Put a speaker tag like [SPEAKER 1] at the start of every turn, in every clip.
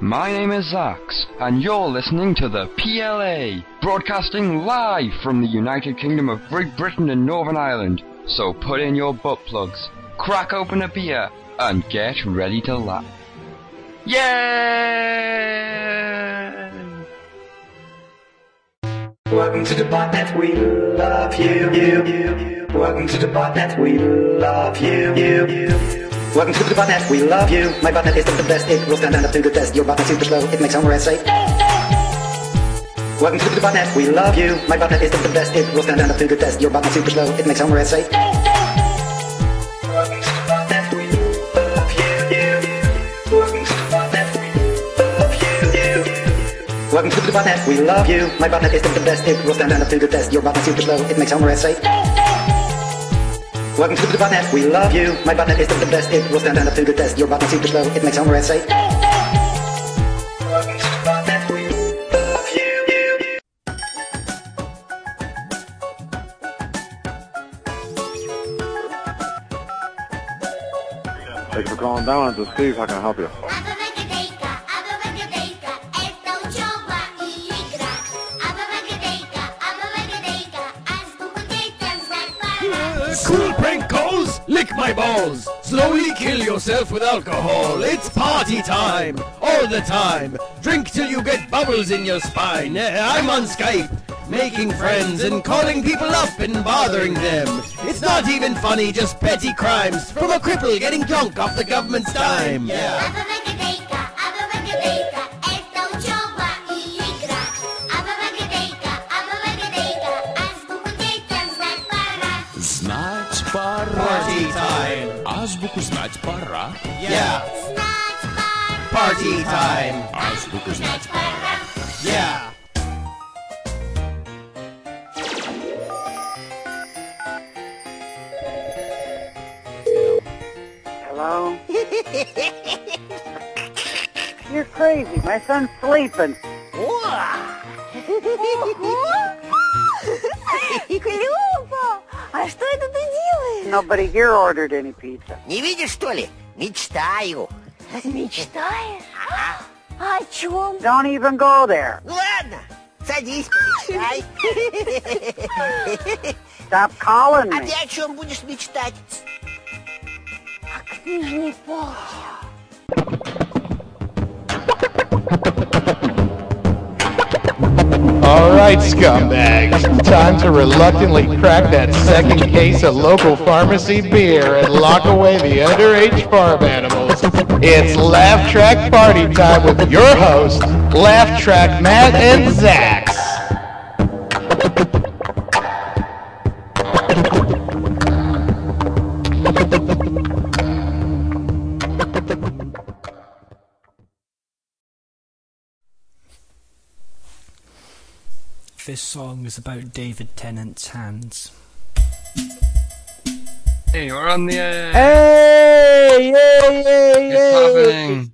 [SPEAKER 1] My name is Zax, and you're listening to the PLA, broadcasting live from the United Kingdom of Great Britain and Northern Ireland. So put in your butt plugs, crack open a beer, and get ready to laugh. Yay!
[SPEAKER 2] Welcome to the botnet, we love you, you, you. Welcome to the botnet, we love you, you, you. Welcome to the botnet, we love you. My botnet isn't the best, it will stand up to the test. Your botnet's super slow, it makes homework say. Welcome to the botnet, we love you. My botnet isn't the best, it will stand up to the test. Your botnet's super slow, it makes homework say. Welcome to the botnet, we love you, you. Welcome to the botnet, we love you, you. Welcome to the botnet, we love you. My botnet isn't the best, it will stand up to the test. Your botnet's super slow, it makes homework say. Welcome to the botnet, we love you. My botnet isn't the best, it will stand up to the test. Your botnet's super slow, it makes homework say. Welcome to the botnet, we love you, you, you.
[SPEAKER 3] Thank you for calling down. This is Steve. How can I help you?
[SPEAKER 4] e
[SPEAKER 5] Cool prank goes, lick my balls. Slowly kill yourself with alcohol. It's party time, all the time. Drink till you get bubbles in your spine. Eh, I'm on Skype, making friends and calling people up and bothering them. It's not even funny, just petty crimes from a cripple getting drunk off the government's dime. Yeah.
[SPEAKER 4] Знать пора.
[SPEAKER 5] Party time.
[SPEAKER 4] Азбуку знать пора.
[SPEAKER 5] Yeah. Party time.
[SPEAKER 4] Азбуку знать.
[SPEAKER 5] Yeah.
[SPEAKER 6] Hello?
[SPEAKER 4] You're crazy. My son's sleeping.
[SPEAKER 7] Клёпа! А что это ты делаешь?
[SPEAKER 4] Nobody here ordered any pizza.
[SPEAKER 5] Не видишь, что ли? Мечтаю.
[SPEAKER 7] Мечтаешь? А о чем?
[SPEAKER 4] Don't even go there.
[SPEAKER 5] Ну ладно, садись, помечтай.
[SPEAKER 4] Stop calling
[SPEAKER 5] А
[SPEAKER 4] me.
[SPEAKER 5] ты о чем будешь мечтать?
[SPEAKER 7] О книжной полке.
[SPEAKER 8] All right, scumbags. Time to reluctantly crack that second case of local pharmacy beer and lock away the underage farm animals. It's Laugh Track Party Time with your hosts, Laugh Track Matt and Zax.
[SPEAKER 9] This song is about David Tennant's hands.
[SPEAKER 1] Hey, we're on the air.
[SPEAKER 10] Hey! Yay! Yay!
[SPEAKER 1] It's happening.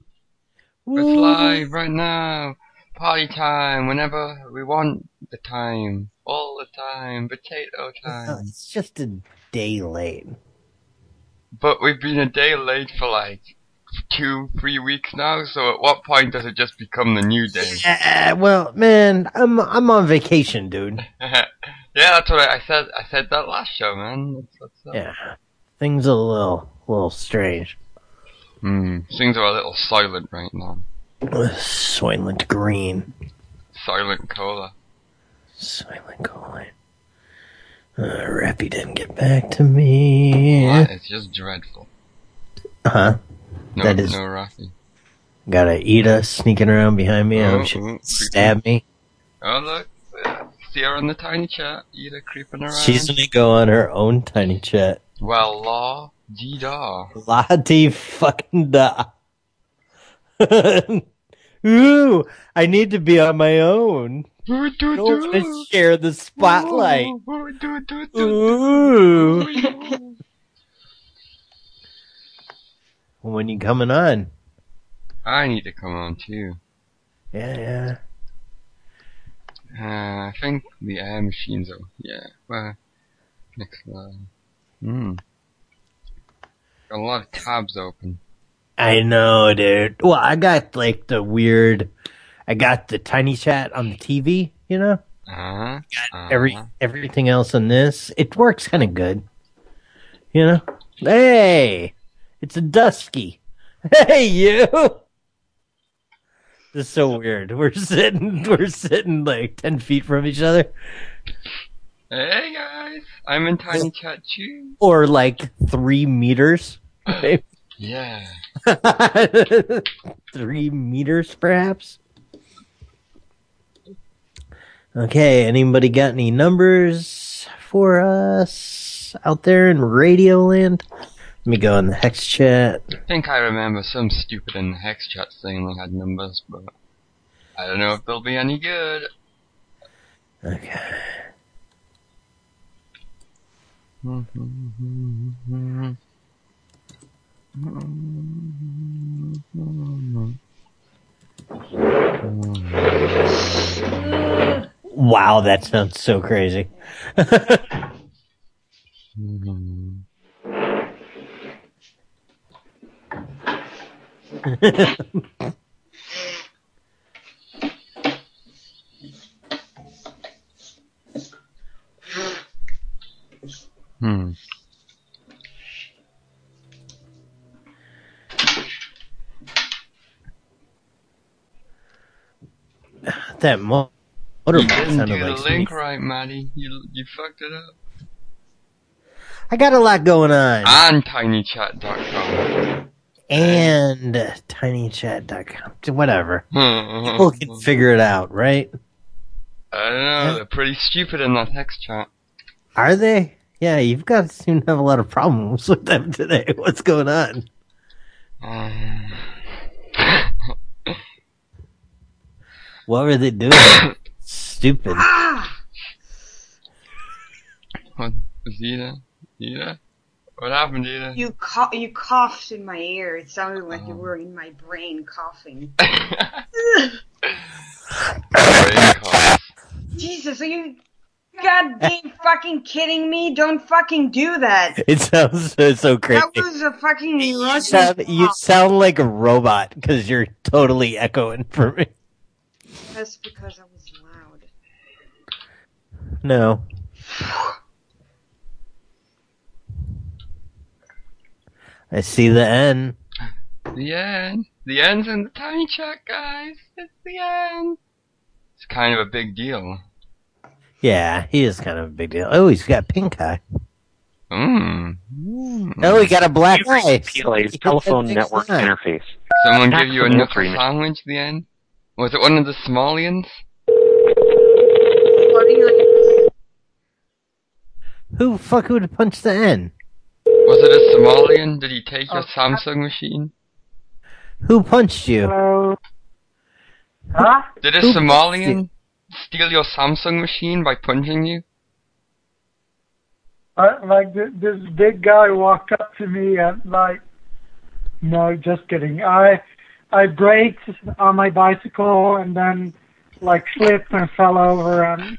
[SPEAKER 1] It's live right now. Party time, whenever we want the time. All the time. Potato time.
[SPEAKER 5] It's just a day late.
[SPEAKER 1] But we've been a day late for like two, three weeks now, so at what point does it just become the new day?
[SPEAKER 5] Uh, well, man, I'm I'm on vacation, dude.
[SPEAKER 1] yeah, that's what I, I said. I said that last show, man. That's, that's, uh, that.
[SPEAKER 5] Yeah, things are a little little strange.
[SPEAKER 1] Hmm. Things are a little silent right now.
[SPEAKER 5] Soylent Green,
[SPEAKER 1] Silent cola.
[SPEAKER 5] Soylent Green. Uh, Rappy didn't get back to me.
[SPEAKER 1] That is just dreadful.
[SPEAKER 5] Uh huh.
[SPEAKER 1] No,
[SPEAKER 5] That is-
[SPEAKER 1] no Rafi.
[SPEAKER 5] Got a Ida sneaking around behind me. I hope she
[SPEAKER 1] Mm-mm.
[SPEAKER 5] stab me.
[SPEAKER 1] Oh look, uh, see her in the tiny chat. Either creeping around.
[SPEAKER 5] She's gonna go on her own tiny chat.
[SPEAKER 1] Well, law, dee da.
[SPEAKER 5] La di fucking da. Ooh, I need to be on my own.
[SPEAKER 1] Do, do,
[SPEAKER 5] I don't want
[SPEAKER 1] do.
[SPEAKER 5] to share the spotlight.
[SPEAKER 1] Do, do, do, do.
[SPEAKER 5] Ooh. when you coming on?
[SPEAKER 1] I need to come on too.
[SPEAKER 5] Yeah, yeah.
[SPEAKER 1] Uh, I think the air machines are. Yeah. Well, next line. Hmm. Got a lot of tabs open.
[SPEAKER 5] I know, dude. Well, I got like the weird. I got the tiny chat on the TV. You know,
[SPEAKER 1] Uh, uh,
[SPEAKER 5] every everything else on this, it works kind of good. You know. Hey, it's a dusky. Hey, you. This is so weird. We're sitting. We're sitting like ten feet from each other.
[SPEAKER 1] Hey guys, I'm in Tiny Chat too.
[SPEAKER 5] or like three meters. maybe.
[SPEAKER 1] Yeah.
[SPEAKER 5] three meters, perhaps. Okay, anybody got any numbers for us out there in Radio Land? Let me go in the hex chat.
[SPEAKER 1] I think I remember some stupid in the hex chat saying they had numbers, but I don't know if they'll be any good.
[SPEAKER 5] Okay. Wow, that sounds so crazy.
[SPEAKER 1] Hmm.
[SPEAKER 5] That mo-
[SPEAKER 1] You
[SPEAKER 5] motorbike
[SPEAKER 1] didn't
[SPEAKER 5] sounded
[SPEAKER 1] do
[SPEAKER 5] like
[SPEAKER 1] the
[SPEAKER 5] some-
[SPEAKER 1] link right, Maddie. You you fucked it up.
[SPEAKER 5] I got a lot going on.
[SPEAKER 1] And tinychat.com.
[SPEAKER 5] and uh, tinychat.com. Whatever.
[SPEAKER 1] Mm-hmm.
[SPEAKER 5] People can figure it out, right?
[SPEAKER 1] I don't know. They're pretty stupid in that hex chat.
[SPEAKER 5] Are they? Yeah, you've got to seem to have a lot of problems with them today. What's going on?
[SPEAKER 1] Um,
[SPEAKER 5] What were they doing? Stupid.
[SPEAKER 1] what was Ida? Ida? What happened, Edith?
[SPEAKER 3] You cough. You coughed in my ear. It sounded like you were in my brain coughing. Jesus, are you goddamn fucking kidding me? Don't fucking do that.
[SPEAKER 5] It sounds so, so crazy.
[SPEAKER 3] That was a fucking
[SPEAKER 5] You sound, you sound like a robot because you're totally echoing for me.
[SPEAKER 3] That's because I was loud.
[SPEAKER 5] No. I see the N.
[SPEAKER 1] The end. The end's in the tiny check, guys. It's the end. It's kind of a big deal.
[SPEAKER 5] Yeah, he is kind of a big deal. Oh, he's got pink eye.
[SPEAKER 1] Mm.
[SPEAKER 5] Oh, he got a black
[SPEAKER 1] Every
[SPEAKER 5] eye.
[SPEAKER 1] PLA's
[SPEAKER 5] He
[SPEAKER 1] telephone
[SPEAKER 5] got a
[SPEAKER 1] network
[SPEAKER 5] black eye.
[SPEAKER 1] interface. Someone give you a
[SPEAKER 5] Not
[SPEAKER 1] knuckle sandwich, the end? Was it one of the Somalians?
[SPEAKER 5] Who the fuck would punch the N?
[SPEAKER 1] Was it a Somalian? Did he take your Samsung machine?
[SPEAKER 5] Who punched you?
[SPEAKER 1] Hello.
[SPEAKER 3] Huh?
[SPEAKER 1] Did a
[SPEAKER 5] Who-
[SPEAKER 1] Somalian steal your Samsung machine by punching you?
[SPEAKER 11] I, Uh, like th- this big guy walked up to me and like, no, just kidding. I I braked on my bicycle and then like slipped and fell over and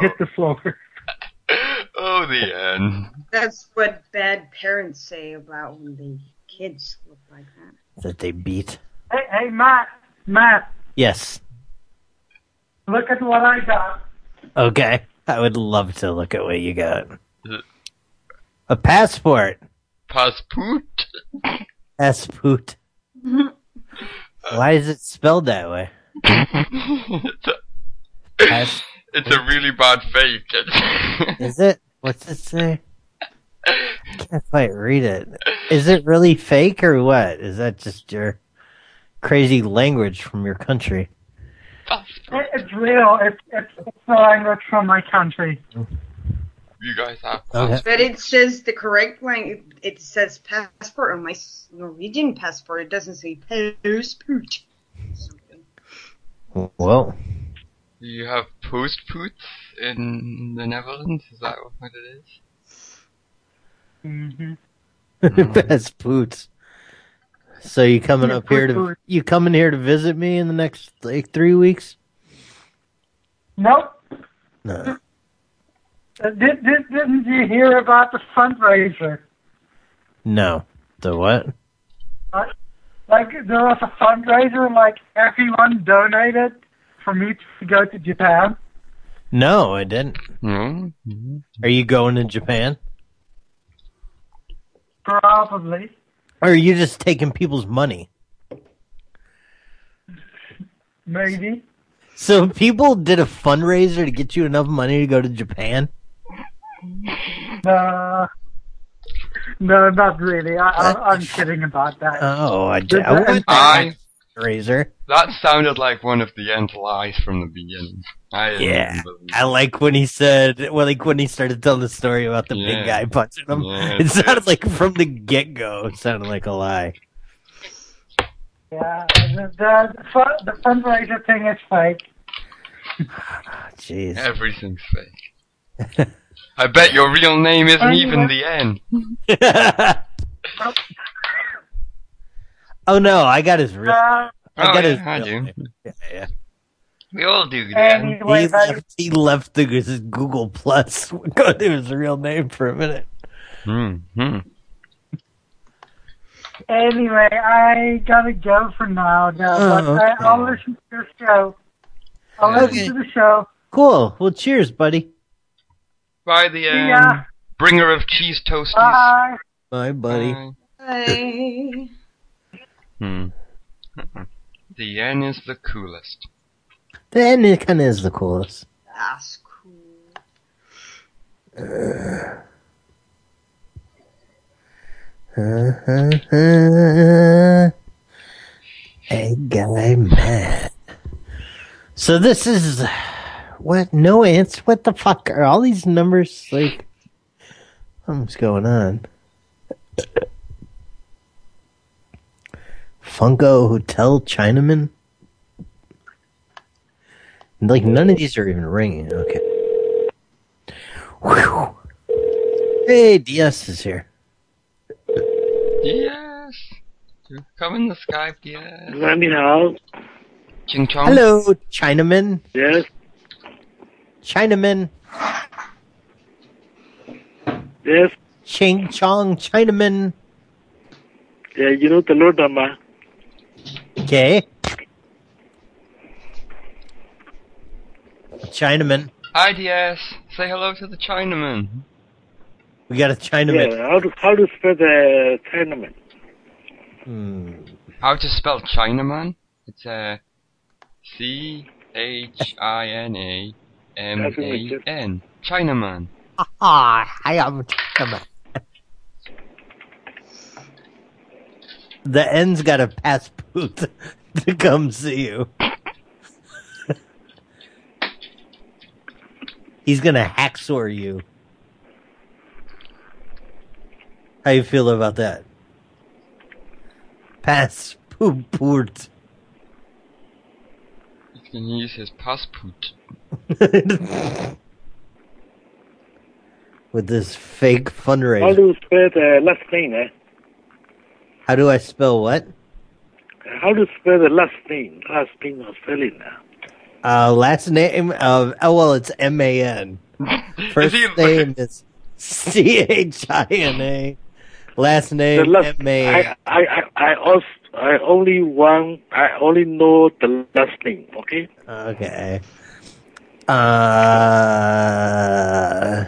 [SPEAKER 11] hit the floor.
[SPEAKER 1] Oh, the end.
[SPEAKER 3] That's what bad parents say about when the kids look like that.
[SPEAKER 5] That they beat.
[SPEAKER 11] Hey, hey, Matt, Matt,
[SPEAKER 5] Yes.
[SPEAKER 11] look at what I got.
[SPEAKER 5] Okay. I would love to look at what you got.
[SPEAKER 1] it-
[SPEAKER 5] A passport.
[SPEAKER 1] Passport?
[SPEAKER 5] Passport. Why is it spelled that way?
[SPEAKER 1] it's, a, it's a really bad fake.
[SPEAKER 5] Is it? What's it say? I can't quite read it. Is it really fake or what? Is that just your crazy language from your country?
[SPEAKER 11] It, it's real. It's it's, it's the language from my country.
[SPEAKER 5] Mm.
[SPEAKER 1] you guys have
[SPEAKER 5] Okay.
[SPEAKER 3] But it says the correct language. It says passport on my s- Norwegian passport. It doesn't say passport.
[SPEAKER 5] Well,
[SPEAKER 1] Do you have postpoots in the Netherlands? Is that what it is?
[SPEAKER 11] Mm-hmm.
[SPEAKER 5] best boots. So you coming up here to you coming here to visit me in the next like three weeks?
[SPEAKER 11] Nope.
[SPEAKER 5] No.
[SPEAKER 11] Uh, Did, did, didn't you hear about the fundraiser?
[SPEAKER 5] No. The what?
[SPEAKER 11] Like, Uh, like there was a fundraiser, like everyone donated for me to go to Japan.
[SPEAKER 5] No, I didn't.
[SPEAKER 1] No.
[SPEAKER 5] Are you going to Japan?
[SPEAKER 11] Probably.
[SPEAKER 5] Or are you just taking people's money?
[SPEAKER 11] Maybe.
[SPEAKER 5] So people did a fundraiser to get you enough money to go to Japan?
[SPEAKER 11] Uh, no, not really. I, I, I'm kidding about that.
[SPEAKER 5] Oh, I
[SPEAKER 11] did.
[SPEAKER 5] did. I wouldn't
[SPEAKER 1] I-
[SPEAKER 5] fundraiser.
[SPEAKER 1] That sounded like one of the end lies from the beginning. I didn't
[SPEAKER 5] Yeah.
[SPEAKER 1] believe-
[SPEAKER 5] I like when he said, well, like when he started telling the story about the
[SPEAKER 1] Yeah.
[SPEAKER 5] big guy punching him.
[SPEAKER 1] Yeah,
[SPEAKER 5] it
[SPEAKER 1] it's-
[SPEAKER 5] sounded like from the get go, it sounded like a lie.
[SPEAKER 11] Yeah, the, the, the fun- the fundraiser thing is fake.
[SPEAKER 5] Ah, Jeez.
[SPEAKER 1] Everything's fake. I bet your real name isn't even the end.
[SPEAKER 5] Oh no, I got his real.
[SPEAKER 11] Uh,
[SPEAKER 5] I
[SPEAKER 1] Oh,
[SPEAKER 5] got
[SPEAKER 1] yeah,
[SPEAKER 5] his.
[SPEAKER 1] I
[SPEAKER 5] real
[SPEAKER 1] do.
[SPEAKER 5] name. Yeah, yeah.
[SPEAKER 1] We all do the
[SPEAKER 5] He
[SPEAKER 1] end.
[SPEAKER 5] left, he left the his Google Plus. Go to his real name for a minute. Hmm.
[SPEAKER 11] Anyway, I gotta go for now. No, but
[SPEAKER 5] Oh,
[SPEAKER 11] I, I'll listen to your show. I'll
[SPEAKER 5] Okay.
[SPEAKER 11] listen to the show.
[SPEAKER 5] Cool. Well, cheers, buddy.
[SPEAKER 1] By the end.
[SPEAKER 11] ya.
[SPEAKER 1] Bringer of cheese toasties.
[SPEAKER 3] Uh-uh.
[SPEAKER 5] Bye,
[SPEAKER 11] Bye.
[SPEAKER 5] buddy.
[SPEAKER 1] Bye.
[SPEAKER 3] Hey.
[SPEAKER 1] Hmm. Mm-mm. The end is the coolest.
[SPEAKER 5] Then it kind of is the coolest.
[SPEAKER 3] That's cool.
[SPEAKER 5] A guy man. So this is what? No ants? What the fuck are all these numbers like? Something's going on. Funko Hotel Chinaman. Like none of these are even ringing. Okay. Whew. Hey, DS is here.
[SPEAKER 1] Come in the Skype, yeah.
[SPEAKER 5] Let me know.
[SPEAKER 1] Ching chong.
[SPEAKER 5] Hello, Chinaman.
[SPEAKER 6] Yes.
[SPEAKER 5] Chinaman.
[SPEAKER 6] Yes.
[SPEAKER 5] Ching Chong Chinaman.
[SPEAKER 6] Yeah, you know Telur Dhamma.
[SPEAKER 5] Okay. Chinaman.
[SPEAKER 1] IDS, say hello to the Chinaman.
[SPEAKER 5] We got a Chinaman.
[SPEAKER 6] Yeah, how to, how to spell the Chinaman?
[SPEAKER 1] How to spell Chinaman? It's uh, C H I N A M A N. Chinaman.
[SPEAKER 5] Ah, I am Chinaman. The N's got a passport to, to come see you. He's gonna hacksaw you. How you feel about that? Passport.
[SPEAKER 1] You can use his passport.
[SPEAKER 5] With this fake
[SPEAKER 6] How
[SPEAKER 5] fundraiser.
[SPEAKER 6] to spell the last name? Eh?
[SPEAKER 5] How do I spell what?
[SPEAKER 6] How to spell the last name? Last name of spelling. eh?
[SPEAKER 5] Uh, last name of oh well, it's M A N. First name is C H I N A. Last
[SPEAKER 6] The
[SPEAKER 5] name
[SPEAKER 6] last
[SPEAKER 5] M A.
[SPEAKER 6] I I I I, also, I only one I only know the last name. Okay.
[SPEAKER 5] Okay. Uh,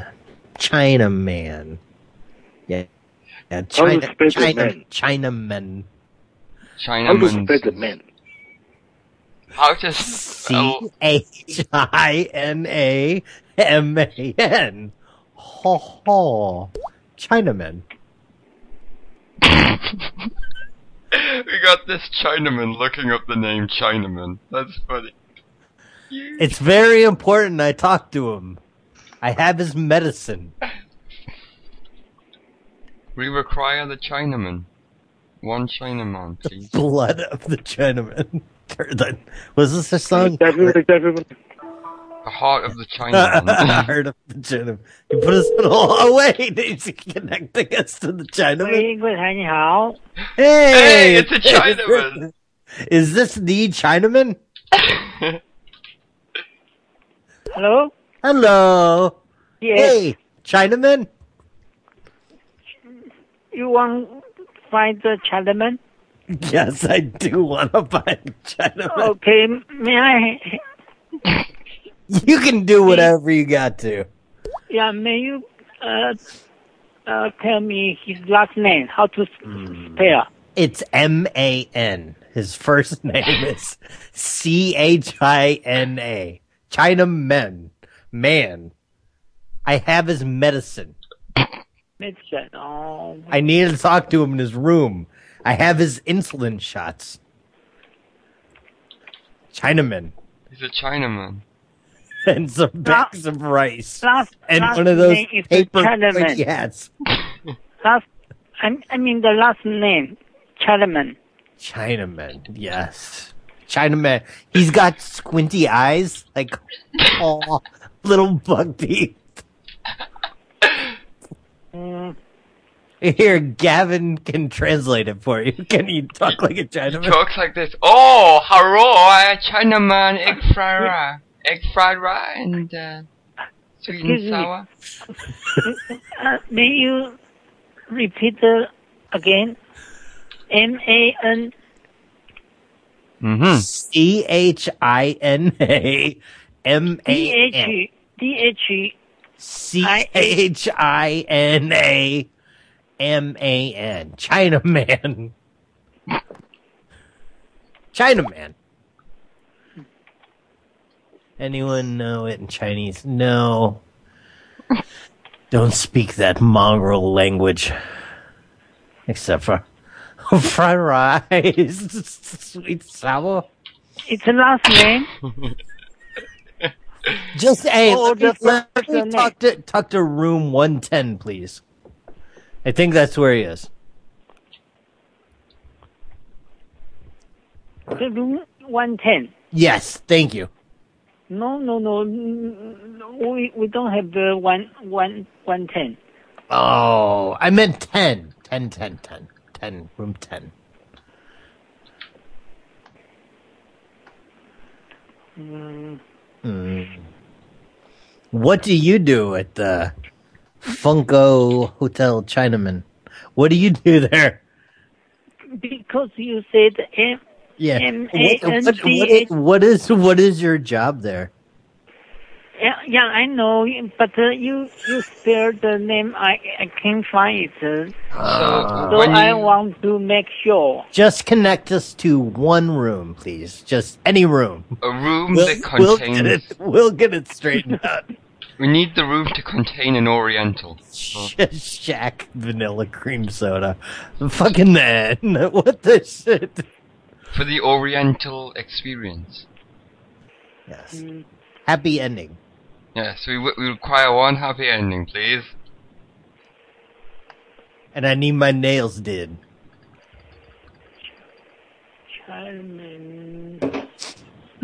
[SPEAKER 5] China man. Yeah, yeah. China,
[SPEAKER 6] spell the
[SPEAKER 5] China,
[SPEAKER 6] man?
[SPEAKER 5] Chinaman.
[SPEAKER 6] How to spell
[SPEAKER 1] Chinaman.
[SPEAKER 6] the man?
[SPEAKER 1] How to spell?
[SPEAKER 5] C H I N A M A N. Ho ho. Chinaman.
[SPEAKER 1] We got this Chinaman looking up the name Chinaman. That's funny.
[SPEAKER 5] It's very important I talk to him. I have his medicine.
[SPEAKER 1] We require the Chinaman. One Chinaman, please.
[SPEAKER 5] Blood of the Chinaman. Was this a song?
[SPEAKER 1] The heart of the Chinaman.
[SPEAKER 5] Heard of the Chinaman. You put us in all away. He's connecting us to the Chinaman. Hey,
[SPEAKER 1] Hey, it's a Chinaman.
[SPEAKER 5] Is this the Chinaman?
[SPEAKER 4] Hello?
[SPEAKER 5] Hello.
[SPEAKER 4] Yes.
[SPEAKER 5] Hey, Chinaman.
[SPEAKER 4] You want to find the Chinaman?
[SPEAKER 5] Yes, I do want to find Chinaman.
[SPEAKER 4] Okay, may I?
[SPEAKER 5] You can do whatever you got to.
[SPEAKER 4] Yeah, may you uh, uh, tell me his last name? How to s-
[SPEAKER 5] Hmm.
[SPEAKER 4] spell?
[SPEAKER 5] It's M A N. His first name is C H I N A. China Men. Man. I have his medicine.
[SPEAKER 4] Medicine. Oh,
[SPEAKER 5] I need to talk to him in his room. I have his insulin shots. Chinaman.
[SPEAKER 1] He's a Chinaman.
[SPEAKER 5] And some bags of rice.
[SPEAKER 4] last
[SPEAKER 5] And
[SPEAKER 4] last
[SPEAKER 5] one of those
[SPEAKER 4] name is
[SPEAKER 5] paper
[SPEAKER 4] Chinaman.
[SPEAKER 5] hats.
[SPEAKER 4] Last, I, I mean the last name, Chinaman.
[SPEAKER 5] Chinaman, yes. Chinaman. He's got squinty eyes, like aw, little bug teeth.
[SPEAKER 4] Mm,
[SPEAKER 5] Here, Gavin can translate it for you. Can you talk like a Chinaman?
[SPEAKER 1] Talks like this. Oh, hello, I a Chinaman, egg fried rice, egg fried rice, and uh, sweet and
[SPEAKER 4] Excuse me.
[SPEAKER 1] sour.
[SPEAKER 4] uh, may you repeat the, again? M A N.
[SPEAKER 1] Mm-hmm.
[SPEAKER 5] C H I N A M
[SPEAKER 4] D
[SPEAKER 5] A N
[SPEAKER 4] H E, D H E.
[SPEAKER 5] C H I N A M A N Chinaman. Chinaman. Anyone know it in Chinese? No. Don't speak that mongrel language. Except for fried rice, sweet sour.
[SPEAKER 4] It's the last name.
[SPEAKER 5] Just hey,
[SPEAKER 4] Oh,
[SPEAKER 5] let me,
[SPEAKER 4] the
[SPEAKER 5] let me
[SPEAKER 4] person
[SPEAKER 5] talk to talk to room one ten, please. I think that's where he is.
[SPEAKER 4] The room one ten.
[SPEAKER 5] Yes, thank you.
[SPEAKER 4] No, no, no. mm, no, We we don't have the one one one ten.
[SPEAKER 5] Oh, I meant 10. 10, 10, 10, 10, room ten.
[SPEAKER 4] Mm,
[SPEAKER 5] Hmm. What do you do at the Funko Hotel Chinaman? What do you do there?
[SPEAKER 4] because you said eh, M.
[SPEAKER 5] Yeah.
[SPEAKER 4] M-
[SPEAKER 5] What-
[SPEAKER 4] A- N-
[SPEAKER 5] what-
[SPEAKER 4] D-
[SPEAKER 5] what is- what is what is your job there?
[SPEAKER 4] Yeah, yeah, I know, but uh, you you spell the name. I I can't find it. uh,
[SPEAKER 5] So,
[SPEAKER 4] so
[SPEAKER 5] when
[SPEAKER 4] I
[SPEAKER 5] you-
[SPEAKER 4] want to make sure.
[SPEAKER 5] Just connect us to one room, please. Just any room.
[SPEAKER 1] A room
[SPEAKER 5] We'll-
[SPEAKER 1] that
[SPEAKER 5] we'll
[SPEAKER 1] contains.
[SPEAKER 5] get it- we'll get it straightened out.
[SPEAKER 1] We need the room to contain an Oriental.
[SPEAKER 5] Shack vanilla cream soda. Fucking then. What the shit?
[SPEAKER 1] For the Oriental experience.
[SPEAKER 5] Yes. Happy ending.
[SPEAKER 1] Yes, we, we require one happy ending, please.
[SPEAKER 5] And I need my nails did.
[SPEAKER 4] Chinaman.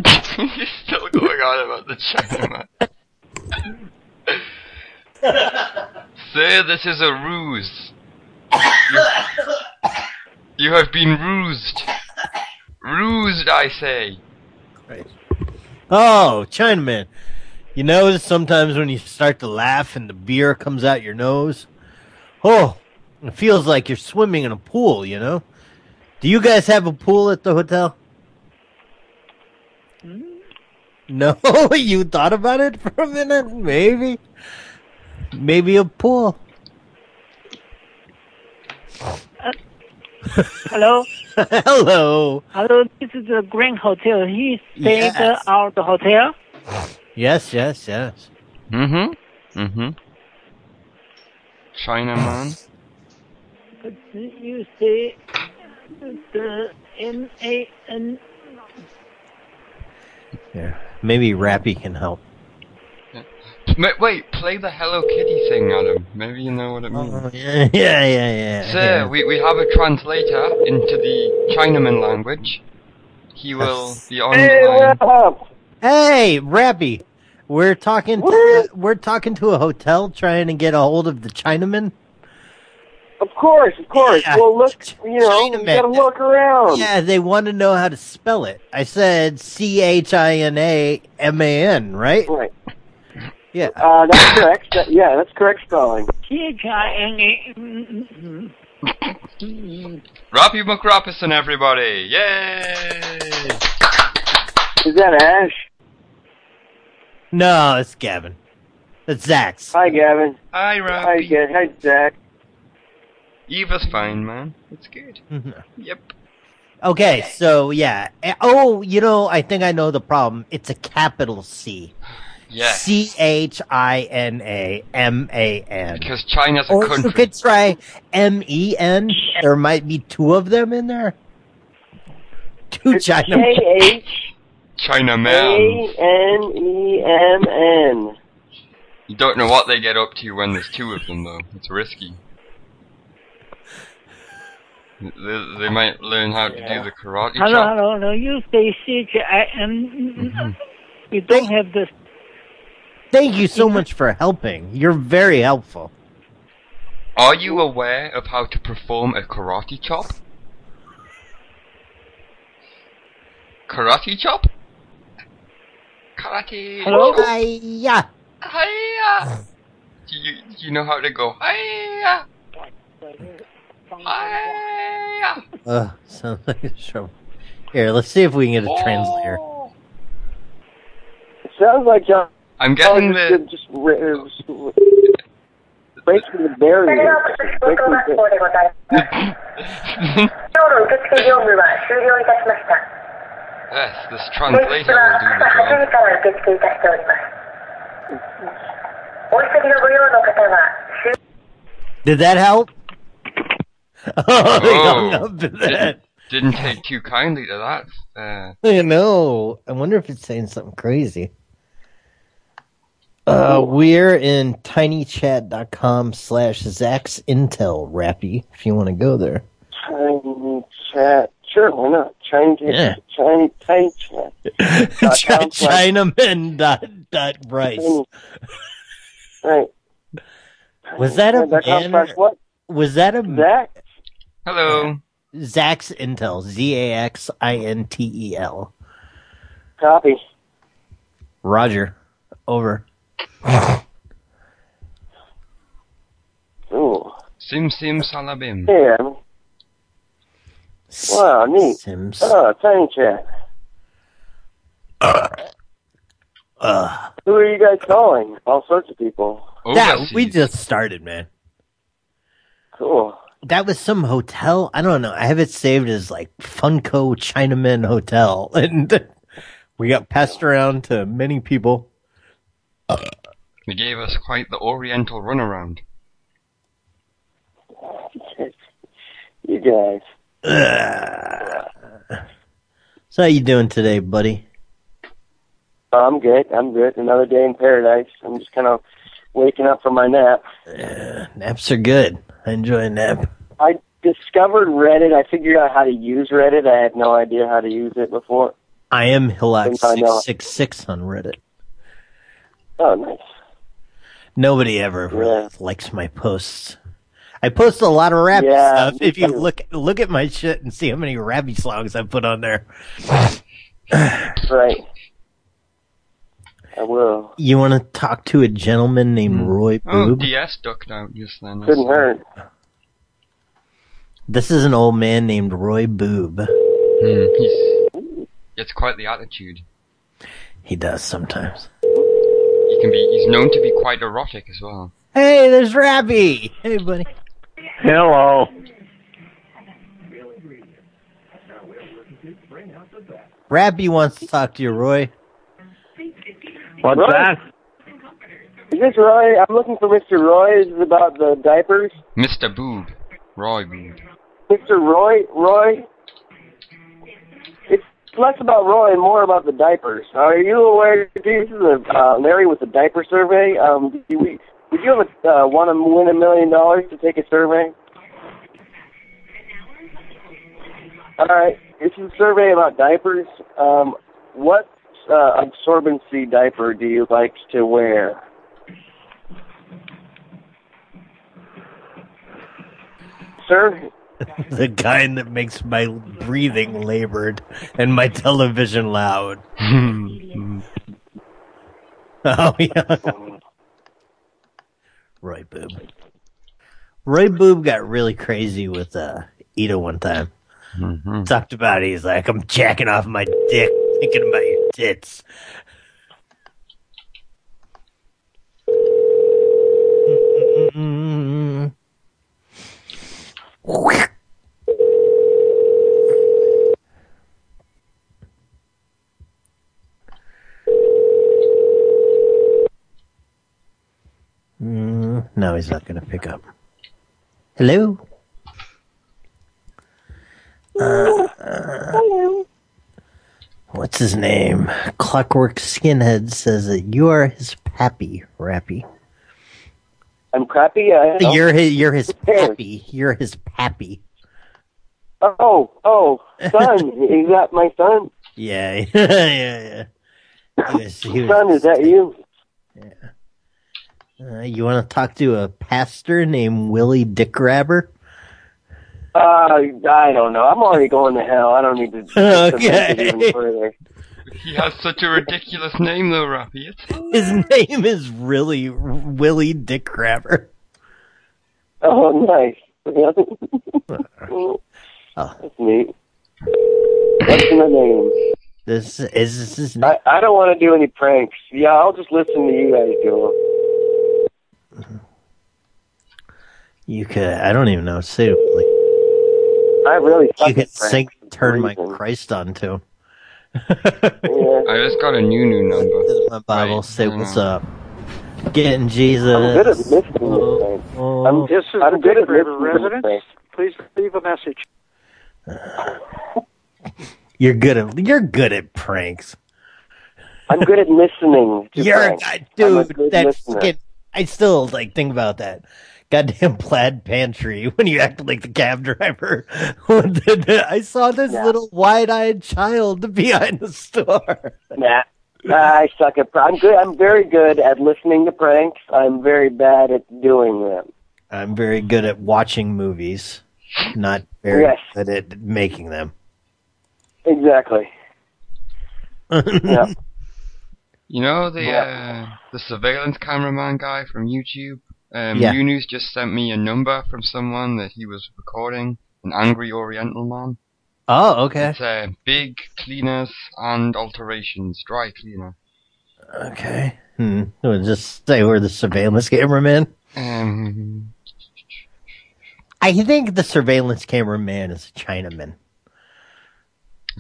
[SPEAKER 1] He's still
[SPEAKER 5] Oh
[SPEAKER 1] going on about the Chinaman. Sir, this is a ruse. You, you have been rused. Rused, I say.
[SPEAKER 5] Oh, Chinaman. You notice sometimes when you start to laugh and the beer comes out your nose? Oh, it feels like you're swimming in a pool, you know? Do you guys have a pool at the hotel? No? you thought about it for a minute? Maybe. Maybe a pool.
[SPEAKER 4] Hello,
[SPEAKER 5] Hello.
[SPEAKER 4] hello. This is the Grand Hotel. He stayed
[SPEAKER 5] Yes.
[SPEAKER 4] uh, out the hotel.
[SPEAKER 5] Yes, yes, yes.
[SPEAKER 1] Mm hmm. Mm hmm. Chinaman.
[SPEAKER 4] But you say the M A N.
[SPEAKER 5] Yeah. Maybe Rappy can help.
[SPEAKER 1] Ma- Wait, play the Hello Kitty thing, Adam. Maybe you know what it means.
[SPEAKER 5] Oh, yeah, yeah, yeah.
[SPEAKER 1] Sir,
[SPEAKER 5] yeah.
[SPEAKER 1] we, we have a translator into the Chinaman language. He will be on the line.
[SPEAKER 5] Hey, Rappy, we're talking. To, uh, we're talking to a hotel trying to get a hold of the Chinaman.
[SPEAKER 12] Of course, of course.
[SPEAKER 5] Yeah.
[SPEAKER 12] Well, look, you know, you
[SPEAKER 5] Chinaman.
[SPEAKER 12] gotta look around.
[SPEAKER 5] Yeah, they want to know how to spell it. I said C H I N A M A N, right?
[SPEAKER 12] Right.
[SPEAKER 5] Yeah.
[SPEAKER 12] Uh, that's correct. That- yeah, that's correct spelling.
[SPEAKER 4] T H I N A. Mm, mm, mm.
[SPEAKER 1] Rappy McRapperson, everybody! Yay!
[SPEAKER 12] Is that Ash?
[SPEAKER 5] No, it's Gavin. It's Zax.
[SPEAKER 12] Hi, Gavin.
[SPEAKER 1] Hi, Rob.
[SPEAKER 12] Hi, Ga- Hi, Zach.
[SPEAKER 1] Eva's fine, man. It's good.
[SPEAKER 5] Mm-hmm.
[SPEAKER 1] Yep.
[SPEAKER 5] Okay, so yeah. Eh, Oh, you know, I think I know the problem. It's a capital C.
[SPEAKER 1] Yes.
[SPEAKER 5] C H I N A M A N.
[SPEAKER 1] Because China's a
[SPEAKER 5] Or
[SPEAKER 1] country.
[SPEAKER 5] you could try M E N. There might be two of them in there. Two China.
[SPEAKER 12] K
[SPEAKER 1] Chinaman.
[SPEAKER 12] H A N E M N.
[SPEAKER 1] You don't know what they get up to when there's two of them, though. It's risky. They, they might learn how to do the karate
[SPEAKER 4] Hello,
[SPEAKER 1] chop.
[SPEAKER 4] hello, hello. You say C H I N. You don't have the
[SPEAKER 5] Thank you so much for helping. You're very helpful.
[SPEAKER 1] Are you aware of how to perform a karate chop? Karate chop? Karate
[SPEAKER 4] Hello?
[SPEAKER 1] chop.
[SPEAKER 5] Hiya.
[SPEAKER 1] Hiya. Do you, do you know how to go? Hiya. Hiya.
[SPEAKER 5] Ugh, sounds like a trouble. Here, let's see if we can get a translator.
[SPEAKER 12] It sounds like John.
[SPEAKER 1] I'm getting
[SPEAKER 12] oh,
[SPEAKER 1] the-
[SPEAKER 12] just, just, ra- uh, just ra- breaking the barrier. Breaking the-
[SPEAKER 1] Yes, this translator will do the job.
[SPEAKER 7] から受付いたしております。お急ぎのご用の方は、
[SPEAKER 5] Did that help? Oh, they hung
[SPEAKER 1] Oh,
[SPEAKER 5] up at that.
[SPEAKER 1] didn't, didn't take too kindly to that. Uh,
[SPEAKER 5] I know. I wonder if it's saying something crazy. Uh, we're in tinychat.com slash Zach's Intel Rappy if you want to go there.
[SPEAKER 12] Tiny chat. Sure, why not? Tiny
[SPEAKER 5] Yeah.
[SPEAKER 12] chat. Tiny, tiny chat.
[SPEAKER 5] Chi- Chinaman dot, dot Bryce.
[SPEAKER 12] Right.
[SPEAKER 5] Was that a
[SPEAKER 12] Dot
[SPEAKER 5] man?
[SPEAKER 12] com slash what?
[SPEAKER 5] Was that a
[SPEAKER 12] Zach?
[SPEAKER 1] Hello.
[SPEAKER 5] Zach's Intel. Z A X I N T E L.
[SPEAKER 12] Copy.
[SPEAKER 5] Roger. Over.
[SPEAKER 12] Ooh.
[SPEAKER 1] Sim sim salabim.
[SPEAKER 12] Yeah. Wow, neat. Oh, tiny chat.
[SPEAKER 5] Uh,
[SPEAKER 12] Who are you guys calling? All sorts of people.
[SPEAKER 5] that, we just started, man.
[SPEAKER 12] Cool.
[SPEAKER 5] That was some hotel. I don't know. I have it saved as like Funko Chinaman Hotel. And we got passed around to many people.
[SPEAKER 1] They gave us quite the oriental runaround.
[SPEAKER 12] You guys.
[SPEAKER 5] So how you doing today, buddy?
[SPEAKER 12] I'm good. I'm good. Another day in paradise. I'm just kind of waking up from my nap.
[SPEAKER 5] Naps are good. I enjoy a nap.
[SPEAKER 12] I discovered Reddit. I figured out how to use Reddit. I had no idea how to use it before.
[SPEAKER 5] I am Hillock
[SPEAKER 12] Think I know.
[SPEAKER 5] six six six on Reddit.
[SPEAKER 12] Oh, nice.
[SPEAKER 5] Nobody ever really likes my posts. I post a lot of rap
[SPEAKER 12] Yeah,
[SPEAKER 5] stuff.
[SPEAKER 12] me
[SPEAKER 5] If you
[SPEAKER 12] too.
[SPEAKER 5] look look at my shit and see how many rappy songs I put on there.
[SPEAKER 12] Right. I will.
[SPEAKER 5] You want to talk to a gentleman named Roy
[SPEAKER 1] Oh,
[SPEAKER 5] Boob?
[SPEAKER 1] DS ducked out just then. I
[SPEAKER 12] Couldn't
[SPEAKER 1] saw.
[SPEAKER 12] hurt.
[SPEAKER 5] This is an old man named Roy Boob.
[SPEAKER 1] Hmm, It's quite the attitude.
[SPEAKER 5] He does sometimes.
[SPEAKER 1] He can be. He's known to be quite erotic as well.
[SPEAKER 5] Hey, there's Rappy. Hey, buddy.
[SPEAKER 6] Hello.
[SPEAKER 5] Rappy wants to talk to you, Roy.
[SPEAKER 6] What's
[SPEAKER 12] Roy? that? Is this Roy? I'm looking for Mr. Roy. This is about the diapers.
[SPEAKER 1] Mr. Boob. Roy Boob.
[SPEAKER 12] Mr. Roy? Roy? It's less about Roy and more about the diapers. Are you aware, this is a, uh, Larry with the diaper survey. Um, do we, would you have a, uh, want to win a million dollars to take a survey? All right. This is a survey about diapers. Um, what uh, absorbency diaper do you like to wear? Sir,
[SPEAKER 5] the kind that makes my breathing labored and my television loud. oh yeah. Roy Boob. Roy Boob got really crazy with uh Ida one time. Talked about it, he's like, I'm jacking off my dick, thinking about your tits. Mm, no, he's not going to pick up. Hello? Uh,
[SPEAKER 7] Hello.
[SPEAKER 5] what's his name? Clockwork Skinhead says that you are his pappy, Rappy.
[SPEAKER 12] I'm crappy. I know.
[SPEAKER 5] You're his, you're his
[SPEAKER 12] Who cares?
[SPEAKER 5] pappy. You're his pappy.
[SPEAKER 12] Oh, oh, son. is that my son?
[SPEAKER 5] Yeah, yeah, yeah. He was- he was-
[SPEAKER 12] Son, is that you?
[SPEAKER 5] uh, you want to talk to a pastor named Willie Dickrabber?
[SPEAKER 12] Uh, I don't know. I'm already going to hell. I don't need to.
[SPEAKER 5] Okay.
[SPEAKER 12] to even further.
[SPEAKER 1] He has such a ridiculous name though, Rappy. It's
[SPEAKER 5] His name is really Willie Dickrabber.
[SPEAKER 12] Oh, nice.
[SPEAKER 5] Oh.
[SPEAKER 12] That's neat. What's my name?
[SPEAKER 5] This is this his
[SPEAKER 12] I, I don't want to do any pranks. Yeah, I'll just listen to you guys do them.
[SPEAKER 5] You could. I don't even know. what to Say like
[SPEAKER 12] I really suck
[SPEAKER 5] you could
[SPEAKER 12] at pranks.
[SPEAKER 5] sing. Turn my Christ on to
[SPEAKER 1] I just got a new new number.
[SPEAKER 5] my Bible. Say what's up. Getting Jesus.
[SPEAKER 12] I'm good at listening to things.
[SPEAKER 5] Oh.
[SPEAKER 12] I'm
[SPEAKER 13] This
[SPEAKER 12] just.
[SPEAKER 13] is
[SPEAKER 12] I'm
[SPEAKER 13] the
[SPEAKER 12] good
[SPEAKER 13] Big
[SPEAKER 12] at
[SPEAKER 13] River
[SPEAKER 12] listening to
[SPEAKER 13] residence.
[SPEAKER 12] things.
[SPEAKER 13] Please leave a message.
[SPEAKER 5] You're good at. You're good at pranks.
[SPEAKER 12] I'm good at listening. To
[SPEAKER 5] You're a
[SPEAKER 12] pranks.
[SPEAKER 5] god,
[SPEAKER 12] I'm a
[SPEAKER 5] dude.
[SPEAKER 12] good
[SPEAKER 5] That's
[SPEAKER 12] listener.
[SPEAKER 5] fucking. I still like think about that. Goddamn plaid pantry when you act like the cab driver. I saw this little wide-eyed child behind the store.
[SPEAKER 12] Nah, Nah, I suck at. pr- I'm good. I'm very good at listening to pranks. I'm very bad at doing them.
[SPEAKER 5] I'm very good at watching movies, not very
[SPEAKER 12] Yes.
[SPEAKER 5] good at making them.
[SPEAKER 12] Exactly. Yeah.
[SPEAKER 1] You know the uh,
[SPEAKER 4] Yeah.
[SPEAKER 1] the surveillance cameraman guy from YouTube. Um,
[SPEAKER 4] Yeah.
[SPEAKER 1] Yunus just sent me a number from someone that he was recording, an angry Oriental man.
[SPEAKER 5] Oh, okay.
[SPEAKER 1] It's uh, big cleaners and alterations, dry cleaner.
[SPEAKER 5] Okay. Hmm. Well, Just say we're the surveillance cameraman.
[SPEAKER 1] Um.
[SPEAKER 5] I think the surveillance cameraman is a Chinaman.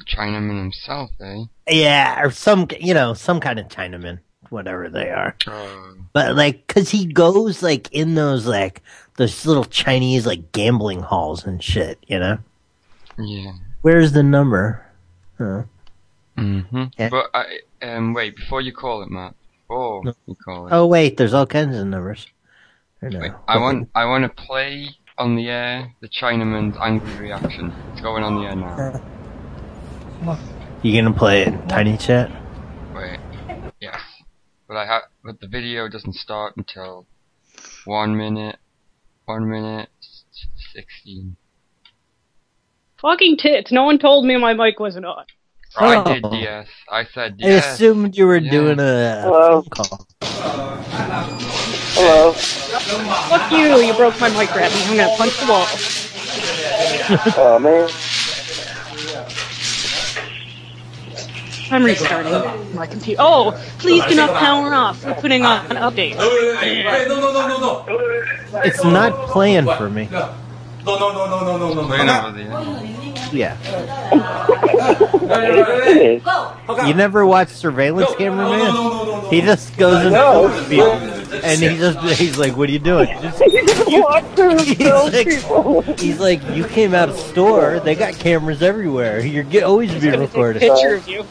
[SPEAKER 1] Chinaman himself, eh?
[SPEAKER 5] Yeah, or some, you know, some kind of Chinaman, whatever they are. But like, cause he goes like in those like those little Chinese like gambling halls and shit, you know.
[SPEAKER 1] Yeah.
[SPEAKER 5] Where's the number? Huh.
[SPEAKER 1] Mm-hmm.
[SPEAKER 5] Yeah.
[SPEAKER 1] But I, um, wait, before you call it, Matt. Before you call it.
[SPEAKER 5] Oh wait, there's all kinds of numbers. I know.
[SPEAKER 1] I want I want to play on the air the Chinaman's angry reaction. It's going on the air
[SPEAKER 5] Uh,
[SPEAKER 1] now.
[SPEAKER 5] You gonna play it in tiny chat?
[SPEAKER 1] Wait. Yes. But I have. But the video doesn't start until one minute. One minute s- sixteen.
[SPEAKER 8] Fucking tits. No one told me my mic wasn't on.
[SPEAKER 1] I did
[SPEAKER 5] Oh.
[SPEAKER 1] yes. I said
[SPEAKER 5] I
[SPEAKER 1] yes.
[SPEAKER 5] assumed you were
[SPEAKER 1] yes.
[SPEAKER 5] doing a
[SPEAKER 1] Hello?
[SPEAKER 5] phone call.
[SPEAKER 12] Hello.
[SPEAKER 8] Fuck you. You broke my mic, Rabby. I'm gonna punch the wall.
[SPEAKER 12] oh man.
[SPEAKER 8] I'm restarting my computer. Oh, please do not power off. We're putting on an update.
[SPEAKER 3] no, no, no, no, no.
[SPEAKER 5] It's not playing for me.
[SPEAKER 3] No, no, no, no, no, no, no.
[SPEAKER 1] Playing over
[SPEAKER 5] Yeah.
[SPEAKER 12] Hey.
[SPEAKER 5] You never watch Surveillance Camera Man? He just goes in
[SPEAKER 12] No.
[SPEAKER 5] the people and he just he's like, "What are you doing?" Just- he's, like, he's like, "You came out of store. They got cameras everywhere. You're get, always being recorded."
[SPEAKER 8] Picture of you.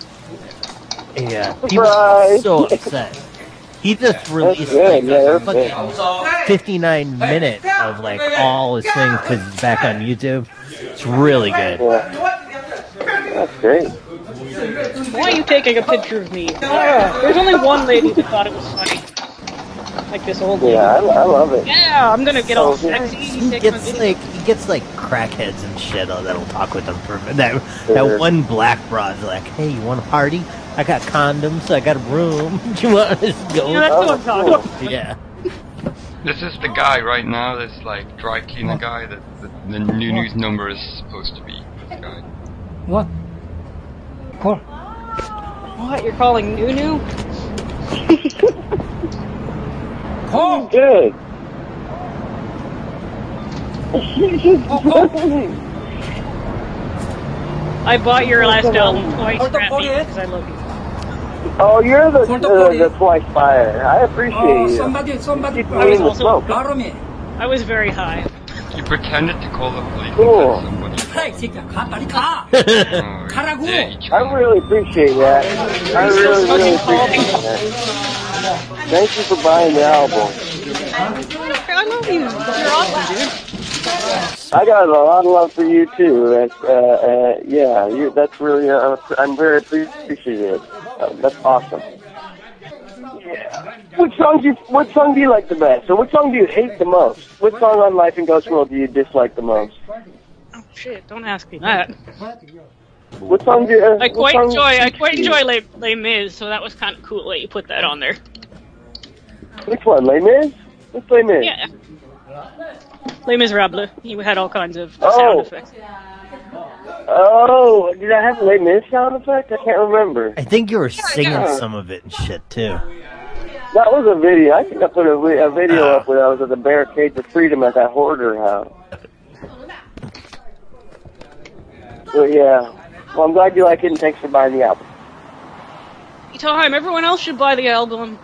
[SPEAKER 5] Yeah, he was so upset. He just released like a fucking 59 minute of like all his things because he's back on YouTube. It's really good.
[SPEAKER 12] That's great.
[SPEAKER 8] Why are you taking a picture of me? Ah, There's only one lady that thought it was funny. Like this old lady.
[SPEAKER 12] Yeah, I, I love it.
[SPEAKER 8] Yeah, I'm gonna get all
[SPEAKER 12] Oh, yeah.
[SPEAKER 8] sexy.
[SPEAKER 5] He
[SPEAKER 8] take my
[SPEAKER 5] gets
[SPEAKER 8] video.
[SPEAKER 5] like he gets like crackheads and shit oh, that'll talk with him for that that one black broad's like, hey, you want a party? I got condoms, I got a room. Do you want us to go?
[SPEAKER 8] Yeah, that's what I'm talking about.
[SPEAKER 5] Yeah.
[SPEAKER 1] This is the guy right now. This like dry cleaner guy that the, the new news number is supposed to be. This guy.
[SPEAKER 14] What? What?
[SPEAKER 8] What? You're calling Nunu?
[SPEAKER 12] Oh, good.
[SPEAKER 13] Oh,
[SPEAKER 8] I bought your last album twice, Rabby, because I love you.
[SPEAKER 12] Oh, you're the the, the twice fire. I appreciate you.
[SPEAKER 8] Oh, somebody.
[SPEAKER 12] Keep
[SPEAKER 8] I
[SPEAKER 12] moving
[SPEAKER 8] was
[SPEAKER 12] the
[SPEAKER 8] also.
[SPEAKER 12] smoke.
[SPEAKER 8] I was very high.
[SPEAKER 1] You pretended to call the police.
[SPEAKER 12] Cool.
[SPEAKER 1] I
[SPEAKER 12] really appreciate that. I really, really appreciate that. Thank you for buying the album.
[SPEAKER 8] I love you. You're awesome, dude.
[SPEAKER 12] I got a lot of love for you too. That's, uh, uh, yeah, you, that's really. Uh, I'm very appreciative. Uh, that's awesome. Yeah. What song do you What song do you like the best? Or what song do you hate the most? What song on Life and Ghost World do you dislike the most?
[SPEAKER 8] Oh shit! Don't ask me that.
[SPEAKER 12] What song do you? Uh,
[SPEAKER 8] I
[SPEAKER 12] what
[SPEAKER 8] quite
[SPEAKER 12] song-
[SPEAKER 8] enjoy. I quite enjoy Les, Les Mis, so that was kind of cool that you put that on there.
[SPEAKER 12] Which one, Les Mis? What's Les Mis?
[SPEAKER 8] Yeah. Les Miserables. You had all kinds of
[SPEAKER 12] Oh.
[SPEAKER 8] sound effects.
[SPEAKER 12] Oh, did I have Les Mis sound effect? I can't remember.
[SPEAKER 5] I think you were singing
[SPEAKER 12] yeah.
[SPEAKER 5] some of it and shit too.
[SPEAKER 12] That was a video. I think I put a, vi- a video up when I was at the Barricade for Freedom at that hoarder house. But yeah. Well, I'm glad you like it, and thanks for buying the album.
[SPEAKER 8] Time. Everyone else should buy the album.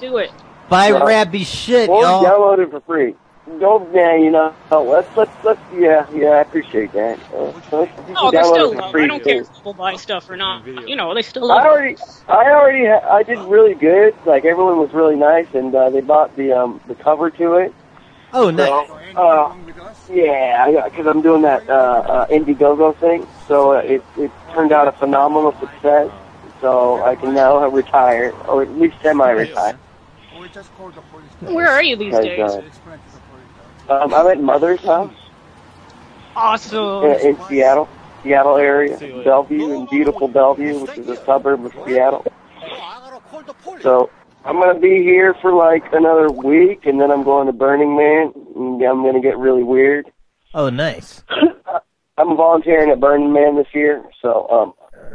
[SPEAKER 8] Do it.
[SPEAKER 5] Buy
[SPEAKER 12] Yeah.
[SPEAKER 5] Rabby shit,
[SPEAKER 12] or
[SPEAKER 5] y'all.
[SPEAKER 12] download it for free. Don't, yeah, you know. oh, Let's, let's, let's, yeah, yeah, I appreciate that. Uh, let's, you
[SPEAKER 8] Oh,
[SPEAKER 12] can
[SPEAKER 8] they're
[SPEAKER 12] download
[SPEAKER 8] still
[SPEAKER 12] it for
[SPEAKER 8] love.
[SPEAKER 12] free,
[SPEAKER 8] I don't care
[SPEAKER 12] too.
[SPEAKER 8] if people buy stuff or not. You know, they still
[SPEAKER 12] I
[SPEAKER 8] love. it.
[SPEAKER 12] already, I already, ha- I did really good. Like everyone was really nice, and uh, they bought the um the cover to it.
[SPEAKER 5] Oh,
[SPEAKER 12] nice. uh, yeah, because I'm doing that uh, uh, Indiegogo thing, so uh, it it turned out a phenomenal success. So I can now retire, or at least semi-retire.
[SPEAKER 8] Where are you these
[SPEAKER 12] Because,
[SPEAKER 8] days?
[SPEAKER 12] uh, um, I'm at Mother's house
[SPEAKER 8] Awesome.
[SPEAKER 12] in, in Seattle, Seattle area, Bellevue, in beautiful Bellevue, which is a suburb of Seattle. So I'm gonna be here for like another week, and then I'm going to Burning Man. And I'm gonna get really weird.
[SPEAKER 5] Oh, nice.
[SPEAKER 12] I'm volunteering at Burning Man this year, so um,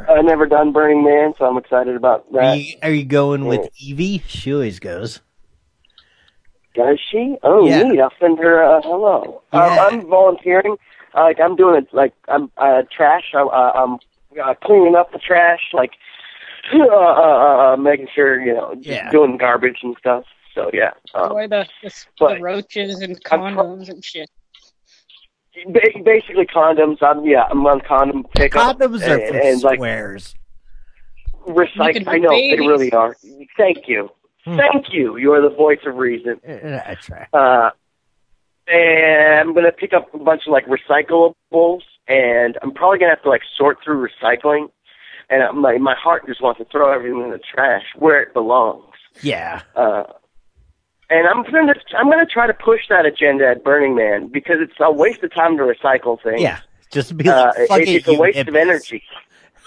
[SPEAKER 12] I've never done Burning Man, so I'm excited about
[SPEAKER 5] Are
[SPEAKER 12] that. Mm.
[SPEAKER 5] you, are you going with Evie? She always goes.
[SPEAKER 12] Does she? Oh,
[SPEAKER 5] Yeah.
[SPEAKER 12] neat. I'll send her a hello.
[SPEAKER 5] Yeah.
[SPEAKER 12] Um, I'm volunteering. Uh, like I'm doing it. Like I'm uh, trash. I'm, uh, I'm uh, cleaning up the trash. Like uh, uh, uh, making sure you know, just
[SPEAKER 15] Yeah.
[SPEAKER 12] doing garbage and stuff. So yeah. Um,
[SPEAKER 15] Why the, the, the roaches and condoms and shit.
[SPEAKER 12] ba- basically condoms. I'm yeah. I'm on condom pickup.
[SPEAKER 15] Condoms
[SPEAKER 5] are
[SPEAKER 12] and,
[SPEAKER 5] for
[SPEAKER 12] and, like,
[SPEAKER 5] squares.
[SPEAKER 12] Recycle.
[SPEAKER 15] Even
[SPEAKER 12] I know
[SPEAKER 15] babies.
[SPEAKER 12] they really are. Thank you.
[SPEAKER 5] Hmm.
[SPEAKER 12] Thank you. You are the voice of reason. Uh, and I'm gonna pick up a bunch of like recyclables, and I'm probably gonna have to like sort through recycling. And uh, my my heart just wants to throw everything in the trash where it belongs.
[SPEAKER 5] Yeah.
[SPEAKER 12] Uh, and I'm gonna I'm gonna try to push that agenda at Burning Man because it's a waste of time to recycle things.
[SPEAKER 5] Yeah. Just be like,
[SPEAKER 12] Uh,
[SPEAKER 5] fuck
[SPEAKER 12] it-
[SPEAKER 5] it,
[SPEAKER 12] it's a
[SPEAKER 5] you
[SPEAKER 12] waste
[SPEAKER 5] hippies.
[SPEAKER 12] of energy.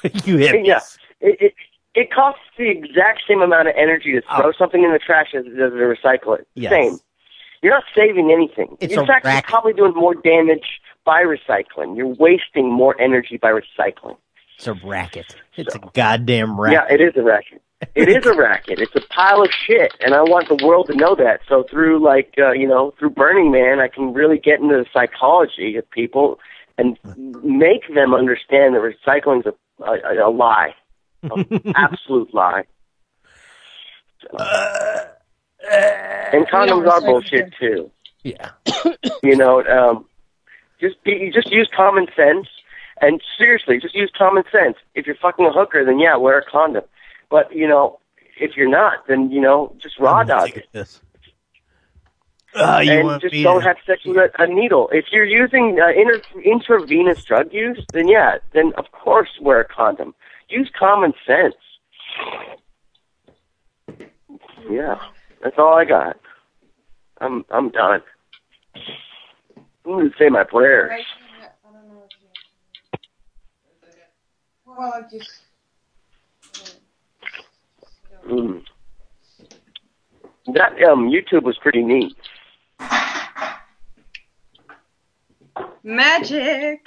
[SPEAKER 5] you hippies.
[SPEAKER 12] Yeah, it, it it costs the exact same amount of energy to throw something in the trash as it does to recycle it.
[SPEAKER 5] Oh. Yes.
[SPEAKER 12] Same. You're not saving anything.
[SPEAKER 5] It's
[SPEAKER 12] in
[SPEAKER 5] a
[SPEAKER 12] fact,
[SPEAKER 5] racket.
[SPEAKER 12] you're probably doing more damage by recycling. You're wasting more energy by recycling.
[SPEAKER 5] It's a racket. It's a goddamn racket.
[SPEAKER 12] Yeah, it is a racket. It is a racket. It's a pile of shit, and I want the world to know that. So through like uh, you know through Burning Man, I can really get into the psychology of people and make them understand that recycling's a a, a lie, an absolute lie. So- and condoms are bullshit too.
[SPEAKER 5] Yeah.
[SPEAKER 12] you know, um, just be, just use common sense. And seriously, just use common sense. If you're fucking a hooker, then yeah, wear a condom. But you know, if you're not, then you know, just raw dog it.
[SPEAKER 5] This. Ah, you
[SPEAKER 12] and
[SPEAKER 5] want
[SPEAKER 12] just
[SPEAKER 5] me
[SPEAKER 12] don't
[SPEAKER 5] to-
[SPEAKER 12] have sex with a, a needle. If you're using uh, inter- intravenous drug use, then yeah, then of course wear a condom. Use common sense. Yeah, that's all I got. I'm I'm done. I'm gonna say my prayers.
[SPEAKER 3] Well, just
[SPEAKER 12] Mm. That um YouTube was pretty neat.
[SPEAKER 3] magic.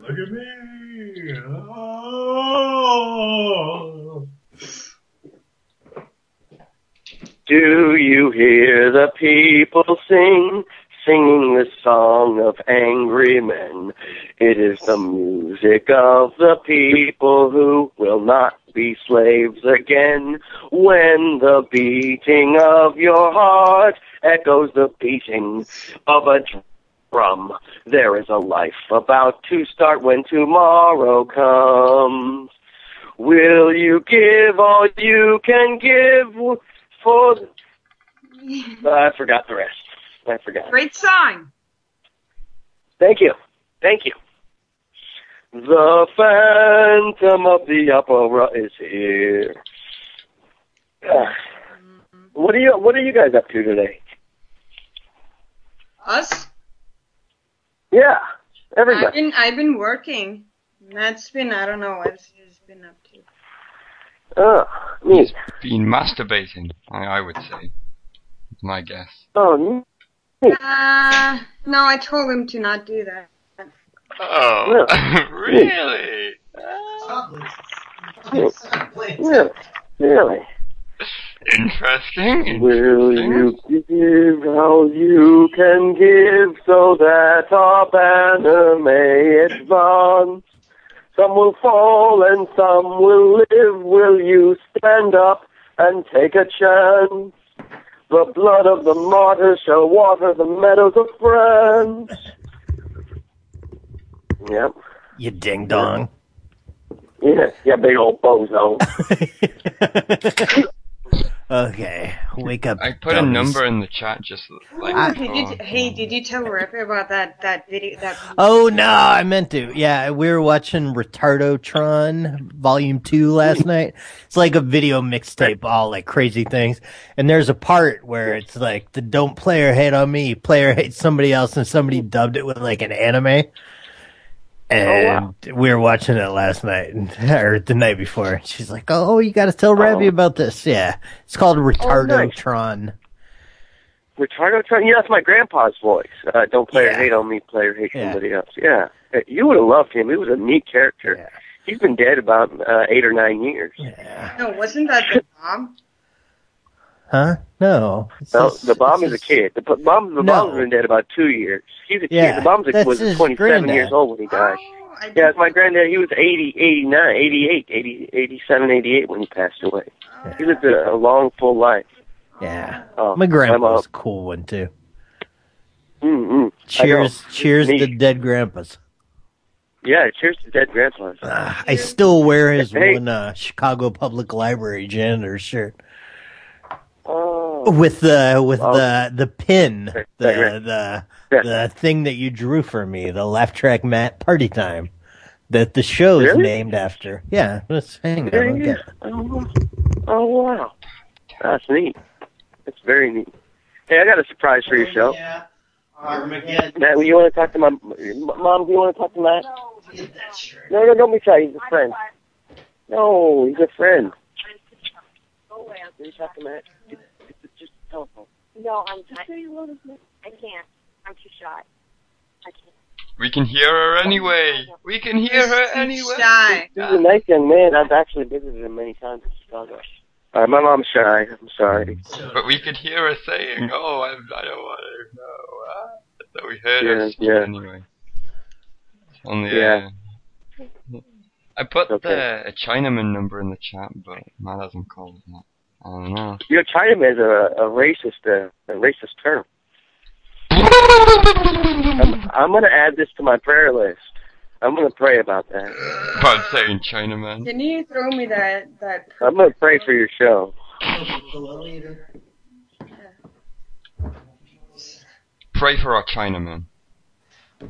[SPEAKER 16] Look at me. Oh.
[SPEAKER 12] Do you hear the people sing? Singing the song of angry men. It is the music of the people who will not be slaves again. When the beating of your heart echoes the beating of a drum, there is a life about to start when tomorrow comes. Will you give all you can give for I forgot the rest. I forgot.
[SPEAKER 3] Great song.
[SPEAKER 12] Thank you. Thank you. The Phantom of the Opera is here. Ah. What are you What are you guys up to today?
[SPEAKER 3] Us.
[SPEAKER 12] Yeah,
[SPEAKER 3] I've
[SPEAKER 12] everybody.
[SPEAKER 3] been I've been working. That's been I don't know what she's been up to.
[SPEAKER 12] Oh, neat.
[SPEAKER 1] Been masturbating, I, I would say. My guess.
[SPEAKER 12] Oh,
[SPEAKER 3] Uh, no, I told him to not do that.
[SPEAKER 1] Oh,
[SPEAKER 12] really?
[SPEAKER 3] Really?
[SPEAKER 12] Really? Really?
[SPEAKER 1] Interesting.
[SPEAKER 12] Will you give all you can give so that our banner may advance? Some will fall and some will live. Will you stand up and take a chance? The blood of the martyrs shall water the meadows of France. Yep.
[SPEAKER 5] You ding dong.
[SPEAKER 12] Yeah, yeah, big old bozo.
[SPEAKER 5] Okay. Wake up.
[SPEAKER 1] I put a
[SPEAKER 5] dummies.
[SPEAKER 1] number in the chat just like
[SPEAKER 3] Ooh,
[SPEAKER 1] before.
[SPEAKER 3] did you, hey, did you tell Rippy about that that video? That
[SPEAKER 5] Oh no, I meant to. Yeah, we were watching Retardotron Volume Two last night. It's like a video mixtape, all like crazy things. And there's a part where it's like the "Don't player hate on me, player hate somebody else," and somebody dubbed it with like an anime. And we were watching it last night and, or the night before. And she's like, "Oh, you got to tell Rabbi about this." Yeah, it's called Retardotron.
[SPEAKER 12] Retardo Tron? Yeah, that's my grandpa's voice. Uh, don't play or hate on me, play or hate somebody else. Yeah. Uh, You would have loved him. He was a neat character. He's been dead about uh, eight or nine years.
[SPEAKER 3] No, wasn't that the bomb?
[SPEAKER 5] Huh? No. It's
[SPEAKER 12] No,
[SPEAKER 5] just-
[SPEAKER 12] the bomb is a kid. The p- bomb, the
[SPEAKER 5] No.
[SPEAKER 12] bomb's been dead about two years. He's a
[SPEAKER 5] Yeah,
[SPEAKER 12] kid. The bomb's a,
[SPEAKER 5] that's
[SPEAKER 12] was
[SPEAKER 5] his
[SPEAKER 12] 27 years
[SPEAKER 5] granddad.
[SPEAKER 12] old when he died. yeah, it's my granddad. He was 80, 89, 88, 80, 87, 88 when he passed away. He lived a, a long, full life.
[SPEAKER 5] Yeah.
[SPEAKER 12] Oh,
[SPEAKER 5] my grandpa's a cool one too.
[SPEAKER 12] Mm-mm.
[SPEAKER 5] Cheers! Cheers to dead grandpas.
[SPEAKER 12] Yeah, cheers to dead grandpas.
[SPEAKER 5] Uh, I still wear his
[SPEAKER 12] Hey.
[SPEAKER 5] one uh, Chicago Public Library janitor shirt
[SPEAKER 12] Oh.
[SPEAKER 5] with the with the the pin the
[SPEAKER 12] Dead
[SPEAKER 5] the the thing that you drew for me the laugh track Matt party time that the show's
[SPEAKER 12] Really?
[SPEAKER 5] named after. Yeah, let's hang on. I'll get it.
[SPEAKER 12] Oh, oh, wow. That's neat. That's very neat. Hey, I got a surprise for you, show. Yeah. Armageddon. Matt, you want to talk to my mom? Do you want to talk to Matt? No, no, don't be shy. He's a friend. No, he's a friend. Can you talk to Matt? Just, just, just telephone.
[SPEAKER 7] No, I'm just I can't. I'm too shy. I can't.
[SPEAKER 1] We can hear her anyway. We can hear her anyway.
[SPEAKER 12] He's a nice young man. I've actually visited him many times in Chicago. Uh, my mom's shy. I'm sorry.
[SPEAKER 1] But we could hear her saying, "Oh, I, I don't want to know." Ah. So we heard
[SPEAKER 12] Yeah,
[SPEAKER 1] her speak
[SPEAKER 12] yeah.
[SPEAKER 1] anyway. On the
[SPEAKER 12] Yeah.
[SPEAKER 1] air. I put
[SPEAKER 12] Okay.
[SPEAKER 1] the a Chinaman number in the chat, but Matt hasn't called it. yet. I don't know.
[SPEAKER 12] You know, Chinaman is a, a racist, uh, a racist term. I'm, I'm going to add this to my prayer list. I'm going to pray about that.
[SPEAKER 1] About saying Chinaman.
[SPEAKER 3] Can you throw me that that
[SPEAKER 12] I'm going to pray for your show.
[SPEAKER 1] Pray for our Chinaman.
[SPEAKER 12] I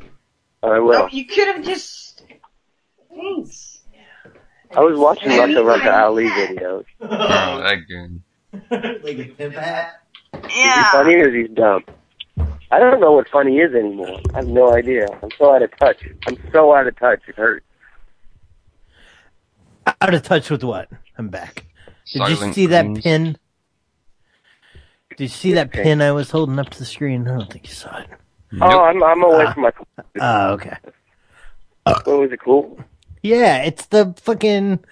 [SPEAKER 3] Oh,
[SPEAKER 12] will.
[SPEAKER 3] you could have just. Thanks.
[SPEAKER 12] I was watching Russia Russia Ali videos.
[SPEAKER 1] Oh, again.
[SPEAKER 12] Is he funny or is he dumb? I don't know what funny is anymore. I have no idea. I'm so out of touch. I'm so out of touch. It hurts.
[SPEAKER 5] Out of touch with what? I'm back. Did you
[SPEAKER 12] Silent
[SPEAKER 5] see that
[SPEAKER 12] Grins.
[SPEAKER 5] pin? Did you see that
[SPEAKER 12] Okay.
[SPEAKER 5] pin I was holding up to the screen? I don't think you saw it.
[SPEAKER 12] Oh, I'm I'm away from my.
[SPEAKER 5] Oh, okay.
[SPEAKER 12] What was it cool?
[SPEAKER 5] Yeah, it's the fucking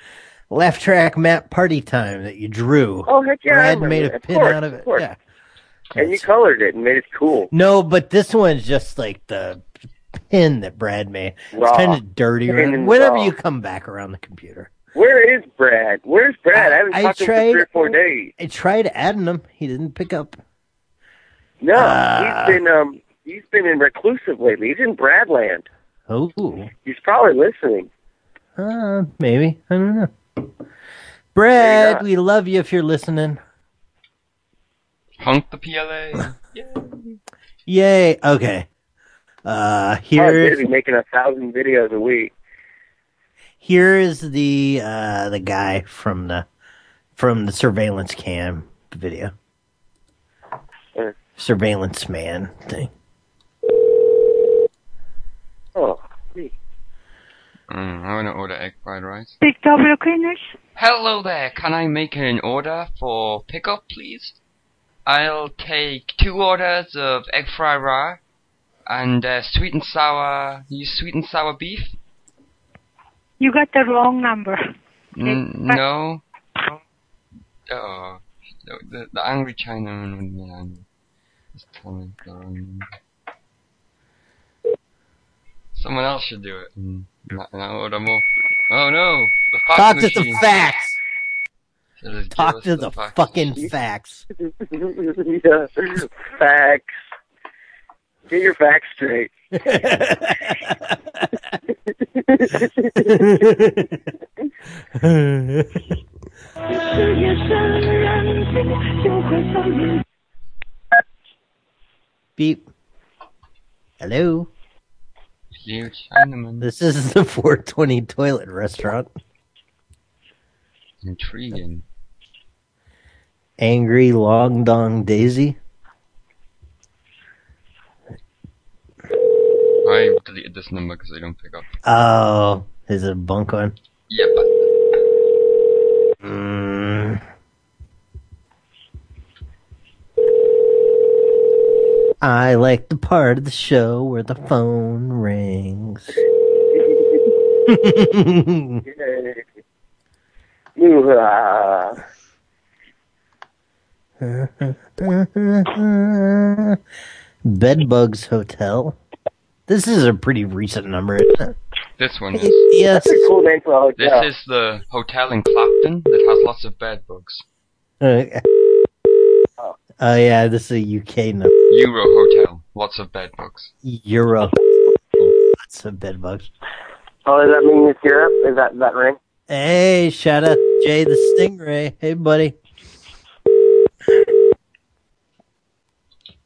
[SPEAKER 5] laugh track Matt party time that you drew.
[SPEAKER 12] Oh heck yeah! I
[SPEAKER 5] Brad
[SPEAKER 12] remember
[SPEAKER 5] made
[SPEAKER 12] that.
[SPEAKER 5] a pin
[SPEAKER 12] course,
[SPEAKER 5] out of it.
[SPEAKER 12] course.
[SPEAKER 5] Yeah.
[SPEAKER 12] And you colored it and made it cool.
[SPEAKER 5] No, but this one's just like the pin that Brad made.
[SPEAKER 12] Raw.
[SPEAKER 5] It's kind of dirty.
[SPEAKER 12] Pin
[SPEAKER 5] right?
[SPEAKER 12] and
[SPEAKER 5] Whenever
[SPEAKER 12] raw.
[SPEAKER 5] you come back around the computer,
[SPEAKER 12] Where is Brad? Where's Brad? I, haven't
[SPEAKER 5] I
[SPEAKER 12] talked to him
[SPEAKER 5] tried-
[SPEAKER 12] for three or four days.
[SPEAKER 5] I tried adding him. He didn't pick up.
[SPEAKER 12] No,
[SPEAKER 5] Ah.
[SPEAKER 12] he's been um he's been in reclusive lately. He's in Bradland.
[SPEAKER 5] Oh,
[SPEAKER 12] He's probably listening.
[SPEAKER 5] uh, maybe I don't know. Brad, we love you if you're listening.
[SPEAKER 1] Honk the PLA. Mm,
[SPEAKER 5] Yay. Okay. Uh,
[SPEAKER 12] Probably
[SPEAKER 5] here's
[SPEAKER 12] busy making a thousand videos a week.
[SPEAKER 5] here's the uh the guy from the from the surveillance cam video. Surveillance man thing.
[SPEAKER 12] Oh,
[SPEAKER 1] Mm, I want to order egg fried rice.
[SPEAKER 13] Big W cleaners?
[SPEAKER 1] Hello there. Can I make an order for pickup, please? I'll take two orders of egg fried rice and uh, sweet and sour. You sweet and sour beef?
[SPEAKER 13] You got the wrong number.
[SPEAKER 1] N- no. Oh, the, the, the angry Chinaman wouldn't be angry. Just tell me the wrong number. Someone else should do it. Mm, And I- and I'll order more. Oh no! The fax
[SPEAKER 5] Talk to
[SPEAKER 1] machine.
[SPEAKER 5] the facts.
[SPEAKER 1] Should have
[SPEAKER 5] Talk
[SPEAKER 1] given
[SPEAKER 5] to
[SPEAKER 1] us
[SPEAKER 5] the
[SPEAKER 1] fax.
[SPEAKER 5] fucking facts.
[SPEAKER 12] yeah. Facts. Get your facts straight.
[SPEAKER 5] Beep. Hello.
[SPEAKER 1] You Chinaman.
[SPEAKER 5] This is the 420 toilet restaurant.
[SPEAKER 1] Intriguing.
[SPEAKER 5] Angry Long Dong Daisy.
[SPEAKER 1] I deleted this number because I don't pick up.
[SPEAKER 5] Oh, is it a bunk on?
[SPEAKER 1] Yep.
[SPEAKER 5] Mm. I like the part of the show where the phone rings.
[SPEAKER 12] Ooh-ah.
[SPEAKER 5] Bedbugs Hotel. This is a pretty recent number, isn't it?
[SPEAKER 1] This one is.
[SPEAKER 5] Yes. That's a cool
[SPEAKER 12] name for a
[SPEAKER 1] This is the hotel in Clapton that has lots of bed bugs.
[SPEAKER 5] Okay. Uh, Oh yeah, this is a UK number.
[SPEAKER 1] Euro Hotel, lots of bed bugs.
[SPEAKER 5] Europe. Lots of bedbugs.
[SPEAKER 12] Oh, does that mean it's Europe? Is that that ring?
[SPEAKER 5] Hey, shout out to Jay the Stingray. Hey, buddy.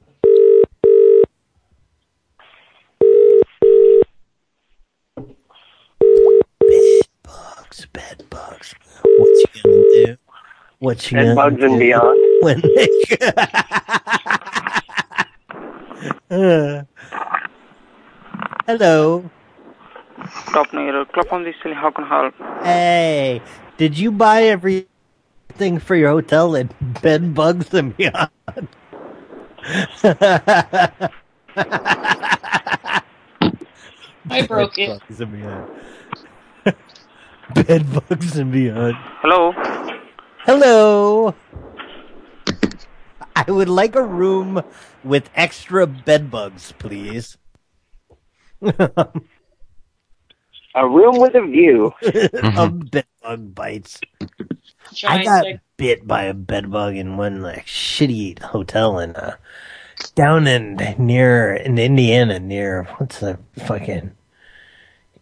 [SPEAKER 5] Bedbugs, bedbugs. What you gonna do? What you
[SPEAKER 12] Bed
[SPEAKER 5] gonna
[SPEAKER 12] bugs and
[SPEAKER 5] do
[SPEAKER 12] beyond.
[SPEAKER 5] When they... Hello.
[SPEAKER 17] Top Negro, Club on the Silly, how can help?
[SPEAKER 5] Hey, did you buy everything for your hotel at Bed Bugs and Beyond?
[SPEAKER 17] I broke it.
[SPEAKER 5] Bed Bugs and Beyond. Bed Bugs and Beyond.
[SPEAKER 17] Hello?
[SPEAKER 5] Hello. I would like a room with extra bed bugs, please.
[SPEAKER 12] A room with a view.
[SPEAKER 5] of bed bug bites. I
[SPEAKER 12] Giant
[SPEAKER 5] got
[SPEAKER 12] leg.
[SPEAKER 5] bit by a bed bug in one like shitty hotel in uh, down in near in Indiana near what's the fucking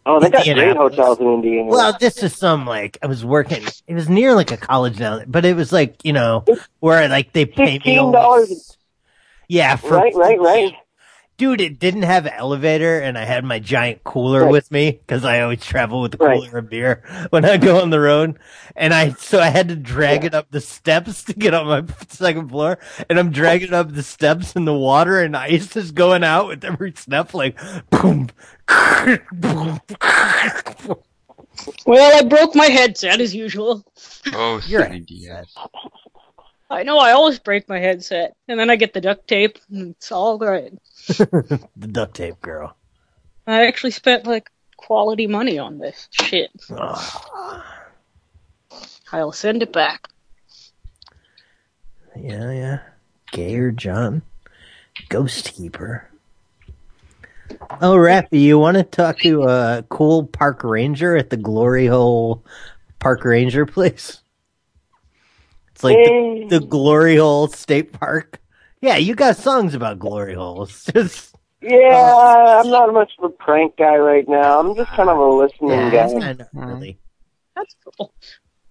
[SPEAKER 12] Oh, they got great
[SPEAKER 5] Indianapolis.
[SPEAKER 12] hotels in Indiana.
[SPEAKER 5] well, this is some like I was working. It was near like a college now, but it was like you know where like they pay me
[SPEAKER 12] fifteen
[SPEAKER 5] only
[SPEAKER 12] dollars.
[SPEAKER 5] yeah, for,
[SPEAKER 12] Right, right, right.
[SPEAKER 5] Dude, it didn't have an elevator, and I had my giant cooler
[SPEAKER 12] Right.
[SPEAKER 5] with me because I always travel with a cooler
[SPEAKER 12] Right.
[SPEAKER 5] of beer when I go on the road. And I so I had to drag it up the steps to get on my second floor, and I'm dragging up the steps in the water, and ice is going out with every step, like boom, boom.
[SPEAKER 15] Well, I broke my headset as usual.
[SPEAKER 1] Oh,
[SPEAKER 5] You're
[SPEAKER 1] silly DS.
[SPEAKER 15] I know I always break my headset, and then I get the duct tape, and it's all right.
[SPEAKER 5] the duct tape girl.
[SPEAKER 15] I actually spent like quality money on this shit.
[SPEAKER 5] Ugh.
[SPEAKER 15] I'll send it back.
[SPEAKER 5] Yeah, yeah. Gayer John, Ghost Keeper. Oh, Rappy, you want to talk to a cool park ranger at the Glory Hole Park Ranger place? It's like the, the Glory Hole State Park. Yeah, you got songs about Glory Holes. Just
[SPEAKER 12] Yeah, I'm not much of a prank guy right now. I'm just kind of a listening
[SPEAKER 5] Yeah,
[SPEAKER 12] guy.
[SPEAKER 5] it's kind of early.
[SPEAKER 15] That's cool.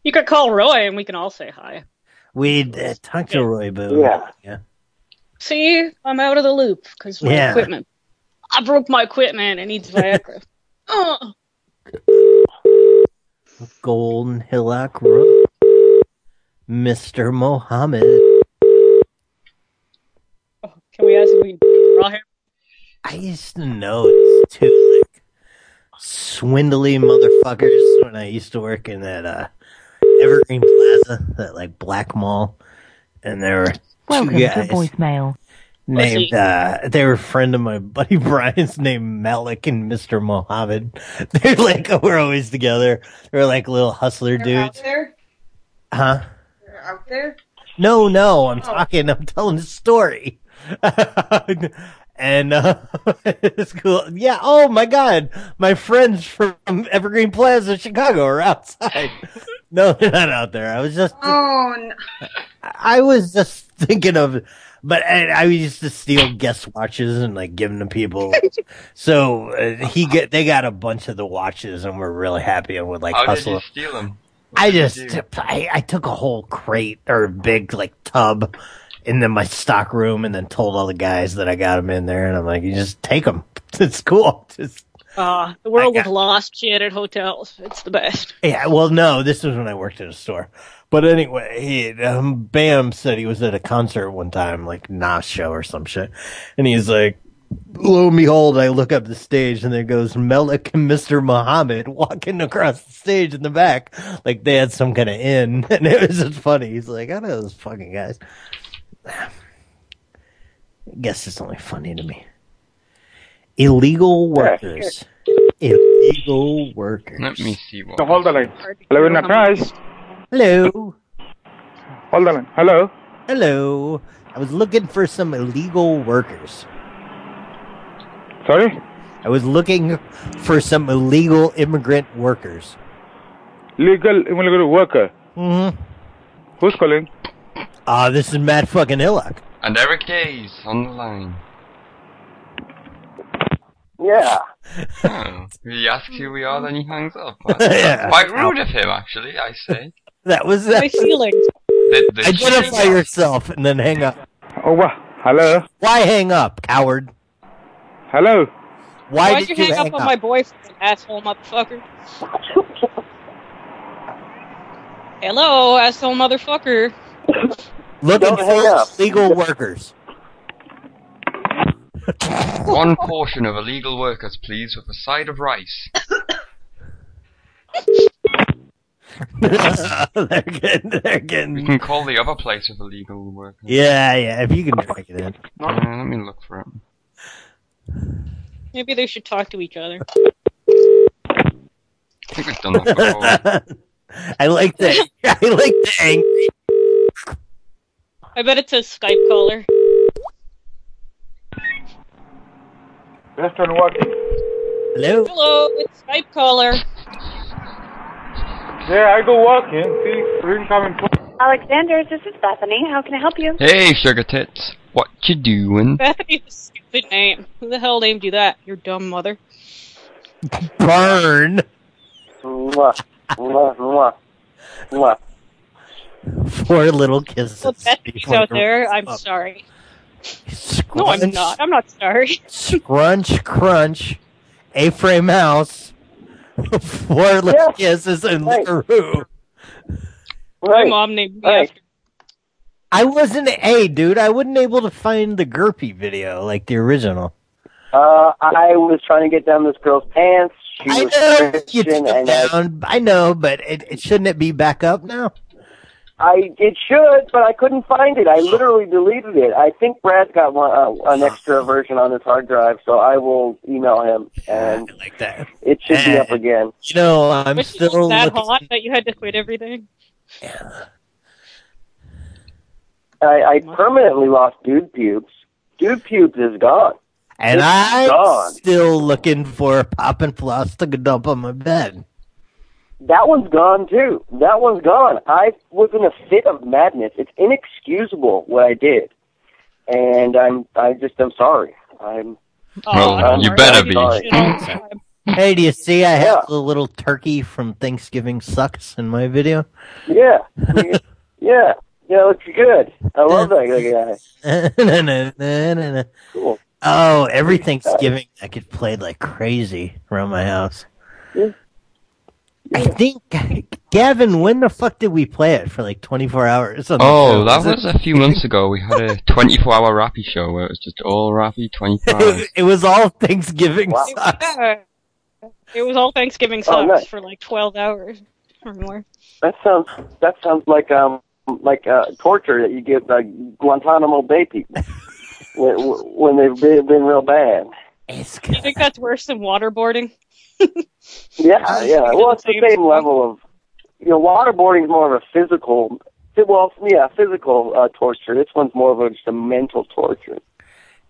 [SPEAKER 15] You could call Roy, and we can all say hi.
[SPEAKER 5] We'd uh, talk to Roy Boo.
[SPEAKER 12] Yeah.
[SPEAKER 5] yeah.
[SPEAKER 15] See, I'm out of the loop because my
[SPEAKER 5] Yeah.
[SPEAKER 15] equipment. I broke my equipment. I need Viagra. oh,
[SPEAKER 5] Golden Hillock Road. Mr. Mohammed.
[SPEAKER 15] can we ask if we draw him?
[SPEAKER 5] I used to know it's two like swindly motherfuckers when I used to work in that uh Evergreen Plaza, that like black mall, and there were two guys
[SPEAKER 18] voicemail.
[SPEAKER 5] named uh they were a friend of my buddy Brian's named Malik and Mr. Mohammed. They're like we're always together. They're like little hustler dudes.
[SPEAKER 3] there?
[SPEAKER 5] Huh?
[SPEAKER 3] They're out there?
[SPEAKER 5] No, no, I'm
[SPEAKER 3] Oh.
[SPEAKER 5] talking. I'm telling the story. and uh, it's cool. Yeah. Oh my God, my friends from Evergreen Plaza, Chicago, are outside. no, they're not out there. I was just,
[SPEAKER 3] Oh, no.
[SPEAKER 5] I was just thinking of. But I, I used to steal guest watches and like give them to people. so uh, he get they got a bunch of the watches and we're really happy and would like
[SPEAKER 1] How Oh, did
[SPEAKER 5] hustle.
[SPEAKER 1] you steal them?
[SPEAKER 5] I just I, I took a whole crate or big like tub into my stock room and then told all the guys that I got them in there and I'm like, you just take them. It's cool. Just
[SPEAKER 15] Uh, the world with lost shit at hotels. It's the best.
[SPEAKER 5] yeah. Well, no, this was when I worked at a store. But anyway, he, um, Bam said he was at a concert one time, like Nas show or some shit, and he's like, lo and behold, I look up the stage and there goes Melik and Mr. Muhammad walking across the stage in the back. Like they had some kind of inn. And it was just funny. He's like, I know those fucking guys. I guess it's only funny to me. Illegal workers. Illegal workers.
[SPEAKER 1] Let me see what.
[SPEAKER 18] No, hold the line. Hello, in a prize.
[SPEAKER 5] Hello.
[SPEAKER 18] Hold on. Hello.
[SPEAKER 5] Hello. I was looking for some illegal workers.
[SPEAKER 18] Sorry?
[SPEAKER 5] I was looking for some illegal immigrant workers.
[SPEAKER 18] Legal immigrant worker.
[SPEAKER 5] Mm-hmm.
[SPEAKER 18] Who's calling?
[SPEAKER 5] Ah, this is Matt fucking Hillock.
[SPEAKER 1] And Eric Gaze on the line.
[SPEAKER 12] Yeah.
[SPEAKER 1] Oh, he asks who we are, then he hangs up.
[SPEAKER 5] Yeah.
[SPEAKER 1] That's quite rude of him, actually, I say.
[SPEAKER 5] That was that.
[SPEAKER 15] My feelings.
[SPEAKER 1] The- the-
[SPEAKER 5] Identify yourself and then hang up.
[SPEAKER 18] Oh, wha Hello.
[SPEAKER 5] Why hang up, coward?
[SPEAKER 18] Hello.
[SPEAKER 5] Why
[SPEAKER 15] Why'd
[SPEAKER 5] did
[SPEAKER 15] you hang up on my boyfriend, asshole motherfucker? Hello, asshole motherfucker.
[SPEAKER 5] Looking
[SPEAKER 15] Don't hang
[SPEAKER 5] for
[SPEAKER 15] up.
[SPEAKER 5] illegal workers.
[SPEAKER 1] One portion of illegal workers, please, with a side of rice.
[SPEAKER 5] they're getting, they're getting.
[SPEAKER 1] We can call the other place of illegal workers.
[SPEAKER 5] Yeah, yeah. If you can drag it in.
[SPEAKER 1] Yeah, let me look for it.
[SPEAKER 15] Maybe they should talk to each other.
[SPEAKER 1] I think we've done that before.
[SPEAKER 5] I like that. I like the angry.
[SPEAKER 15] I bet it's a Skype caller.
[SPEAKER 18] Left and walking.
[SPEAKER 5] Hello.
[SPEAKER 15] Hello, it's Skype caller.
[SPEAKER 18] Yeah, I go walking. See, we can come and talk.
[SPEAKER 19] Alexander's, this is Bethany. How can I help you?
[SPEAKER 1] Hey, sugar tits. What you doing?
[SPEAKER 15] Bethany's a stupid name. Who the hell named you that? Your dumb mother.
[SPEAKER 5] Burn.
[SPEAKER 12] Mwah. Mwah. Mwah. Mwah.
[SPEAKER 5] Four little kisses.
[SPEAKER 15] Well, Bethany's
[SPEAKER 5] before
[SPEAKER 15] out
[SPEAKER 5] the-
[SPEAKER 15] there. I'm sorry. No, I'm
[SPEAKER 5] Crunch.
[SPEAKER 15] not. I'm not sorry.
[SPEAKER 5] Crunch, crunch. A frame house. Four little kisses and
[SPEAKER 15] right.
[SPEAKER 5] Laroo.
[SPEAKER 15] My mom named me after
[SPEAKER 5] I wasn't. Hey, dude, I wasn't able to find the Gerpy video like the original.
[SPEAKER 12] Uh, I was trying to get down this girl's pants. She
[SPEAKER 5] I
[SPEAKER 12] was
[SPEAKER 5] know you
[SPEAKER 12] Christian,
[SPEAKER 5] took it
[SPEAKER 12] and
[SPEAKER 5] down.
[SPEAKER 12] I,
[SPEAKER 5] Um, I know, but it, it shouldn't it be back up now?
[SPEAKER 12] I it should, but I couldn't find it. I literally deleted it. I think Brad's got one, uh, an extra version on his hard drive, so I will email him, and
[SPEAKER 5] like that.
[SPEAKER 12] it should be up again.
[SPEAKER 5] You know, I'm
[SPEAKER 15] But she was
[SPEAKER 5] still
[SPEAKER 15] that
[SPEAKER 5] looking-
[SPEAKER 15] hot that you had to quit everything.
[SPEAKER 12] I, I permanently lost dude pubes. Dude pubes is gone.
[SPEAKER 5] and
[SPEAKER 12] It's
[SPEAKER 5] I'm
[SPEAKER 12] gone.
[SPEAKER 5] still looking for a pop and floss to dump on my bed.
[SPEAKER 12] That one's gone too. That one's gone. I was in a fit of madness. It's inexcusable what I did, and I'm I just I'm sorry. I'm. I'm sorry.
[SPEAKER 5] hey, do you see I have the little turkey from Thanksgiving sucks in my video?
[SPEAKER 12] Yeah, yeah, yeah. Looks good. I love that guy.
[SPEAKER 5] cool. Oh, every Thanksgiving I could play like crazy around my house.
[SPEAKER 12] Yeah.
[SPEAKER 5] I think Gavin, when the fuck did we play it for like 24 hours? on the
[SPEAKER 1] Oh,
[SPEAKER 5] show?
[SPEAKER 1] that
[SPEAKER 5] it-
[SPEAKER 1] was a few months ago. We had a 24 hour rappy show where it was just all rappy 24
[SPEAKER 5] It was,
[SPEAKER 1] hours.
[SPEAKER 5] it was all Thanksgiving sucks.
[SPEAKER 15] Yeah. Uh, It was all Thanksgiving
[SPEAKER 12] Oh,
[SPEAKER 15] songs
[SPEAKER 12] nice.
[SPEAKER 15] for like 12 hours or more.
[SPEAKER 12] That sounds that sounds like um like uh, torture that you give uh, Guantanamo Bay people when, when they've been, been real bad.
[SPEAKER 15] Do you think that's worse than waterboarding?
[SPEAKER 12] Yeah, yeah. Well, it's the same level of you know waterboarding is more of a physical. Well, yeah, physical uh, torture. This one's more of a, just a mental torture.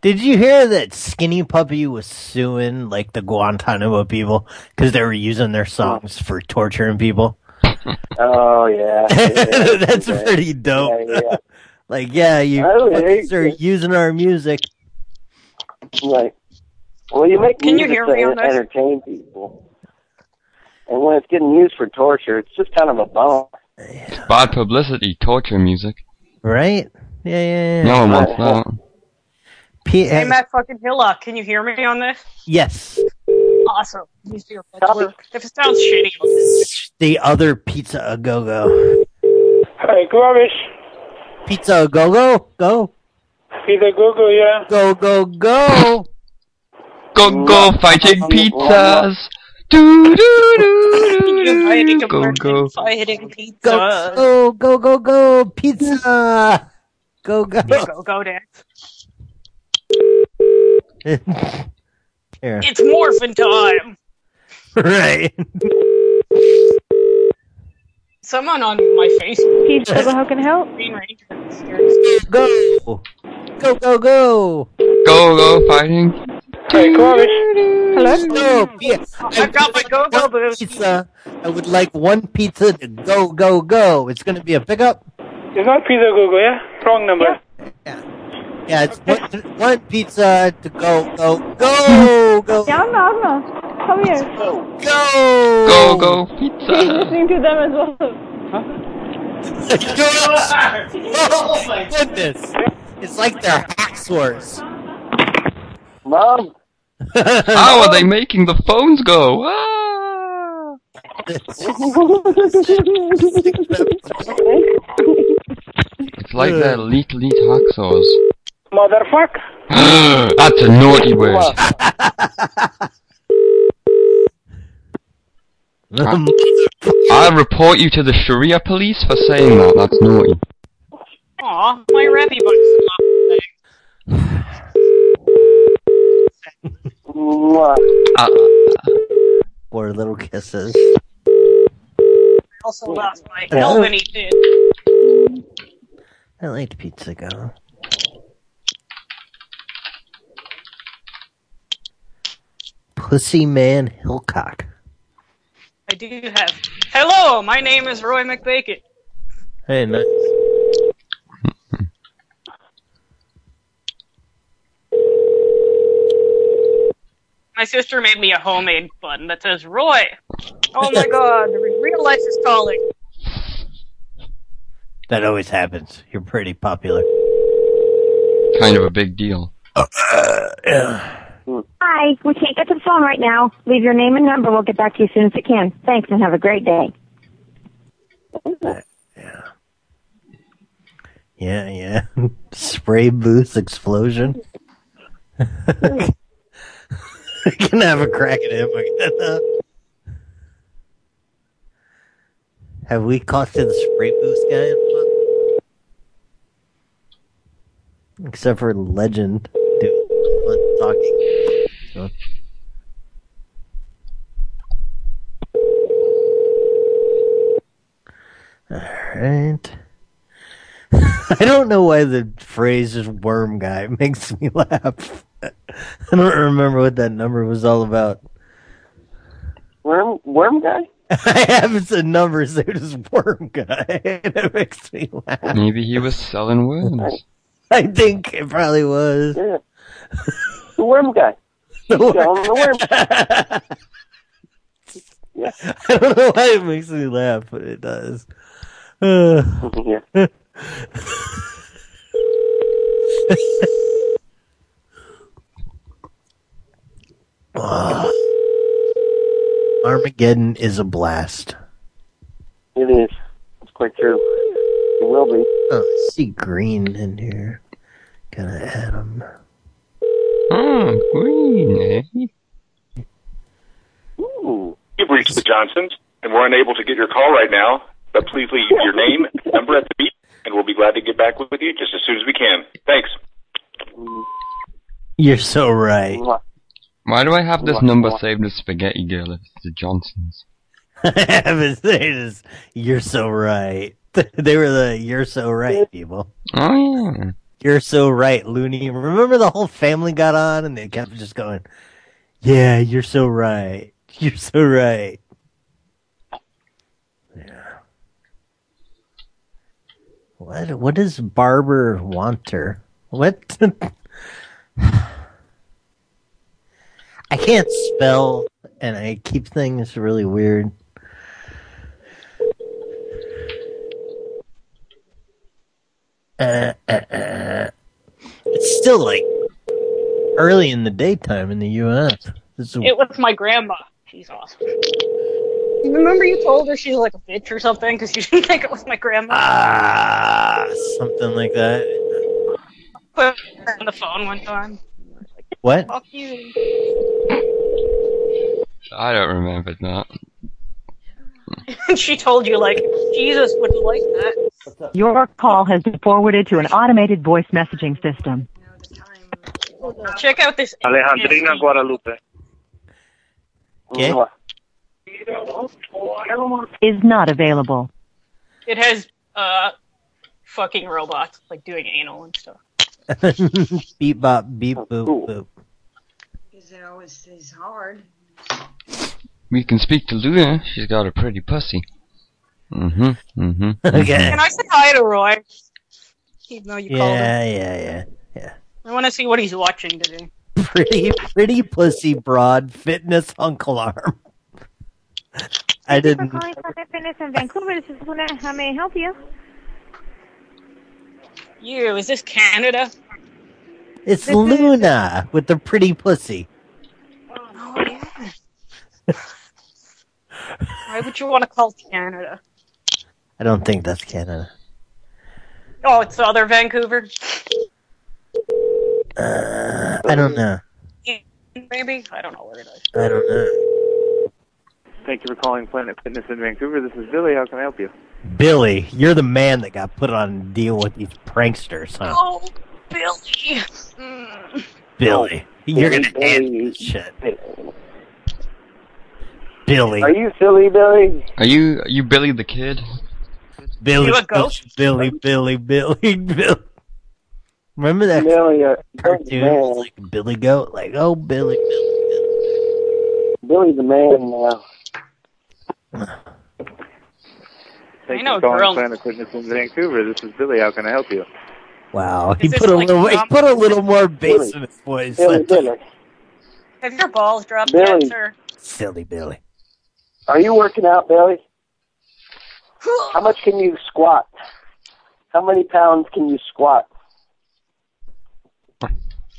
[SPEAKER 5] Did you hear that Skinny Puppy was suing like the Guantanamo people because they were using their songs for torturing people?
[SPEAKER 12] Oh yeah, yeah,
[SPEAKER 5] That's
[SPEAKER 12] yeah.
[SPEAKER 5] pretty dope.
[SPEAKER 12] Yeah, yeah.
[SPEAKER 5] like, yeah, you
[SPEAKER 12] Oh, yeah,
[SPEAKER 5] fuckers are using our music.
[SPEAKER 12] Right. Well, you make
[SPEAKER 5] Can you
[SPEAKER 12] music
[SPEAKER 5] hear me
[SPEAKER 12] to
[SPEAKER 5] on this?
[SPEAKER 12] entertain people, and when it's getting used for torture, it's just kind of a bummer.
[SPEAKER 1] It's bad publicity, torture music.
[SPEAKER 5] Right? Yeah, yeah, yeah.
[SPEAKER 1] No one wants that.
[SPEAKER 5] P-
[SPEAKER 15] Hey, Matt fucking Hillock, can you hear me on this?
[SPEAKER 5] yes,
[SPEAKER 15] Awesome. Please do your best work. If it sounds shitty, I'll just-
[SPEAKER 5] the other Pizza A Go Go.
[SPEAKER 20] Hey, Glovis.
[SPEAKER 5] Pizza A Go Go? Go.
[SPEAKER 20] Peter Google, yeah.
[SPEAKER 5] Go, go, go.
[SPEAKER 1] go go fighting pizzas. Do do do do do. Go go.
[SPEAKER 8] hitting pizza.
[SPEAKER 5] Go, go, go, go, pizza. Go, go.
[SPEAKER 8] Go, go, Dad.
[SPEAKER 5] Here.
[SPEAKER 8] It's morphin' time.
[SPEAKER 5] Right.
[SPEAKER 8] Someone on my Facebook.
[SPEAKER 5] Pizza, how
[SPEAKER 8] can I help? Green Ranger.
[SPEAKER 5] Go. Go, go,
[SPEAKER 1] Go
[SPEAKER 5] go.
[SPEAKER 1] go fighting.
[SPEAKER 11] Hey, Cornish.
[SPEAKER 5] Hello? yeah. I've got my go go pizza. I would like one pizza to go, go, go. It's going to be a pickup.
[SPEAKER 11] It's not Pizza Google, yeah? Wrong number.
[SPEAKER 5] Yeah, it's one, one pizza to go, go, go, go.
[SPEAKER 21] Anna, Anna, come here.
[SPEAKER 5] Go!
[SPEAKER 1] Go go
[SPEAKER 21] She's
[SPEAKER 1] pizza.
[SPEAKER 21] listening to them as well.
[SPEAKER 5] oh my goodness. It's like they're hackswords.
[SPEAKER 12] Mom.
[SPEAKER 1] How are they making the phones go? Ah. It's like they're leet leet hacksaws.
[SPEAKER 11] Motherfucker.
[SPEAKER 1] That's a naughty word. I'll report you to the Sharia police for saying that. That's naughty.
[SPEAKER 8] Aw, my rappy box is not today.
[SPEAKER 5] Poor little kisses.
[SPEAKER 8] I also lost my
[SPEAKER 5] Hello?
[SPEAKER 8] Albany did.
[SPEAKER 5] I liked pizza go. Pussy man Hillcock.
[SPEAKER 8] I do have. Hello, my name is Roy McBacon.
[SPEAKER 5] Hey, nice.
[SPEAKER 8] My sister made me a homemade bun that says Roy. Oh my god, real life is calling.
[SPEAKER 5] That always happens. You're pretty popular.
[SPEAKER 1] Kind of a big deal.
[SPEAKER 22] Hi, we can't get to the phone right now. Leave your name and number. We'll get back to you as soon as we can. Thanks and have a great day.
[SPEAKER 5] Yeah, yeah. Spray booth explosion. I can have a crack at him again. Have we costed the spray booth guy? in a month? Except for Legend, dude, fun talking. So- Alright. I don't know why the phrase is worm guy makes me laugh. I don't remember what that number was all about.
[SPEAKER 12] Worm, worm guy?
[SPEAKER 5] I have some numbers that is worm guy, and it makes me laugh.
[SPEAKER 1] Maybe he was selling worms.
[SPEAKER 5] I think it probably was.
[SPEAKER 12] The worm guy.
[SPEAKER 5] The worm
[SPEAKER 12] Tell him the worm.
[SPEAKER 5] I don't know why it makes me laugh, but it does. Uh. Ah. Armageddon is a blast.
[SPEAKER 12] It is. It's quite true. It will be.
[SPEAKER 5] Oh, I see green in here. Gonna add him.
[SPEAKER 1] Oh, green, eh?
[SPEAKER 4] You've reached the Johnsons, and we're unable to get your call right now, but please leave your name and number at the beep, and we'll be glad to get back with you just as soon as we can. Thanks.
[SPEAKER 5] You're so right.
[SPEAKER 1] Why do I have this number saved as Spaghetti Girl if it's the Johnsons?
[SPEAKER 5] But they just- you're so right. They were the you're so right people.
[SPEAKER 1] Oh yeah.
[SPEAKER 5] You're so right, Looney. Remember the whole family got on and they kept just going, Yeah, you're so right. You're so right. Yeah. What what does Barber wanter? What I can't spell and I keep things really weird. Uh, uh, uh. It's still like early in the daytime in the U.S. This is-
[SPEAKER 8] It was my grandma. She's awesome. You remember you told her she's like a bitch or something because you didn't think it was my grandma?
[SPEAKER 5] Ah, something like that.
[SPEAKER 8] Put her on the phone one time. Like,
[SPEAKER 5] What?
[SPEAKER 23] Fuck you.
[SPEAKER 1] I don't remember that.
[SPEAKER 8] And she told you, like, Jesus wouldn't like that.
[SPEAKER 22] Your call has been forwarded to an automated voice messaging system.
[SPEAKER 8] Check out this.
[SPEAKER 12] Alejandrina Guadalupe.
[SPEAKER 5] ¿Qué?
[SPEAKER 22] Is not available.
[SPEAKER 8] It has uh, fucking robots like doing anal and stuff.
[SPEAKER 5] beep bop beep boop boop.
[SPEAKER 3] Because it always stays hard.
[SPEAKER 1] We can speak to Luna. She's got a pretty pussy. Mm-hmm. Mm-hmm.
[SPEAKER 8] Can I say hi to Roy? Even though you called
[SPEAKER 5] Yeah,
[SPEAKER 8] him.
[SPEAKER 5] yeah, yeah.
[SPEAKER 8] I want to see what he's watching today.
[SPEAKER 5] Pretty, pretty pussy broad fitness hunk alarm. I
[SPEAKER 24] For
[SPEAKER 5] didn't.
[SPEAKER 24] calling Sunday Fitness in Vancouver, this is Luna. How may I help you?
[SPEAKER 8] You, is this Canada?
[SPEAKER 5] It's Luna with the pretty pussy.
[SPEAKER 3] Oh,
[SPEAKER 8] Why would you want to call Canada?
[SPEAKER 5] I don't think that's Canada.
[SPEAKER 8] Oh, it's other Vancouver,
[SPEAKER 5] Uh, I don't know.
[SPEAKER 8] maybe? I don't know where it is.
[SPEAKER 5] I don't know.
[SPEAKER 4] Thank you for calling Planet Fitness in Vancouver. This is Billy. How can I help you?
[SPEAKER 5] Billy, you're the man that got put on to deal with these pranksters, huh?
[SPEAKER 8] Oh, Billy. Mm.
[SPEAKER 5] Billy, you're gonna handle this shit. Billy,
[SPEAKER 12] Are you silly, Billy?
[SPEAKER 1] Are you are you Billy the Kid?
[SPEAKER 5] Billy,
[SPEAKER 1] you a
[SPEAKER 5] Billy,
[SPEAKER 1] ghost?
[SPEAKER 5] Billy, Billy, Billy, Billy. Remember that
[SPEAKER 12] uh,
[SPEAKER 5] cartoon? It was like Billy Goat, like oh Billy, Billy.
[SPEAKER 12] Billy's the man uh, now.
[SPEAKER 4] Thank
[SPEAKER 8] know
[SPEAKER 4] you for
[SPEAKER 8] girls.
[SPEAKER 4] calling Planet Fitness in Vancouver. This is Billy. How can I help you?
[SPEAKER 5] Wow, he
[SPEAKER 8] Is this
[SPEAKER 5] put a
[SPEAKER 8] like
[SPEAKER 5] little, he
[SPEAKER 8] Trump?
[SPEAKER 5] put a little more bass in his voice.
[SPEAKER 12] Billy,
[SPEAKER 5] Like,
[SPEAKER 12] Billy.
[SPEAKER 8] Have your balls dropped
[SPEAKER 12] Billy.
[SPEAKER 8] yet, sir?
[SPEAKER 5] Silly Billy.
[SPEAKER 12] Are you working out, Billy? How much can you squat? How many pounds can you squat?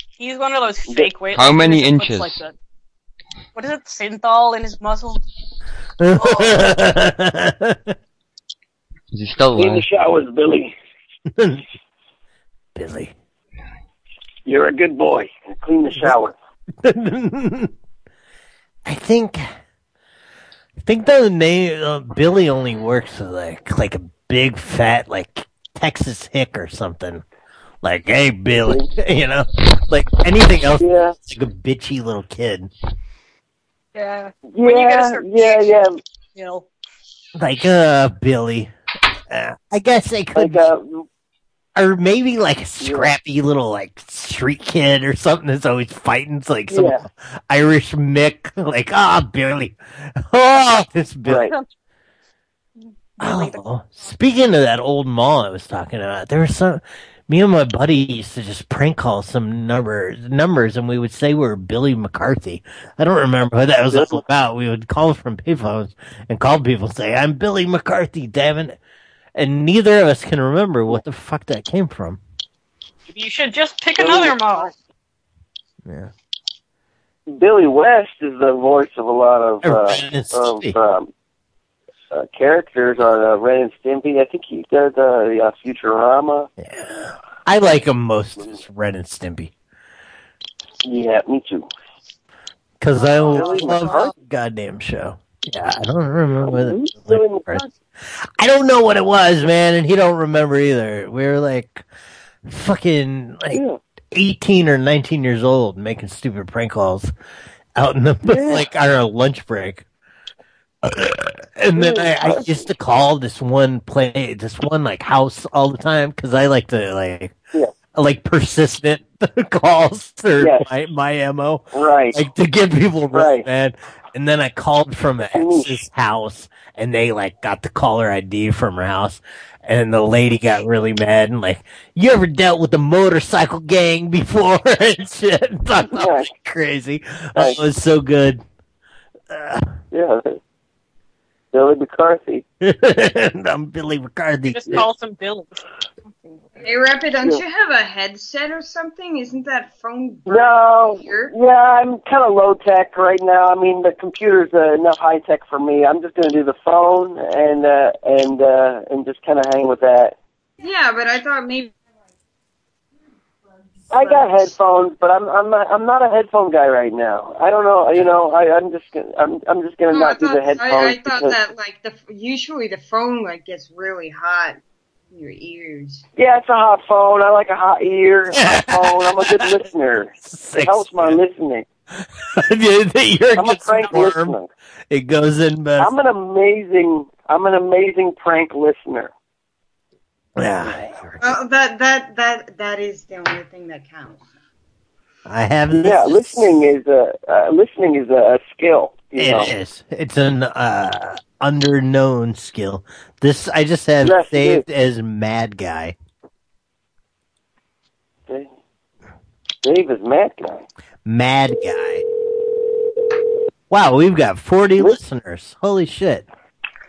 [SPEAKER 8] He's one of those fake weight.
[SPEAKER 1] How many inches?
[SPEAKER 8] Like that. What is it? Synthol in his muscle?
[SPEAKER 1] Is he still
[SPEAKER 12] In the
[SPEAKER 1] alive?
[SPEAKER 12] showers, Billy.
[SPEAKER 5] Billy.
[SPEAKER 12] You're a good boy. Clean the shower.
[SPEAKER 5] I think, I think the name uh, Billy only works with like like a big fat like Texas hick or something. Like, hey Billy, you know, like anything else,
[SPEAKER 12] Yeah.
[SPEAKER 5] it's like a bitchy little kid.
[SPEAKER 8] Yeah. When you get a
[SPEAKER 12] Yeah,
[SPEAKER 8] certain
[SPEAKER 12] yeah, yeah.
[SPEAKER 8] you know,
[SPEAKER 5] Like, uh, Billy, uh, I guess they could,
[SPEAKER 12] Like, uh,
[SPEAKER 5] or maybe like a scrappy little like street kid or something that's always fighting, it's like some
[SPEAKER 12] Yeah.
[SPEAKER 5] Irish mick. Like, ah, Billy, oh, this Billy. Oh, speaking of that old mall I was talking about, there was some. Me and my buddy used to just prank call some number numbers, and we would say we were Billy McCarthy. I don't remember what that was all about. We would call from payphones and call people and say, "I'm Billy McCarthy, damn it!" And neither of us can remember what the fuck that came from.
[SPEAKER 8] you should just pick another model.
[SPEAKER 5] Yeah.
[SPEAKER 12] Billy West is the voice of a lot of
[SPEAKER 5] uh,
[SPEAKER 12] of um, uh, characters on uh, Ren and Stimpy. I think he does uh, uh, Futurama.
[SPEAKER 5] I like him most is Ren and Stimpy
[SPEAKER 12] Yeah, me too.
[SPEAKER 5] because I
[SPEAKER 12] Billy
[SPEAKER 5] love
[SPEAKER 12] McCarthy?
[SPEAKER 5] the goddamn show. Yeah, I don't remember what it
[SPEAKER 12] Billy
[SPEAKER 5] I don't know what it was, man, and he don't remember either. We were like fucking like eighteen or nineteen years old, making stupid prank calls out in the like on our lunch break. And then I, I used to call this one play, this one like house all the time because I like to like, I like persistent calls or
[SPEAKER 12] Yes.
[SPEAKER 5] my my mo,
[SPEAKER 12] right?
[SPEAKER 5] Like to get people right, man. And then I called from an ex's house, and they like got the caller ID from her house, and the lady got really mad and like, "You ever dealt with the motorcycle gang before?" and shit, I thought that was crazy. Oh, it was so good.
[SPEAKER 12] Yeah, Billy McCarthy.
[SPEAKER 5] and I'm Billy McCarthy.
[SPEAKER 8] Just call some Billy.
[SPEAKER 3] Hey, Rapid, don't
[SPEAKER 12] Yeah.
[SPEAKER 3] you have a headset or something? Isn't that phone?
[SPEAKER 12] No,
[SPEAKER 3] Here?
[SPEAKER 12] yeah, I'm kind of low tech right now. I mean, the computer's uh, enough high tech for me. I'm just going to do the phone and uh, and uh, and just kind of hang with that.
[SPEAKER 3] Yeah, but I thought maybe
[SPEAKER 12] I got headphones, but I'm I'm not I'm not a headphone guy right now. I don't know, you know. I I'm just gonna I'm I'm just gonna
[SPEAKER 3] No, I
[SPEAKER 12] not do
[SPEAKER 3] thought,
[SPEAKER 12] the headphones
[SPEAKER 3] I, I thought
[SPEAKER 12] because
[SPEAKER 3] that like the usually the phone like gets really hot in your ears.
[SPEAKER 12] yeah, it's a hot phone. I like a hot ear, a hot phone. I'm a good listener. It helps my listening.
[SPEAKER 5] You're
[SPEAKER 12] I'm a
[SPEAKER 5] just
[SPEAKER 12] prank
[SPEAKER 5] warm.
[SPEAKER 12] listener.
[SPEAKER 5] It goes in best.
[SPEAKER 12] I'm an amazing I'm an amazing prank listener.
[SPEAKER 5] Yeah,
[SPEAKER 3] Uh, that that that that is the only thing that counts.
[SPEAKER 5] I have.
[SPEAKER 12] Yeah, listening is a uh, listening is a, a skill. You know?
[SPEAKER 5] It is. It's an uh, underknown skill. This I just have
[SPEAKER 12] Yes, it
[SPEAKER 5] saved as Mad Guy.
[SPEAKER 12] Dave Dave is mad guy.
[SPEAKER 5] Mad Guy. Wow, we've got 40 listeners. Holy shit.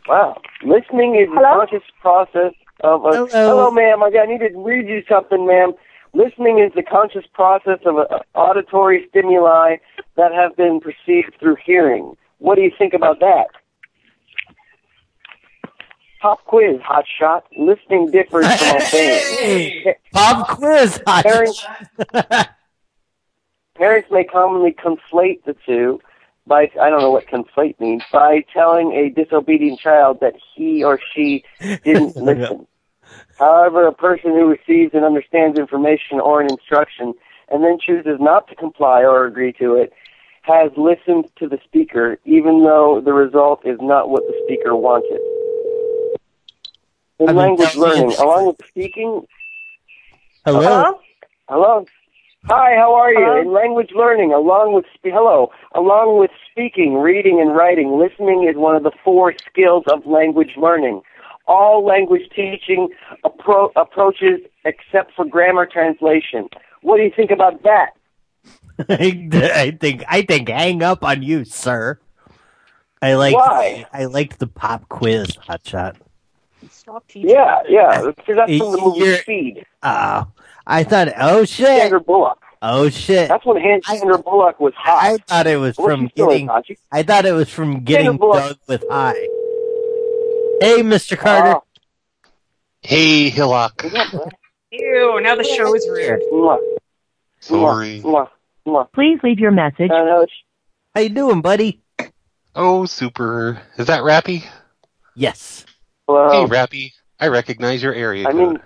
[SPEAKER 12] Wow. Listening is the conscious process of a. Hello, ma'am. I, got- I need to read you something, ma'am. Listening is the conscious process of uh auditory stimuli that have been perceived through hearing. What do you think about that? Pop quiz, hot shot. Listening differs from obeying.
[SPEAKER 5] Pop quiz, hot
[SPEAKER 12] parents, parents may commonly conflate the two by I don't know what conflate means by telling a disobedient child that he or she didn't listen. However, a person who receives and understands information or an instruction and then chooses not to comply or agree to it has listened to the speaker, even though the result is not what the speaker wanted. In
[SPEAKER 5] I've been
[SPEAKER 12] language
[SPEAKER 5] telling you
[SPEAKER 12] learning,
[SPEAKER 5] this-
[SPEAKER 12] along with speaking,
[SPEAKER 5] Hello?
[SPEAKER 12] Hello. Hi, how are you?
[SPEAKER 5] Hello?
[SPEAKER 12] In language learning, along with spe- hello, along with speaking, reading, and writing, listening is one of the four skills of language learning. All language teaching appro- approaches, except for grammar translation. What do you think about that?
[SPEAKER 5] I think I think hang up on you, sir. I like
[SPEAKER 12] Why?
[SPEAKER 5] I liked the pop quiz hotshot.
[SPEAKER 12] Stop teaching. Yeah, yeah, because that's from the movie
[SPEAKER 5] You're-
[SPEAKER 12] Speed.
[SPEAKER 5] Uh I thought oh shit.
[SPEAKER 12] Sandra Bullock.
[SPEAKER 5] Oh shit.
[SPEAKER 12] That's when Han- Sandra Bullock was hot.
[SPEAKER 5] I thought it was
[SPEAKER 12] Well,
[SPEAKER 5] from
[SPEAKER 12] she's still
[SPEAKER 5] getting
[SPEAKER 12] hot. She's-
[SPEAKER 5] I thought it was from
[SPEAKER 12] Sandra
[SPEAKER 5] getting
[SPEAKER 12] Bullock.
[SPEAKER 5] dug with high. Hey Mr. Carter.
[SPEAKER 12] Oh.
[SPEAKER 2] Hey, Hillock.
[SPEAKER 15] Ew, now the show is rude.
[SPEAKER 2] Sorry.
[SPEAKER 22] Please leave your message.
[SPEAKER 12] Uh,
[SPEAKER 5] How you doing, buddy?
[SPEAKER 2] Oh, super. Is that Rappy?
[SPEAKER 5] Yes.
[SPEAKER 12] Hello.
[SPEAKER 2] Hey, Rappy. I recognize your area
[SPEAKER 12] I'm
[SPEAKER 2] code.
[SPEAKER 12] in.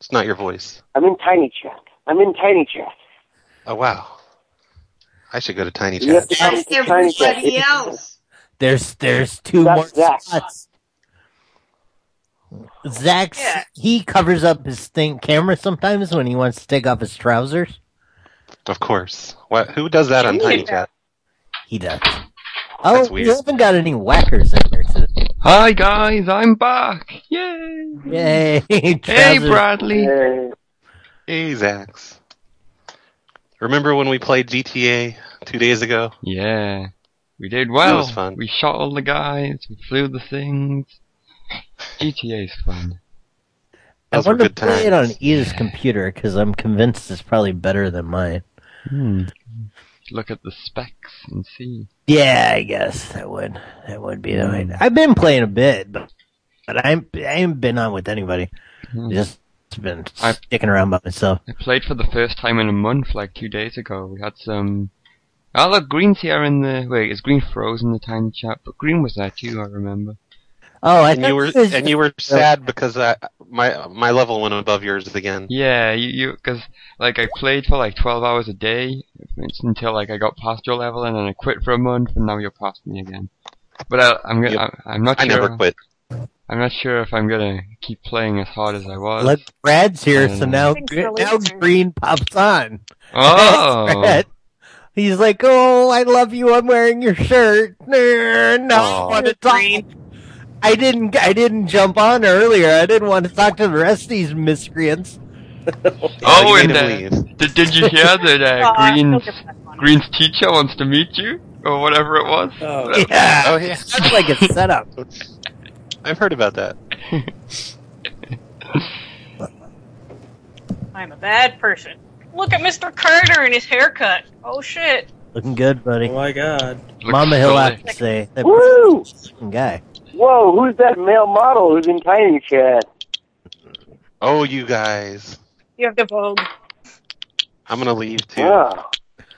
[SPEAKER 2] It's not your voice.
[SPEAKER 12] I'm in Tiny Chat. I'm in Tiny Chat.
[SPEAKER 2] Oh, wow. I should go to Tiny
[SPEAKER 12] You have
[SPEAKER 2] Chat.
[SPEAKER 12] to come to Tiny Chat.
[SPEAKER 3] Everybody else.
[SPEAKER 5] There's there's two
[SPEAKER 12] That's
[SPEAKER 5] more
[SPEAKER 12] Zach.
[SPEAKER 5] spots. Zach, he covers up his thing camera sometimes when he wants to take off his trousers.
[SPEAKER 2] Of course. What? Who does that on
[SPEAKER 5] He
[SPEAKER 2] Tiny
[SPEAKER 5] did
[SPEAKER 2] Chat?
[SPEAKER 5] that. He does. Oh, we
[SPEAKER 2] weird.
[SPEAKER 5] haven't got any whackers in here today.
[SPEAKER 1] Hi guys, I'm back. Yay!
[SPEAKER 5] Yay!
[SPEAKER 1] Hey
[SPEAKER 5] Trousers.
[SPEAKER 1] Bradley.
[SPEAKER 2] Hey, Zax. Remember when we played GTA two days ago?
[SPEAKER 1] Yeah. We did
[SPEAKER 2] That
[SPEAKER 1] well.
[SPEAKER 2] was fun.
[SPEAKER 1] We shot all the guys, we flew the things. GTA's fun.
[SPEAKER 5] I
[SPEAKER 1] Those were
[SPEAKER 5] want to
[SPEAKER 1] good
[SPEAKER 5] play it on
[SPEAKER 1] times.
[SPEAKER 5] Ida's computer because I'm convinced it's probably better than mine.
[SPEAKER 1] Hmm. Look at the specs and see.
[SPEAKER 5] Yeah, I guess that would that would be the way. I've been playing a bit, but but I ain't, I ain't been on with anybody. Just been sticking around by myself.
[SPEAKER 1] I played for the first time in a month, like two days ago. We had some. Oh look, Green's here in the. Wait, is Green froze in the time chat? But Green was there too, I remember.
[SPEAKER 5] Oh, I
[SPEAKER 2] and you were and you were sad because I, my my level went above yours again.
[SPEAKER 1] Yeah, you you because like I played for like twelve hours a day it's until like I got past your level and then I quit for a month and now you're past me again. But I, I'm gonna I, I'm not
[SPEAKER 2] I
[SPEAKER 1] sure.
[SPEAKER 2] never quit.
[SPEAKER 1] I'm not sure if I'm gonna keep playing as hard as I was.
[SPEAKER 5] Look, Brad's
[SPEAKER 1] I
[SPEAKER 5] here, so
[SPEAKER 1] don't
[SPEAKER 5] now
[SPEAKER 1] know.
[SPEAKER 5] gr- now Green pops on.
[SPEAKER 1] Oh.
[SPEAKER 5] That's Brad. He's like, "Oh, I love you. I'm wearing your shirt." No, I
[SPEAKER 1] Oh.
[SPEAKER 5] want to talk. I didn't. I didn't jump on earlier. I didn't want to talk to the rest of these miscreants.
[SPEAKER 1] Oh, and uh, did, did you hear that uh,
[SPEAKER 5] Aw,
[SPEAKER 1] Green's Green's teacher wants to meet you or whatever it was? Whatever-
[SPEAKER 5] yeah.
[SPEAKER 2] Oh yeah.
[SPEAKER 5] That's like a setup.
[SPEAKER 2] I've heard about that.
[SPEAKER 15] I'm a bad person. Look at Mr. Carter and his haircut. Oh shit.
[SPEAKER 5] Looking good, buddy. Oh my God, Mama
[SPEAKER 12] Looks
[SPEAKER 5] Hill
[SPEAKER 12] so
[SPEAKER 5] have to say that
[SPEAKER 12] Woo!
[SPEAKER 5] fucking guy.
[SPEAKER 12] Whoa, who's that male model who's in Tiny Chat?
[SPEAKER 2] Oh, you guys.
[SPEAKER 15] You have the Vogue.
[SPEAKER 25] I'm gonna leave too.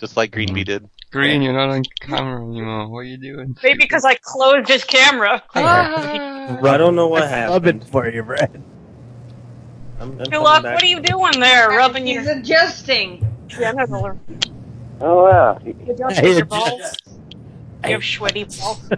[SPEAKER 25] Just like Green Bee did.
[SPEAKER 1] Mm-hmm. Green, you're not on camera anymore. What are you doing?
[SPEAKER 8] Maybe because I closed his camera.
[SPEAKER 26] I don't know what happened.
[SPEAKER 5] I've been for you, Brad.
[SPEAKER 26] I'm, I'm
[SPEAKER 8] Pilaf,
[SPEAKER 26] coming back.
[SPEAKER 8] what are you doing there? Rubbing your.
[SPEAKER 3] He's adjusting.
[SPEAKER 8] Yeah, no, no, no.
[SPEAKER 12] Oh yeah.
[SPEAKER 8] You don't
[SPEAKER 5] Hey,
[SPEAKER 8] have your
[SPEAKER 5] it's-
[SPEAKER 8] balls. You have sweaty balls.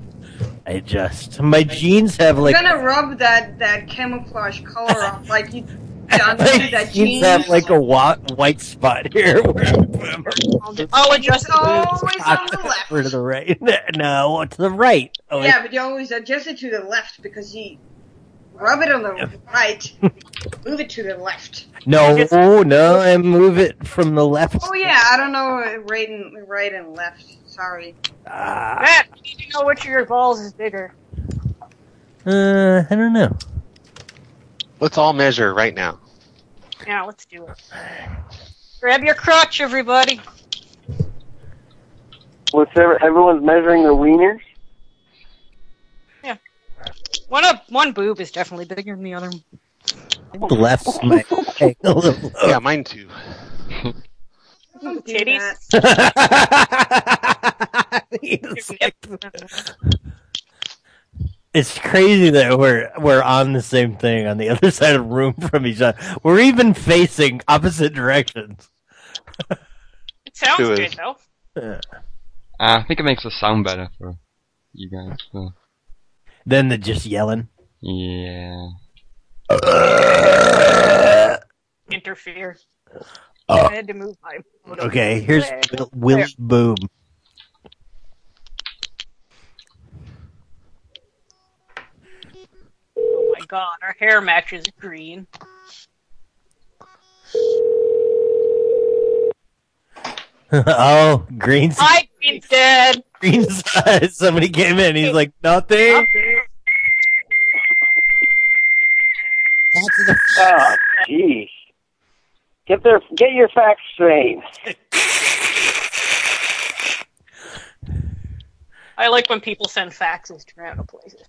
[SPEAKER 5] I adjust. My jeans have like
[SPEAKER 3] I'm gonna rub that that camouflage color off, like you done with
[SPEAKER 5] my
[SPEAKER 3] that
[SPEAKER 5] jeans
[SPEAKER 3] jeans.
[SPEAKER 5] have like a wa- white spot here. Where I'm
[SPEAKER 3] Oh,
[SPEAKER 8] I'll adjust.
[SPEAKER 5] Oh,
[SPEAKER 3] Always on the left.
[SPEAKER 5] or to the right? No, to the right. Oh,
[SPEAKER 3] Yeah, but you always adjust it to the left because you rub it on the right, move it to the left.
[SPEAKER 5] No, no, and move it from the left.
[SPEAKER 3] Oh yeah, I don't know uh, right and right and left. Sorry.
[SPEAKER 25] Ah.
[SPEAKER 8] Matt, you need to know which of your balls is bigger.
[SPEAKER 5] Uh, I don't know.
[SPEAKER 25] Let's all measure right now.
[SPEAKER 8] Yeah, let's do it. Grab your crotch, everybody.
[SPEAKER 12] What's ever, everyone's measuring their wieners?
[SPEAKER 8] One up, one boob is definitely bigger than the other.
[SPEAKER 5] The left's my a little low.
[SPEAKER 25] Yeah, mine too.
[SPEAKER 8] Titties.
[SPEAKER 5] It's like- It's crazy that we're we're on the same thing on the other side of the room from each other. We're even facing opposite directions.
[SPEAKER 8] It sounds
[SPEAKER 1] Who is?
[SPEAKER 8] good though.
[SPEAKER 5] Uh,
[SPEAKER 1] Uh, I think it makes us sound better for you guys. So.
[SPEAKER 5] Then they're just yelling.
[SPEAKER 1] Yeah.
[SPEAKER 8] Interfere.
[SPEAKER 5] Uh,
[SPEAKER 8] I had to move my.
[SPEAKER 5] Okay, here's Will, Will's boom.
[SPEAKER 8] Oh my god, our hair matches green.
[SPEAKER 5] oh, Green's
[SPEAKER 8] Hi, green's dead.
[SPEAKER 5] Green's somebody came in. He's like nothing.
[SPEAKER 12] Oh, jeez. Get their get your facts straight.
[SPEAKER 8] I like when people send faxes to random places.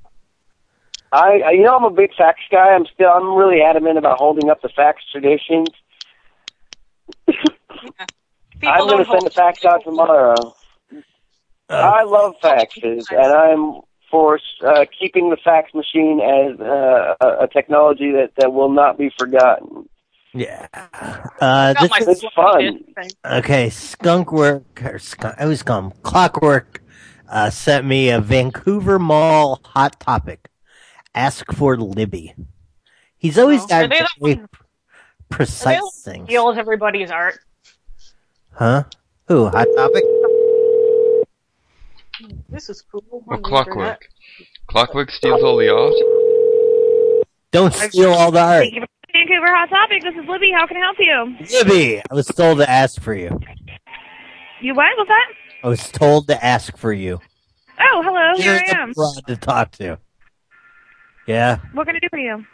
[SPEAKER 12] I, I you know I'm a big facts guy. I'm still I'm really adamant about holding up the facts traditions. I'm
[SPEAKER 8] don't
[SPEAKER 12] going to send the facts out tomorrow. I love faxes, and I'm for uh, keeping the fax machine as uh, a, a technology that, that will not be forgotten.
[SPEAKER 5] Yeah. Uh, this
[SPEAKER 12] my
[SPEAKER 5] is
[SPEAKER 12] It's fun.
[SPEAKER 5] Okay, Skunkwork, or skunk, I always call him Clockwork, uh, sent me a Vancouver Mall hot topic. Ask for Libby. He's always
[SPEAKER 8] Oh. Are
[SPEAKER 5] got
[SPEAKER 8] they the
[SPEAKER 5] very
[SPEAKER 8] They
[SPEAKER 5] precise things.
[SPEAKER 8] steals everybody's art.
[SPEAKER 5] Huh? Who, hot topic?
[SPEAKER 8] This is cool.
[SPEAKER 1] Well, clockwork. Clockwork steals all the art.
[SPEAKER 5] Don't steal all the art.
[SPEAKER 4] Vancouver Hot Topic, this is Libby. How can I help you?
[SPEAKER 5] Libby! I was told to ask for you.
[SPEAKER 4] You what? What's that?
[SPEAKER 5] I was told to ask for you.
[SPEAKER 4] Oh, hello. Here
[SPEAKER 5] You're
[SPEAKER 4] I
[SPEAKER 5] the
[SPEAKER 4] am.
[SPEAKER 5] broad to talk to. Yeah?
[SPEAKER 4] What can I do for you?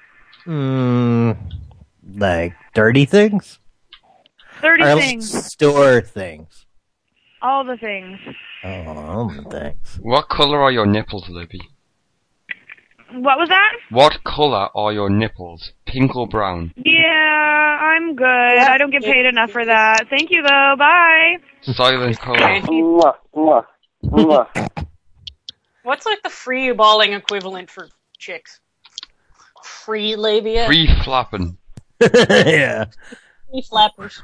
[SPEAKER 5] Mm, like, dirty things?
[SPEAKER 4] 30
[SPEAKER 5] Or, like,
[SPEAKER 4] things.
[SPEAKER 5] store things.
[SPEAKER 4] All the things.
[SPEAKER 5] Oh, all the things.
[SPEAKER 1] What color are your nipples, Libby?
[SPEAKER 4] What was that?
[SPEAKER 1] What color are your nipples? Pink or brown?
[SPEAKER 4] Yeah, I'm good. I don't get paid enough for that. Thank you, though. Bye.
[SPEAKER 1] Silent color.
[SPEAKER 12] Mwah, mwah, mwah.
[SPEAKER 8] What's like the free balling equivalent for chicks? Free labia?
[SPEAKER 1] Free flapping.
[SPEAKER 5] yeah.
[SPEAKER 8] Free flappers.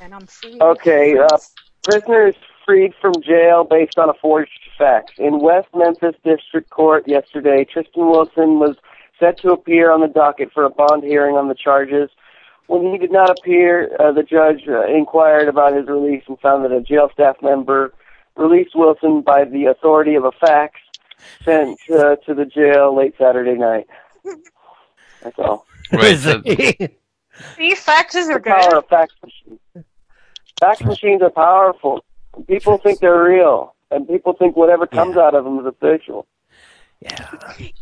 [SPEAKER 8] and I'm free.
[SPEAKER 12] Okay, uh, prisoner is freed from jail based on a forged fax. In West Memphis District Court yesterday, Tristan Wilson was set to appear on the docket for a bond hearing on the charges. When he did not appear, uh, the judge uh, inquired about his release and found that a jail staff member released Wilson by the authority of a fax sent uh, to the jail late Saturday night. That's all.
[SPEAKER 1] Right, so-
[SPEAKER 8] These faxes are
[SPEAKER 12] The power
[SPEAKER 8] good.
[SPEAKER 12] of fax machines. Fax machines are powerful. People think they're real, and people think whatever comes out of them is official.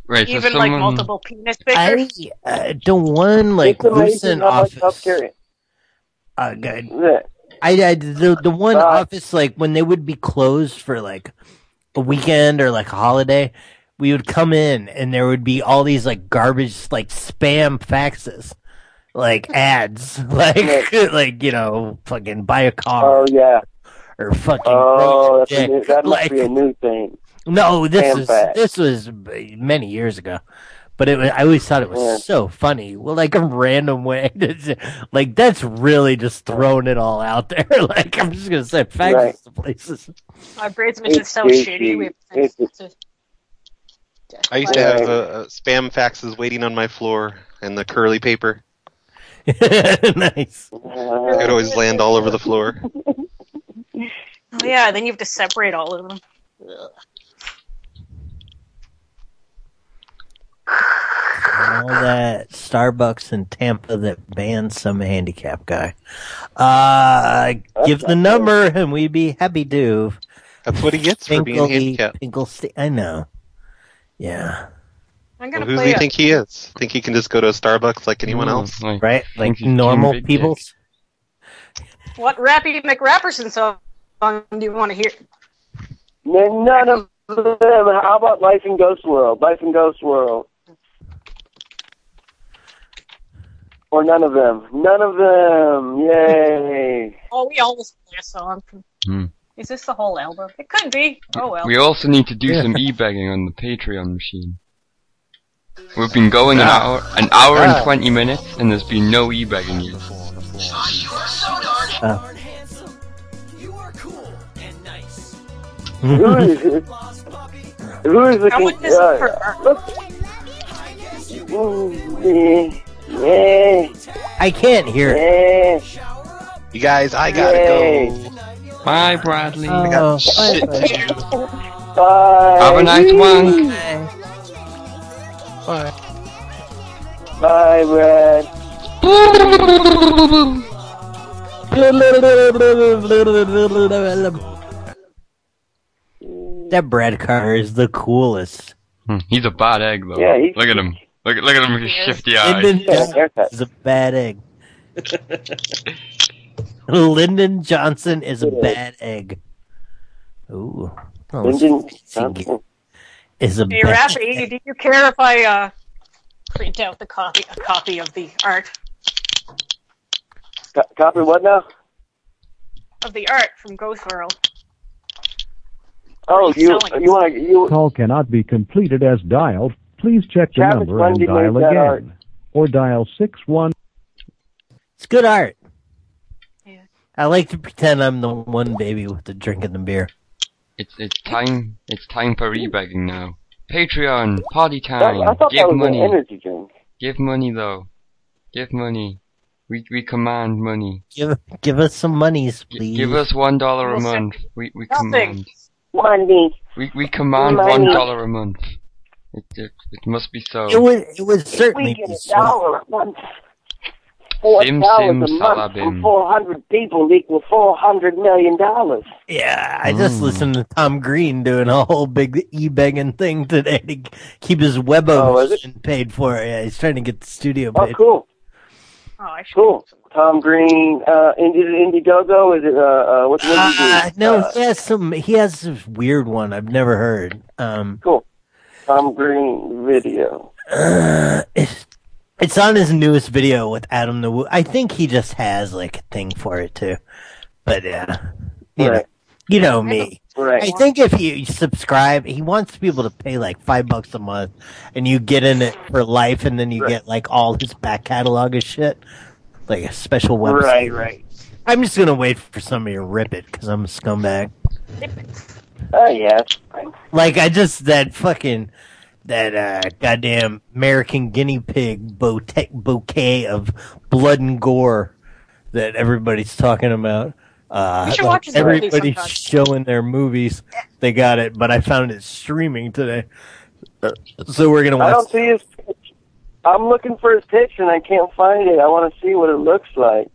[SPEAKER 1] right, so
[SPEAKER 8] Even
[SPEAKER 1] someone,
[SPEAKER 8] like multiple penis
[SPEAKER 5] I
[SPEAKER 8] pictures.
[SPEAKER 5] uh, the one like
[SPEAKER 12] It's amazing
[SPEAKER 5] recent
[SPEAKER 12] how much
[SPEAKER 5] office.
[SPEAKER 12] healthcare is.
[SPEAKER 5] Uh, good.
[SPEAKER 12] Yeah.
[SPEAKER 5] I, I the the one office like when they would be closed for like a weekend or like a holiday, we would come in and there would be all these like garbage like spam faxes, like ads, like like you know, fucking buy a car.
[SPEAKER 12] Oh yeah.
[SPEAKER 5] Or fucking.
[SPEAKER 12] Oh,
[SPEAKER 5] grow
[SPEAKER 12] that's a
[SPEAKER 5] dick,
[SPEAKER 12] new, that must
[SPEAKER 5] like-
[SPEAKER 12] be a new thing.
[SPEAKER 5] No, this
[SPEAKER 12] Fan
[SPEAKER 5] is
[SPEAKER 12] fact.
[SPEAKER 5] this was many years ago, but it was, I always thought it was
[SPEAKER 12] Yeah.
[SPEAKER 5] so funny. Well, like a random way, that's- like that's really just throwing it all out there. like I'm just gonna say facts
[SPEAKER 8] Right.
[SPEAKER 5] to places.
[SPEAKER 8] Our brain's been just so
[SPEAKER 2] It's
[SPEAKER 8] shitty. We
[SPEAKER 12] It's
[SPEAKER 2] I used to have uh, uh, spam faxes waiting on my floor and the curly paper.
[SPEAKER 5] nice.
[SPEAKER 2] It would always land all over the floor.
[SPEAKER 8] oh, yeah, then you have to separate all of them. Ugh.
[SPEAKER 5] all that Starbucks in Tampa that banned some handicap guy. Uh, give the number and we'd be happy to.
[SPEAKER 2] That's what he gets for being handicapped.
[SPEAKER 5] I know. Yeah.
[SPEAKER 2] Well,
[SPEAKER 8] I'm gonna
[SPEAKER 2] who do
[SPEAKER 8] play
[SPEAKER 2] you
[SPEAKER 8] a-
[SPEAKER 2] think he is? Think he can just go to Starbucks like anyone else?
[SPEAKER 5] Mm, right? Like normal people?
[SPEAKER 8] What Rappy McRapperson song do you want to hear?
[SPEAKER 12] N- None of them. How about Life and Ghost World? Life and Ghost World. Or none of them. None of them. Yay.
[SPEAKER 8] Oh, we almost play a song. from-
[SPEAKER 1] Hmm.
[SPEAKER 8] Is this the whole album? It could be. Oh well.
[SPEAKER 1] We also need to do some e-begging on the Patreon machine. We've been going an
[SPEAKER 2] Ah.
[SPEAKER 1] hour, an hour
[SPEAKER 2] Ah.
[SPEAKER 1] and 20 minutes, and there's been no e-begging yet.
[SPEAKER 5] Uh,
[SPEAKER 12] Who is Who is the
[SPEAKER 8] How much
[SPEAKER 12] con-
[SPEAKER 8] is it
[SPEAKER 12] uh,
[SPEAKER 8] for?
[SPEAKER 12] mm, Yeah.
[SPEAKER 5] I can't hear it.
[SPEAKER 12] Yeah.
[SPEAKER 2] You guys, I gotta
[SPEAKER 12] Yay.
[SPEAKER 2] go.
[SPEAKER 1] Bye, Bradley.
[SPEAKER 2] I got shit
[SPEAKER 5] bye,
[SPEAKER 2] to do.
[SPEAKER 12] Bye.
[SPEAKER 1] Have a nice one.
[SPEAKER 12] Bye, Brad.
[SPEAKER 5] That Brad Carter is the coolest.
[SPEAKER 1] Hmm, He's a bad egg, though.
[SPEAKER 5] Yeah, he-
[SPEAKER 1] look at him. Look, look at him with his shifty eyes.
[SPEAKER 5] Lyndon Johnson is a bad egg. Lyndon Johnson is a bad egg. Ooh. Oh, it's
[SPEAKER 12] Lyndon
[SPEAKER 5] fancy. Is a
[SPEAKER 8] Hey,
[SPEAKER 5] bad
[SPEAKER 8] Rappy, do you care if I uh, print out the copy, a copy of the art
[SPEAKER 12] Co- copy what now?
[SPEAKER 8] of the art from Ghost World?
[SPEAKER 12] Oh, you you want to you
[SPEAKER 11] Call cannot be completed as dialed. Please check the
[SPEAKER 12] Travis
[SPEAKER 11] number
[SPEAKER 12] Bundy
[SPEAKER 11] and dial
[SPEAKER 12] made that art.
[SPEAKER 11] again. Or dial 61.
[SPEAKER 5] It's good art. I like to pretend I'm the one baby with the drink and the beer.
[SPEAKER 1] It's it's time. It's time for e-begging now. Patreon party time.
[SPEAKER 12] I thought
[SPEAKER 1] Give
[SPEAKER 12] that was
[SPEAKER 1] money.
[SPEAKER 12] an energy drink.
[SPEAKER 1] Give money though. Give money. We we command money.
[SPEAKER 5] Give give us some monies, please.
[SPEAKER 1] Give us one dollar a
[SPEAKER 5] Well,
[SPEAKER 1] month. We we
[SPEAKER 5] nothing.
[SPEAKER 1] command.
[SPEAKER 12] Money.
[SPEAKER 1] We we command
[SPEAKER 12] Money.
[SPEAKER 1] one dollar a month. It, it it must be so.
[SPEAKER 5] It would it would certainly
[SPEAKER 12] we
[SPEAKER 5] be
[SPEAKER 12] get a
[SPEAKER 5] so-
[SPEAKER 12] dollar a month, four
[SPEAKER 1] Sim
[SPEAKER 12] dollars a
[SPEAKER 1] sim
[SPEAKER 12] month from
[SPEAKER 1] salabim.
[SPEAKER 12] four hundred people equal four hundred million dollars.
[SPEAKER 5] Yeah, I just listened to Tom Green doing a whole big e begging thing today to g- keep his web paid for. Yeah, he's trying to get the studio
[SPEAKER 12] Oh,
[SPEAKER 5] paid.
[SPEAKER 12] cool.
[SPEAKER 8] Oh, I should.
[SPEAKER 12] Cool. Tom Green. Uh, Indi- is it Indiegogo? Is it uh, uh what's what do you do?
[SPEAKER 5] Uh, no,
[SPEAKER 12] Uh,
[SPEAKER 5] he has some. He has this weird one I've never heard. Um,
[SPEAKER 12] cool. Tom Green video.
[SPEAKER 5] It's on his newest video with Adam the. Woo- I think he just has like a thing for it too, but yeah, you know, you know me.
[SPEAKER 12] Right.
[SPEAKER 5] I think if you subscribe, he wants people to pay like five bucks a month, and you get in it for life, and then you get like all his back catalog of shit, like a special website.
[SPEAKER 12] Right, right.
[SPEAKER 5] I'm just gonna wait for somebody to rip it because I'm a scumbag.
[SPEAKER 12] Oh yeah, that's fine.
[SPEAKER 5] Like I just that fucking that uh goddamn American guinea pig bote- bouquet of blood and gore that everybody's talking about. Uh,
[SPEAKER 8] We should
[SPEAKER 5] like,
[SPEAKER 8] watch this movie
[SPEAKER 5] everybody's
[SPEAKER 8] sometime.
[SPEAKER 5] showing their movies. They got it, but I found it streaming today. Uh, So we're gonna watch.
[SPEAKER 12] I don't see his. pitch. I'm looking for his picture and I can't find it. I want to see what it looks like.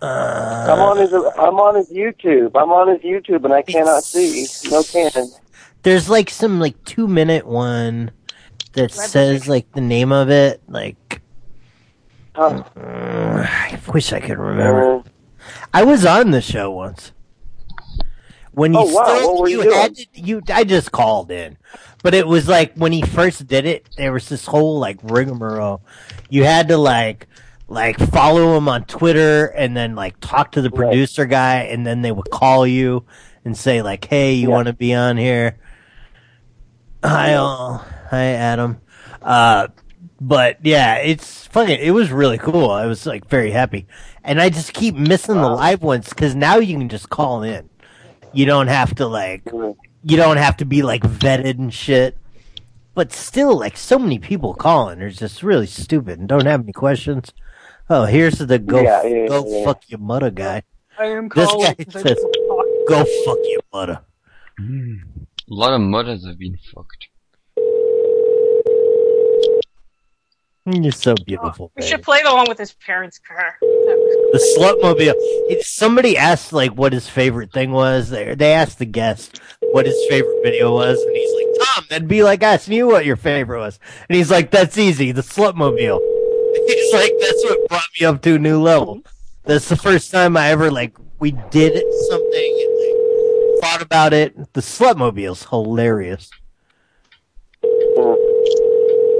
[SPEAKER 5] Uh,
[SPEAKER 12] I'm on his. I'm on his YouTube. I'm on his YouTube and I cannot see. No can.
[SPEAKER 5] There's like some like two minute one that says like the name of it. Like
[SPEAKER 12] Huh.
[SPEAKER 5] Uh, I wish I could
[SPEAKER 12] Oh.
[SPEAKER 5] remember. I was on the show once. When you
[SPEAKER 12] Oh, wow.
[SPEAKER 5] started-
[SPEAKER 12] What were you
[SPEAKER 5] had
[SPEAKER 12] doing?
[SPEAKER 5] to- you I just called in, but it was like when he first did it, there was this whole like rigmarole. You had to like like follow him on Twitter and then like talk to the producer guy and then they would call you and say like, "Hey, you want to be on here?" Hi, all. Hi, Adam. Uh, but yeah, it's fucking. It was really cool. I was like very happy, and I just keep missing the live ones because now you can just call in. You don't have to like. You don't have to be like vetted and shit. But still, like so many people calling are just really stupid and don't have any questions. Oh, here's the go
[SPEAKER 12] Yeah, yeah,
[SPEAKER 5] go
[SPEAKER 12] yeah.
[SPEAKER 5] fuck your mother guy.
[SPEAKER 15] I am
[SPEAKER 5] This
[SPEAKER 15] calling.
[SPEAKER 5] guy says go fuck your mother.
[SPEAKER 1] A lot of mothers have been fucked.
[SPEAKER 5] You're so beautiful.
[SPEAKER 8] We should play the one with his parents' car.
[SPEAKER 5] The slutmobile. It, somebody asked like what his favorite thing was. They they asked the guest what his favorite video was, and he's like, Tom, that'd be like asking you what your favorite was. And he's like, That's easy, the slutmobile. He's like, That's what brought me up to a new level. That's the first time I ever like we did something and like, thought about it. The slutmobile's hilarious.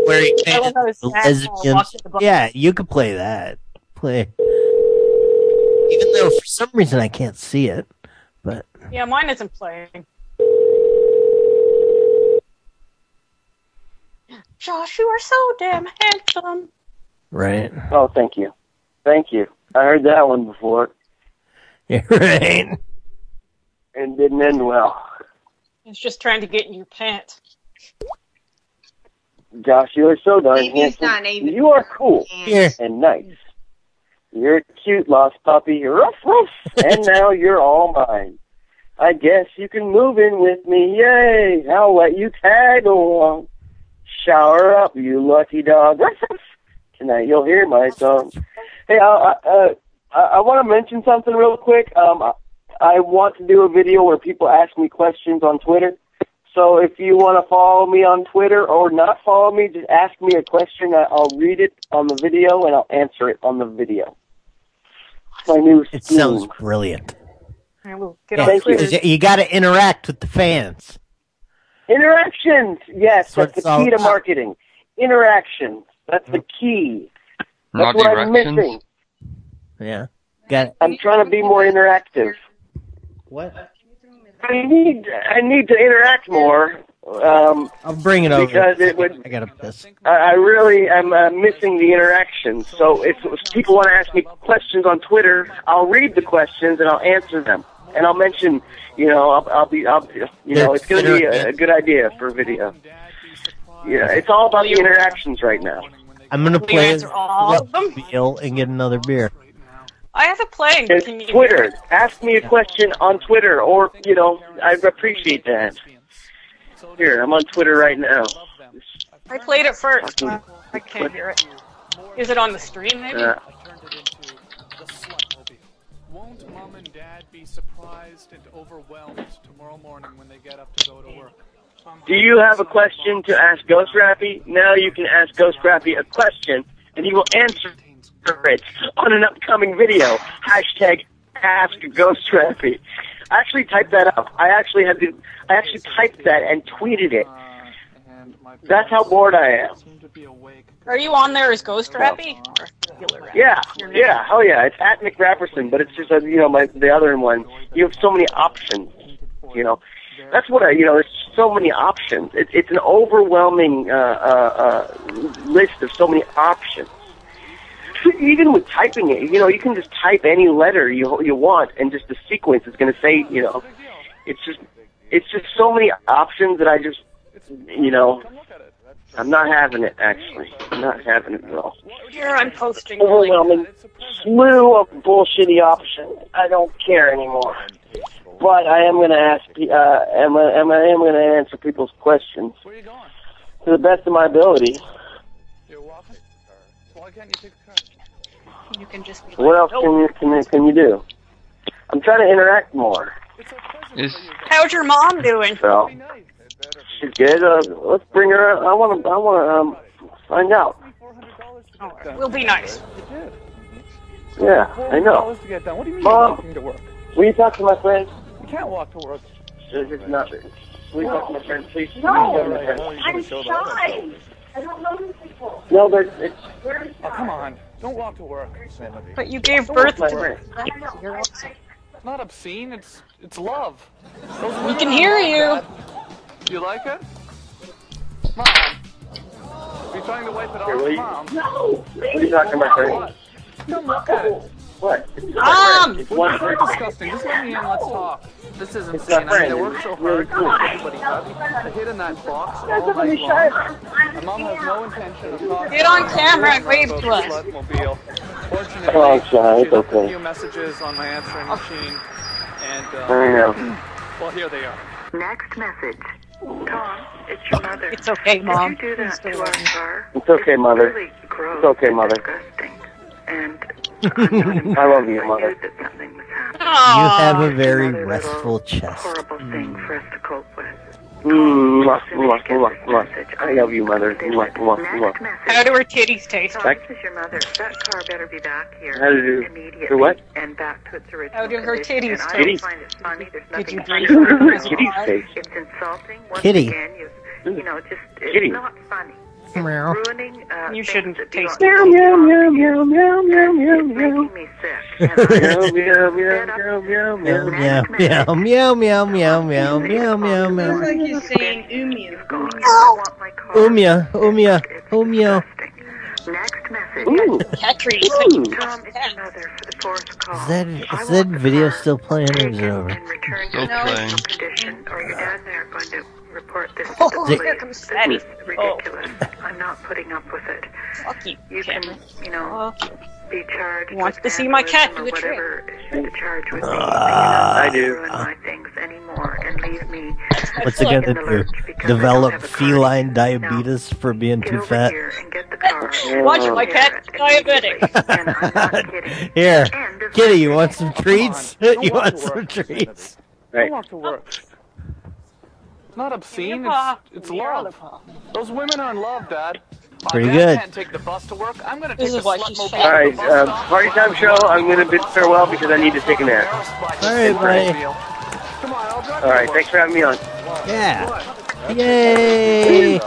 [SPEAKER 5] Where he
[SPEAKER 15] I love how his
[SPEAKER 5] the
[SPEAKER 8] uh,
[SPEAKER 15] dad called, walked in
[SPEAKER 5] lesbians.
[SPEAKER 15] the bus.
[SPEAKER 5] Yeah, you could play that. Play. Even though for some reason I can't see it, but
[SPEAKER 8] Yeah, mine isn't playing. Josh, you are so damn handsome.
[SPEAKER 5] right,
[SPEAKER 12] Oh, thank you, thank you. I heard that one before
[SPEAKER 5] Yeah, right.
[SPEAKER 12] and didn't end well.
[SPEAKER 8] It's just trying to get in your pants.
[SPEAKER 12] Josh, you are so darn
[SPEAKER 8] Maybe it's
[SPEAKER 12] handsome.
[SPEAKER 8] not even-
[SPEAKER 12] You are cool
[SPEAKER 5] Yeah.
[SPEAKER 12] and nice. You're a cute lost puppy. Ruff, ruff. and now you're all mine. I guess you can move in with me. Yay! I'll let you tag along. Shower up, you lucky dog. Ruff, ruff. Tonight you'll hear my song. Hey, I, I, uh, I, I want to mention something real quick. Um, I, I want to do a video where people ask me questions on Twitter. So if you want to follow me on Twitter or not follow me, just ask me a question. I- I'll read it on the video and I'll answer it on the video. My new
[SPEAKER 5] it sounds brilliant.
[SPEAKER 8] I will get
[SPEAKER 5] Yeah,
[SPEAKER 8] on Twitter.
[SPEAKER 5] because you got to interact with the fans.
[SPEAKER 12] interactions. Yes,
[SPEAKER 5] That's what
[SPEAKER 12] that's,
[SPEAKER 5] it's
[SPEAKER 12] the
[SPEAKER 5] all
[SPEAKER 12] key to
[SPEAKER 5] about.
[SPEAKER 12] marketions. Interactions. That's the key.
[SPEAKER 5] Not
[SPEAKER 12] That's what I'm
[SPEAKER 5] directions.
[SPEAKER 12] missing.
[SPEAKER 5] Yeah, got
[SPEAKER 12] I'm trying to be more interactive.
[SPEAKER 5] What?
[SPEAKER 12] I need I need to interact more. Um,
[SPEAKER 5] I'll bring it over.
[SPEAKER 12] because it would
[SPEAKER 5] I gotta piss.
[SPEAKER 12] I, I really am uh, missing the interaction. So if, if people want to ask me questions on Twitter, I'll read the questions and I'll answer them, and I'll mention, you know, I'll, I'll be, I'll, be- you know, it's going to be a, a good idea for video. Yeah, it's all about the interactions right now.
[SPEAKER 5] I'm gonna
[SPEAKER 8] you
[SPEAKER 5] play
[SPEAKER 8] answer all of them?
[SPEAKER 5] slutmobile and get another beer.
[SPEAKER 8] I have it playing.
[SPEAKER 12] It's
[SPEAKER 8] Can you
[SPEAKER 12] Twitter. Ask me a question on Twitter, or you know, I appreciate that. Here, I'm on Twitter right now.
[SPEAKER 8] I played it first. Uh, I can't hear it. Is it on the stream, maybe?
[SPEAKER 12] Uh,
[SPEAKER 6] Won't mom and dad be surprised and overwhelmed tomorrow morning when they get up to go to work?
[SPEAKER 12] Do you have a question to ask Ghost Rappy? Now you can ask Ghost Rappy a question, and he will answer it on an upcoming video. Hashtag Ask Ghost Rappy. I actually typed that up. I actually had to. I actually typed that and tweeted it. That's how bored I am.
[SPEAKER 8] Are you on there as Ghost Rappy? Or regular Rappy?
[SPEAKER 12] Yeah, yeah, hell yeah. It's at McRapperson, but it's just uh, you know my the other one. You have so many options. You know, that's what I you know. There's so many options. It, it's an overwhelming uh, uh, uh, list of so many options. Even with typing it, you know, you can just type any letter you you want, and just the sequence is going to say you know. It's just it's just so many options that I just you know. I'm not having it actually. I'm not having it at all
[SPEAKER 8] Here, I'm posting.
[SPEAKER 12] overwhelming slew of bullshitty options. I don't care anymore. But I am going to ask. pe- Uh, am I, am I am going to answer people's questions to the best of my ability.
[SPEAKER 8] You can just be
[SPEAKER 12] What else
[SPEAKER 8] like, "Nope."
[SPEAKER 12] can you can, you- can you do? I'm trying to interact more.
[SPEAKER 8] How's your mom doing?
[SPEAKER 12] So she's good. Uh, let's bring her. Up. I want to. I want to um, find out.
[SPEAKER 8] Oh, we'll be nice.
[SPEAKER 12] Yeah, I know.
[SPEAKER 6] To get done. What do you mean
[SPEAKER 12] Mom.
[SPEAKER 6] you're walking to work?
[SPEAKER 12] Will you talk to my friend?
[SPEAKER 6] You can't walk to work.
[SPEAKER 12] This is not. Will you talk to my friend, please?
[SPEAKER 7] I'm shy. I don't know these people.
[SPEAKER 12] No, but it's.
[SPEAKER 7] Very shy.
[SPEAKER 6] Oh, come on. Don't walk to work, Sanity.
[SPEAKER 8] But you gave birth to her.
[SPEAKER 6] I don't know. It's not obscene. It's it's love.
[SPEAKER 8] We can hear you.
[SPEAKER 6] Do you like it? Mom. Are you trying to wipe it off,
[SPEAKER 12] Here, will you-
[SPEAKER 6] Mom?
[SPEAKER 12] No, What are you talking about, Craig?
[SPEAKER 6] Come look at it.
[SPEAKER 12] What? It's
[SPEAKER 6] Mom!
[SPEAKER 12] It's
[SPEAKER 6] What
[SPEAKER 12] one
[SPEAKER 6] is Um, disgusting? Just let me in. Let's talk. This isn't
[SPEAKER 12] It's
[SPEAKER 6] insane.
[SPEAKER 12] not
[SPEAKER 6] I mean, I
[SPEAKER 12] friend.
[SPEAKER 6] worked so
[SPEAKER 12] It's really
[SPEAKER 6] hard.
[SPEAKER 12] cool.
[SPEAKER 6] Everybody I hid in that box
[SPEAKER 12] That's
[SPEAKER 6] all
[SPEAKER 12] a
[SPEAKER 6] night
[SPEAKER 12] funny
[SPEAKER 6] long. My mom has no intention of talking.
[SPEAKER 8] Get on
[SPEAKER 6] to
[SPEAKER 8] camera
[SPEAKER 6] me
[SPEAKER 8] and wave
[SPEAKER 6] about
[SPEAKER 8] to
[SPEAKER 6] the
[SPEAKER 8] us.
[SPEAKER 6] Slutmobile. Fortunately,
[SPEAKER 12] Come on, Sean,
[SPEAKER 6] she
[SPEAKER 12] Oh, it's
[SPEAKER 6] left a
[SPEAKER 12] okay.
[SPEAKER 6] few messages on my answering
[SPEAKER 8] Oh.
[SPEAKER 6] machine, and uh,
[SPEAKER 12] There you go.
[SPEAKER 6] well, here they are.
[SPEAKER 4] Next message. Tom, it's your mother. It's
[SPEAKER 8] okay, Mom.
[SPEAKER 4] If you do that to our car,
[SPEAKER 12] It's okay, mother.
[SPEAKER 4] really gross.
[SPEAKER 12] It's okay, mother. I love you, mother.
[SPEAKER 5] You have a very restful chest.
[SPEAKER 12] Mm, mwah, mwah, mwah, mwah. I love you, mother. Mwah, mwah, mwah.
[SPEAKER 8] How do her titties taste?
[SPEAKER 12] Back-
[SPEAKER 4] This is your mother. That car better be back here
[SPEAKER 12] How did you-
[SPEAKER 4] immediately.
[SPEAKER 12] to what?
[SPEAKER 4] And back to its original
[SPEAKER 8] How do her
[SPEAKER 4] condition.
[SPEAKER 8] titties
[SPEAKER 4] And I
[SPEAKER 8] taste?
[SPEAKER 4] don't find it funny. There's
[SPEAKER 8] Did
[SPEAKER 4] nothing
[SPEAKER 8] you
[SPEAKER 4] funny.
[SPEAKER 8] drink her?
[SPEAKER 4] about it.
[SPEAKER 8] Kitties
[SPEAKER 4] It's insulting. Once
[SPEAKER 5] Kitty.
[SPEAKER 4] again, you, you know, just it's
[SPEAKER 5] Kitty.
[SPEAKER 4] not funny.
[SPEAKER 5] Meow.
[SPEAKER 4] Ruining. Uh,
[SPEAKER 8] You shouldn't taste
[SPEAKER 4] Meow,
[SPEAKER 8] meow,
[SPEAKER 12] meow, meow, meow, meow, meow, meow.
[SPEAKER 4] me sick.
[SPEAKER 12] Meow, meow, meow, meow, meow, meow.
[SPEAKER 5] Meow, meow, meow, meow, meow, meow, meow, meow,
[SPEAKER 3] Sounds
[SPEAKER 5] meow.
[SPEAKER 3] like he's saying Umi is gone.
[SPEAKER 5] Umia, umia, umia.
[SPEAKER 4] Ooh.
[SPEAKER 8] Catries.
[SPEAKER 12] Ooh.
[SPEAKER 4] Tom, it's your mother for the fourth call.
[SPEAKER 5] Is that is that video still playing or is it over?
[SPEAKER 4] Return to
[SPEAKER 5] Still
[SPEAKER 4] the
[SPEAKER 5] playing.
[SPEAKER 4] original condition, or your dad and I are going to report this to
[SPEAKER 8] Oh,
[SPEAKER 4] the
[SPEAKER 8] here
[SPEAKER 4] police.
[SPEAKER 8] comes
[SPEAKER 4] This
[SPEAKER 8] Daddy.
[SPEAKER 4] is ridiculous.
[SPEAKER 3] Oh.
[SPEAKER 4] I'm not putting up with it.
[SPEAKER 8] Fuck you.
[SPEAKER 4] You can, you know, be charged
[SPEAKER 8] Wants
[SPEAKER 4] with
[SPEAKER 8] to see my cat
[SPEAKER 4] vandalism
[SPEAKER 8] do a
[SPEAKER 4] or
[SPEAKER 8] trick.
[SPEAKER 4] whatever the charge would be.
[SPEAKER 5] I do.
[SPEAKER 4] Ruin my things anymore and leave me.
[SPEAKER 5] What's it gonna
[SPEAKER 4] in the
[SPEAKER 5] do?
[SPEAKER 4] lurch because I don't
[SPEAKER 5] Develop
[SPEAKER 4] have a car.
[SPEAKER 5] feline diabetes for being too fat?
[SPEAKER 8] Watch it, my cat's diabetic.
[SPEAKER 5] Here, kitty, you want some treats?
[SPEAKER 6] Don't
[SPEAKER 5] You
[SPEAKER 6] walk
[SPEAKER 5] want
[SPEAKER 6] to
[SPEAKER 5] some
[SPEAKER 6] work,
[SPEAKER 5] treats?
[SPEAKER 6] Don't walk to work. It's not obscene. It's, it's love. Those women are in love, Dad. My
[SPEAKER 5] Pretty
[SPEAKER 6] dad
[SPEAKER 5] good.
[SPEAKER 6] Can't take the bus to work. I'm gonna
[SPEAKER 8] This
[SPEAKER 6] take
[SPEAKER 8] is
[SPEAKER 6] the
[SPEAKER 8] why
[SPEAKER 6] slut
[SPEAKER 8] she's
[SPEAKER 6] mobile.
[SPEAKER 12] All right, um, party time show. I'm going to bid farewell because I need to take a nap.
[SPEAKER 5] All right, buddy.
[SPEAKER 12] All right, thanks for having me on.
[SPEAKER 5] Yeah. Yay!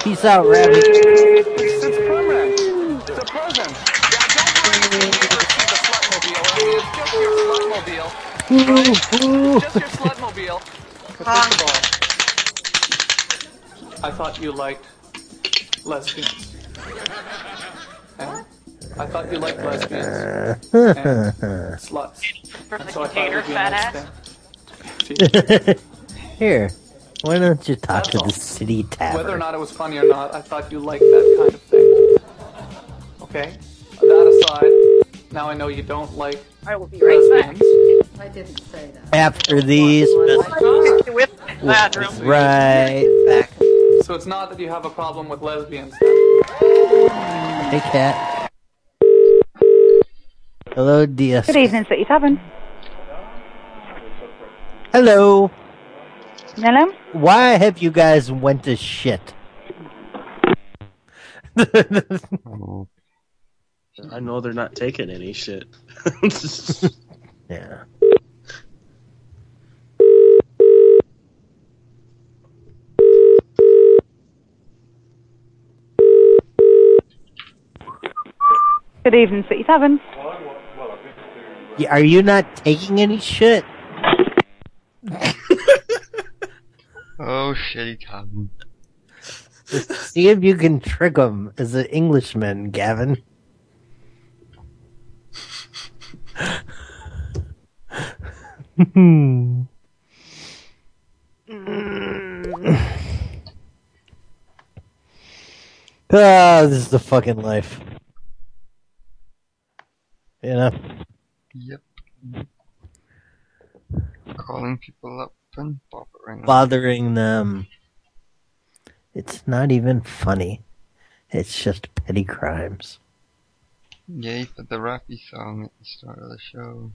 [SPEAKER 5] Peace out, rabbit.
[SPEAKER 6] It's, it's permanent. It's a present. Just your slutmobile. I thought you liked lesbians. And I thought you liked lesbians. and sluts. And so I thought it would be a nice thing.
[SPEAKER 5] Here, why don't you talk to the city
[SPEAKER 6] Whether or
[SPEAKER 5] tavern?
[SPEAKER 6] not it was funny or not, I thought you liked that kind of thing. Okay? That aside, now I know you don't like I will be right back. I didn't say that.
[SPEAKER 5] After these, messages, we'll be right back.
[SPEAKER 6] So it's not that you have a problem with lesbians.
[SPEAKER 5] Hey, cat. Hello, DS.
[SPEAKER 13] Good e- evening, City Tavern.
[SPEAKER 5] Hello.
[SPEAKER 13] Hello?
[SPEAKER 5] Why have you guys went to shit?
[SPEAKER 10] I know they're not taking any shit.
[SPEAKER 5] yeah.
[SPEAKER 13] Good evening, City Tavern.
[SPEAKER 5] Y- Are you not taking any shit?
[SPEAKER 1] Oh, shitty cotton.
[SPEAKER 5] See if you can trick him as an Englishman, Gavin. Hmm. ah, this is the fucking life. You know?
[SPEAKER 1] Yep. Calling people up and bothering them.
[SPEAKER 5] bothering them. It's not even funny. It's just petty crimes.
[SPEAKER 1] Yay for the Rappy song at the start of the show.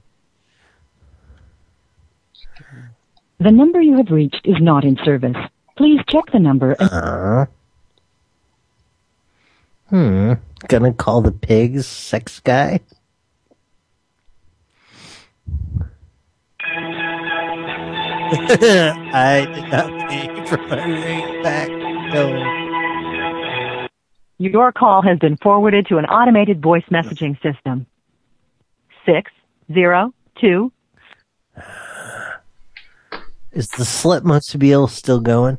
[SPEAKER 22] The number you have reached is not in service. Please check the number and
[SPEAKER 5] Uh, hmm. Gonna call the pigs sex guy? I did not pay for my ring back. No.
[SPEAKER 22] Your call has been forwarded to an automated voice messaging system. Six zero two.
[SPEAKER 5] Is the Slit Must Be Ill still going?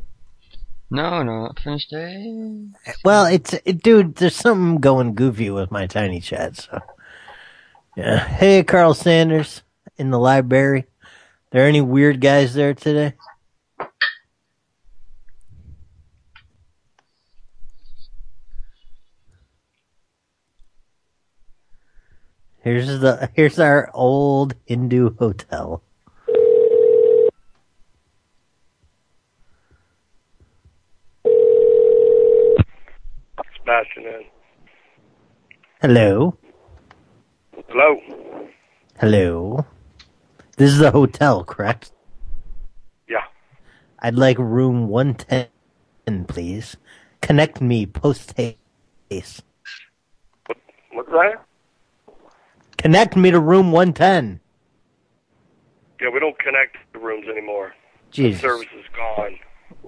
[SPEAKER 1] No, no, not finished day.
[SPEAKER 5] Well, it's it, dude. There's something going goofy with my tiny chat. So, yeah. Hey, Carl Sanders in the library. There any weird guys there today? Here's the here's our old Hindu hotel.
[SPEAKER 9] Sebastian in.
[SPEAKER 5] Hello,
[SPEAKER 9] Hello?
[SPEAKER 5] hello. This is the hotel, correct?
[SPEAKER 9] Yeah.
[SPEAKER 5] I'd like room one ten, please. Connect me post haste.
[SPEAKER 9] What's that?
[SPEAKER 5] Connect me to room one ten.
[SPEAKER 9] Yeah, we don't connect the rooms anymore.
[SPEAKER 5] Jesus.
[SPEAKER 9] The service is gone.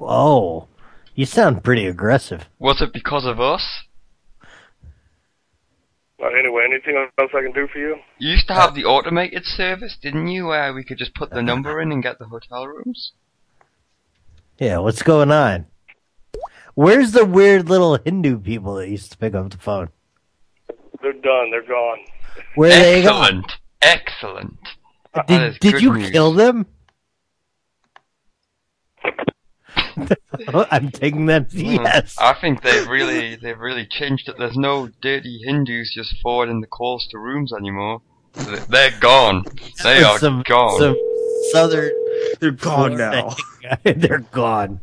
[SPEAKER 5] Oh, you sound pretty aggressive.
[SPEAKER 1] Was it because of us?
[SPEAKER 9] Well, anyway, anything else I can do for you?
[SPEAKER 1] You used to have the automated service, didn't you, where we could just put the number in and get the hotel rooms?
[SPEAKER 5] Yeah, what's going on? Where's the weird little Hindu people that used to pick up the phone?
[SPEAKER 9] They're done. They're gone.
[SPEAKER 5] Where are they going?
[SPEAKER 1] Excellent. That is
[SPEAKER 5] Did, did
[SPEAKER 1] good
[SPEAKER 5] you
[SPEAKER 1] news.
[SPEAKER 5] kill them? I'm taking
[SPEAKER 1] Hmm.
[SPEAKER 5] that. Yes.
[SPEAKER 1] I think they've really they've really changed it. There's no dirty Hindus just forwarding the calls to rooms anymore. Th- They're gone. They are
[SPEAKER 5] Some-
[SPEAKER 1] gone.
[SPEAKER 5] some southern. They're
[SPEAKER 1] gone
[SPEAKER 5] now. They're gone.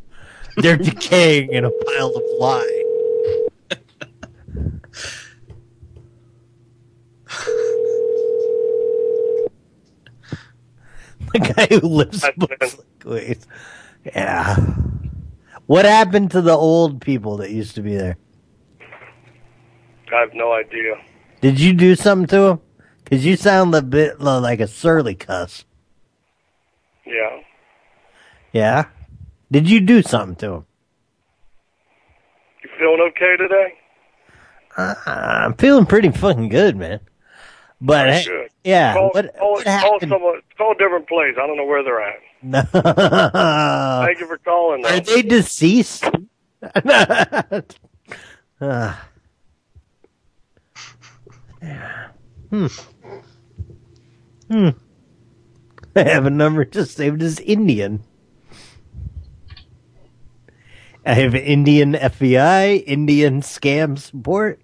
[SPEAKER 5] They're decaying in a pile of lye. the guy who lives amongst liquids. Yeah. What happened to the old people that used to be there?
[SPEAKER 9] I have no idea.
[SPEAKER 5] Did you do something to them? Because you sound a bit lo- like a surly cuss.
[SPEAKER 9] Yeah.
[SPEAKER 5] Yeah? Did you do something to them?
[SPEAKER 9] You feeling okay today?
[SPEAKER 5] Uh, I'm feeling pretty fucking good, man. But hey,
[SPEAKER 9] Good.
[SPEAKER 5] yeah,
[SPEAKER 9] Call,
[SPEAKER 5] what,
[SPEAKER 9] call, call, someone, call a different place. I don't know where they're at.
[SPEAKER 5] no.
[SPEAKER 9] Thank you for calling. Though.
[SPEAKER 5] Are they deceased? Ah. hmm. Hmm. I have a number just saved as Indian. I have Indian FBI, Indian scam support.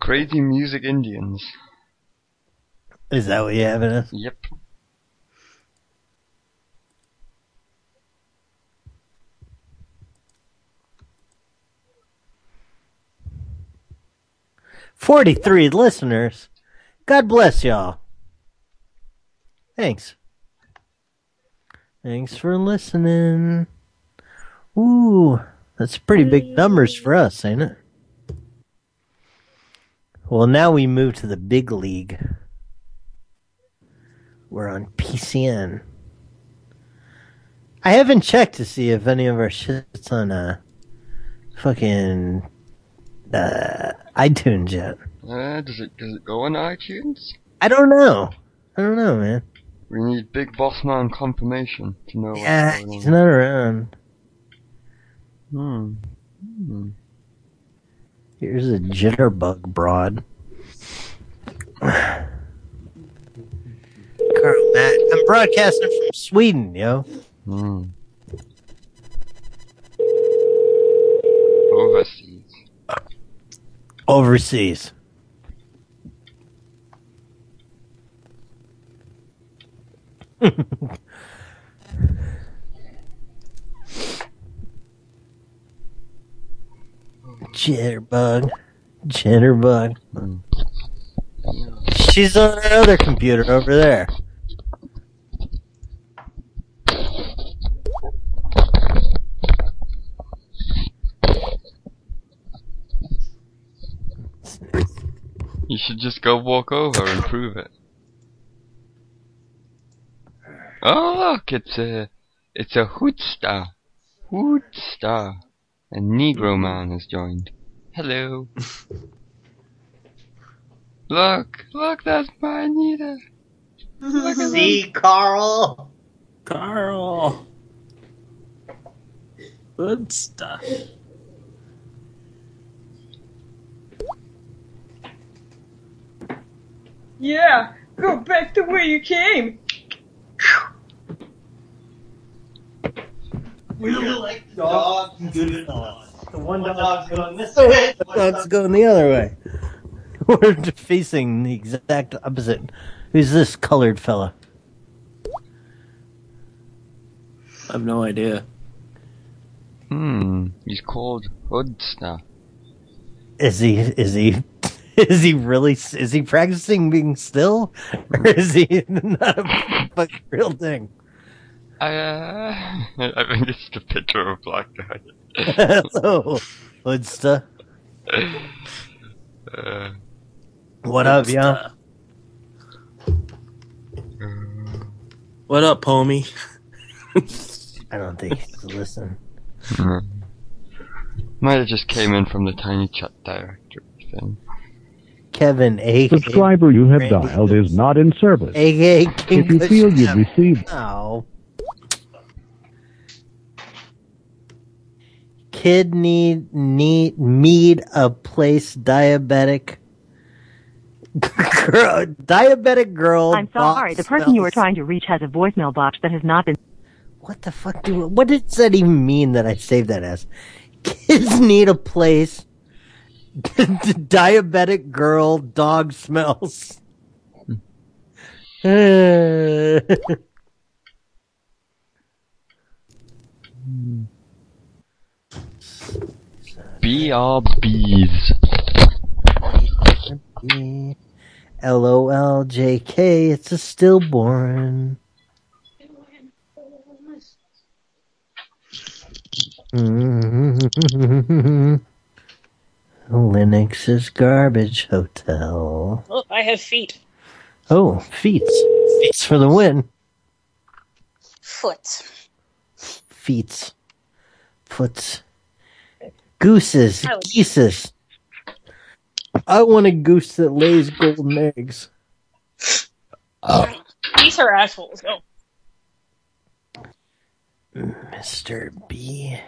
[SPEAKER 1] Crazy music Indians.
[SPEAKER 5] Is that what you have in us?
[SPEAKER 1] Yep.
[SPEAKER 5] Forty-three listeners. God bless y'all. Thanks. Thanks for listening. Ooh, that's pretty big numbers for us, ain't it? Well, now we move to the big league. We're on PCN. I haven't checked to see if any of our shit's on uh, fucking uh, iTunes yet.
[SPEAKER 1] Uh, does it does it go on iTunes?
[SPEAKER 5] I don't know. I don't know, man.
[SPEAKER 1] We need Big Boss Man confirmation to know. what's
[SPEAKER 5] Yeah,
[SPEAKER 1] going
[SPEAKER 5] he's
[SPEAKER 1] on.
[SPEAKER 5] not around.
[SPEAKER 1] Hmm. Hmm.
[SPEAKER 5] Here's a jitterbug broad. Carl Matt, I'm broadcasting from Sweden, yo. Hmm.
[SPEAKER 1] Overseas.
[SPEAKER 5] Overseas. Jitterbug. Jitterbug. She's on her other computer over there.
[SPEAKER 1] You should just go walk over and prove it. Oh look, it's a it's a hootsta. Hootsta. A Negro man has joined. Hello. look, look, that's my Anita. Look at
[SPEAKER 16] See,
[SPEAKER 1] them.
[SPEAKER 16] Carl.
[SPEAKER 10] Carl. Good stuff.
[SPEAKER 15] Yeah, go back to where you came.
[SPEAKER 16] We like the dog good dog. The one dog's going this way.
[SPEAKER 5] The dog's going the other way. We're facing the exact opposite. Who's this colored fella?
[SPEAKER 10] I have no idea.
[SPEAKER 1] Hmm. He's called Hoodsta.
[SPEAKER 5] Is he? Is he? Is he really? Is he practicing being still, or is he not a fucking real thing?
[SPEAKER 1] I, uh, I think it's the picture of a black guy.
[SPEAKER 5] Hello, Hoodsta.
[SPEAKER 1] Uh,
[SPEAKER 5] What up, yeah?
[SPEAKER 1] uh,
[SPEAKER 10] What up, homie?
[SPEAKER 5] I don't think he's listening.
[SPEAKER 1] might have just came in from the tiny chat directory thing.
[SPEAKER 5] Kevin, a
[SPEAKER 11] Subscriber you have dialed is not in service.
[SPEAKER 5] aka King
[SPEAKER 11] If you
[SPEAKER 5] Kush-
[SPEAKER 11] feel you've received
[SPEAKER 5] No. Kid need need need a place diabetic. Girl, diabetic girl.
[SPEAKER 22] I'm sorry. The person you were trying to reach has a voicemail box that has not been.
[SPEAKER 5] What the fuck do? What does that even mean that I saved that as? Kids need a place. diabetic girl dog smells. Uh,
[SPEAKER 1] BRBs.
[SPEAKER 5] LOLJK, it's a stillborn. Linux is garbage hotel.
[SPEAKER 8] Look, I have feet.
[SPEAKER 5] Oh, feats. Feats for the win.
[SPEAKER 8] Foot.
[SPEAKER 5] Feats. Foots. Gooses.
[SPEAKER 8] Oh.
[SPEAKER 5] Geeses. I want a goose that lays golden eggs.
[SPEAKER 8] These are assholes. Oh, No.
[SPEAKER 5] Mr. B.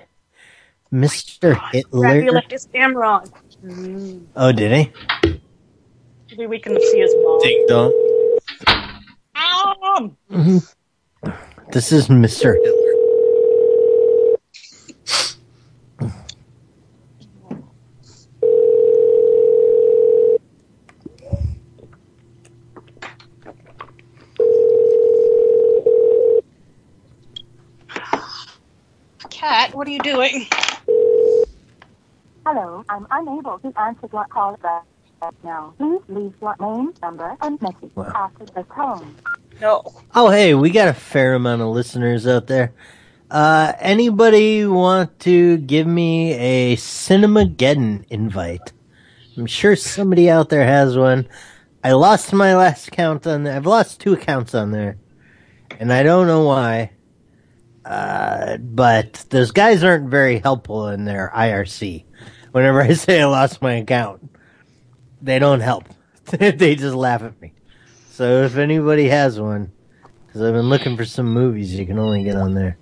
[SPEAKER 5] Mr. Hitler.
[SPEAKER 8] Grab you like this damn rod. Mm.
[SPEAKER 5] Oh, did he?
[SPEAKER 8] Maybe we can see his mom.
[SPEAKER 5] Ding dong.
[SPEAKER 8] Mom!
[SPEAKER 5] Mhm. This is Mr. Hitler.
[SPEAKER 8] Cat, what are you doing?
[SPEAKER 17] Hello, I'm unable to answer your call right now. Please leave your name, number, and message
[SPEAKER 5] Wow.
[SPEAKER 17] after the tone.
[SPEAKER 8] No.
[SPEAKER 5] Oh, hey, we got a fair amount of listeners out there. Uh, anybody want to give me a Cinemageddon invite? I'm sure somebody out there has one. I lost my last count on there. I've lost two accounts on there. And I don't know why. Uh, but those guys aren't very helpful in their IRC. Whenever I say I lost my account, they don't help. they just laugh at me. So if anybody has one, because I've been looking for some movies you can only get on there.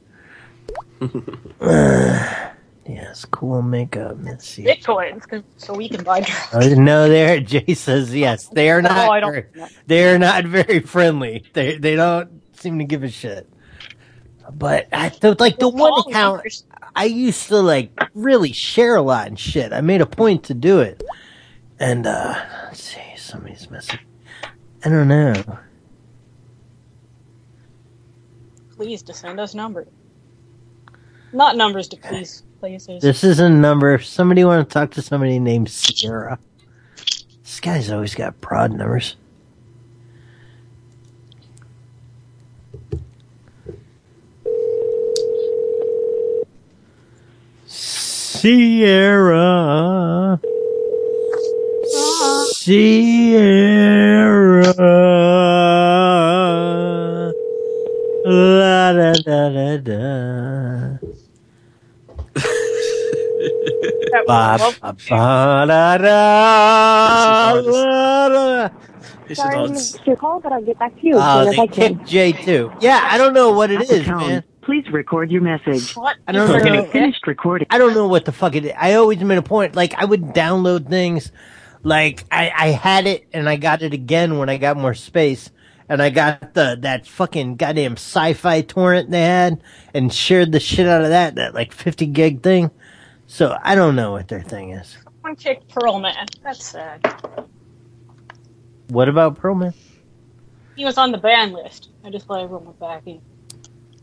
[SPEAKER 5] yes, cool makeup. Let's see.
[SPEAKER 8] Bitcoins, 'cause- so we can buy drugs.
[SPEAKER 5] Oh, no, there. Jay says yes. They are
[SPEAKER 8] No,
[SPEAKER 5] not.
[SPEAKER 8] I don't-
[SPEAKER 5] very- They are not very friendly. They they don't seem to give a shit. But I, the, like the one account, I used to like really share a lot and shit. I made a point to do it. And uh let's see, somebody's messing. I don't know.
[SPEAKER 8] Please to send us numbers. Not numbers to please places.
[SPEAKER 5] This is a number. If somebody want to talk to somebody named Sierra, this guy's always got broad numbers. Sierra. Sierra. La da da da da.
[SPEAKER 15] That
[SPEAKER 5] Ba,
[SPEAKER 15] was
[SPEAKER 5] ba, ba, da, da,
[SPEAKER 10] This is
[SPEAKER 5] la, da.
[SPEAKER 17] Sorry, I missed your call, but I'll get back to you
[SPEAKER 5] Oh,
[SPEAKER 17] as soon as
[SPEAKER 5] they
[SPEAKER 17] I can.
[SPEAKER 5] kicked Jay too. Yeah, I don't know what it
[SPEAKER 17] At the
[SPEAKER 5] is,
[SPEAKER 17] tone,
[SPEAKER 5] man.
[SPEAKER 22] Please record your message.
[SPEAKER 5] I don't know.
[SPEAKER 22] When you
[SPEAKER 5] I-
[SPEAKER 22] finished recording.
[SPEAKER 5] I don't know what the fuck it is. I always made a point. Like I would download things. Like I, I had it and I got it again when I got more space. And I got the that fucking goddamn sci-fi torrent they had and shared the shit out of that, that like fifty gig thing. So I don't know what their thing is.
[SPEAKER 8] Someone kicked Pearl Man. That's sad.
[SPEAKER 5] What about Perlman?
[SPEAKER 8] He was on the ban list. I just let everyone went back in.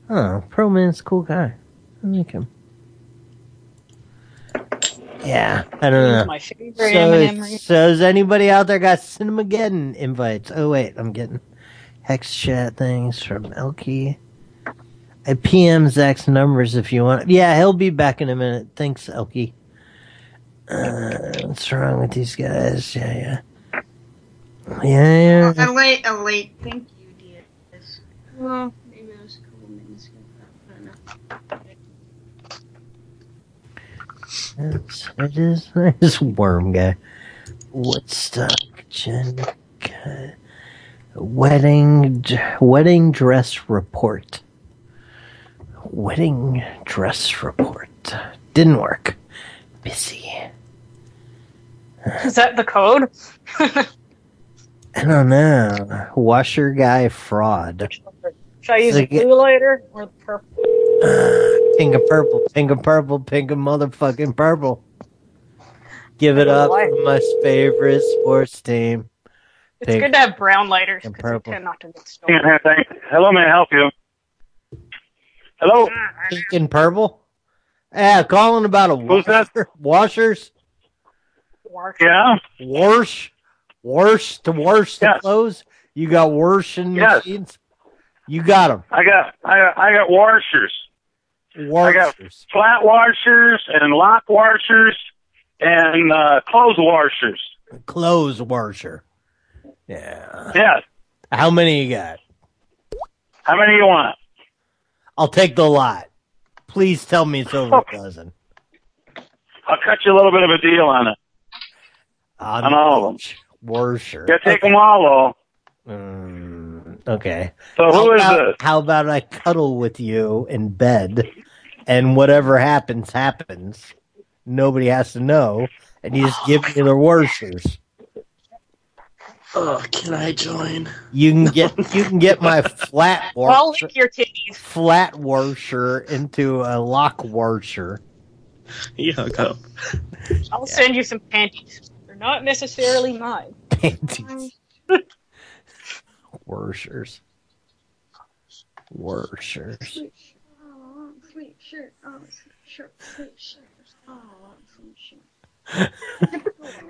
[SPEAKER 5] Oh, Perlman's a cool guy. I like him. Yeah, I don't know.
[SPEAKER 8] My favorite
[SPEAKER 5] so,
[SPEAKER 8] Eminem remix.
[SPEAKER 5] so is anybody out there got Cinemageddon invites? Oh wait, I'm getting hex chat things from Elkie. I PM Zach's numbers if you want. Yeah, he'll be back in a minute. Thanks, Elkie. Uh, what's wrong with these guys? Yeah, yeah, yeah,
[SPEAKER 3] A
[SPEAKER 5] yeah.
[SPEAKER 3] late, a late. Thank you, dear. Well, maybe it was a couple minutes ago. I don't know.
[SPEAKER 5] That's, that is this worm guy. Woodstock, Jenica, wedding, d- wedding dress report. Wedding dress report didn't work. Busy.
[SPEAKER 8] Is that the code?
[SPEAKER 5] I don't know. Washer guy fraud.
[SPEAKER 8] Should I use
[SPEAKER 5] So
[SPEAKER 8] the
[SPEAKER 5] get-
[SPEAKER 8] blue lighter or the purple?
[SPEAKER 5] Pink and purple, pink and purple, pink and motherfucking purple. Give it up for my favorite sports team.
[SPEAKER 8] It's
[SPEAKER 5] Pink
[SPEAKER 8] good to have brown lighters
[SPEAKER 5] and
[SPEAKER 8] because
[SPEAKER 5] purple.
[SPEAKER 8] they tend not to get stolen.
[SPEAKER 12] Hello, may I help you? Hello?
[SPEAKER 5] Pink and purple? Yeah, calling about a washer. Washers?
[SPEAKER 12] Yeah.
[SPEAKER 5] Wash? Wash to wash the clothes? You got washing
[SPEAKER 12] Yes.
[SPEAKER 5] machines? You got them.
[SPEAKER 12] I got I got, I got washers. I got flat washers and lock washers and uh, clothes washers.
[SPEAKER 5] Clothes washer. Yeah.
[SPEAKER 12] Yes.
[SPEAKER 5] How many you got?
[SPEAKER 12] How many you want?
[SPEAKER 5] I'll take the lot. Please tell me it's over a dozen.
[SPEAKER 12] I'll cut you a little bit of a deal on it.
[SPEAKER 5] On
[SPEAKER 12] On all
[SPEAKER 5] of them. Washer.
[SPEAKER 12] You take them all though.
[SPEAKER 5] Okay.
[SPEAKER 12] So
[SPEAKER 5] how
[SPEAKER 12] who is
[SPEAKER 5] about,
[SPEAKER 12] this?
[SPEAKER 5] How about I cuddle with you in bed, and whatever happens, happens. Nobody has to know, and you just give me the worshers.
[SPEAKER 10] Oh, can I join?
[SPEAKER 5] You can get you can get my flat
[SPEAKER 8] I'll
[SPEAKER 5] wor-
[SPEAKER 8] lick your titties.
[SPEAKER 5] flat worsher into a lock worsher.
[SPEAKER 10] You hook up.
[SPEAKER 8] I'll send you some panties. They're not necessarily mine.
[SPEAKER 5] Panties. Worshers. Worshers.
[SPEAKER 4] Sleep shirt. Oh, sleep shirt. Oh, sleep shirt. Sleep shirt. Oh, sleep shirt.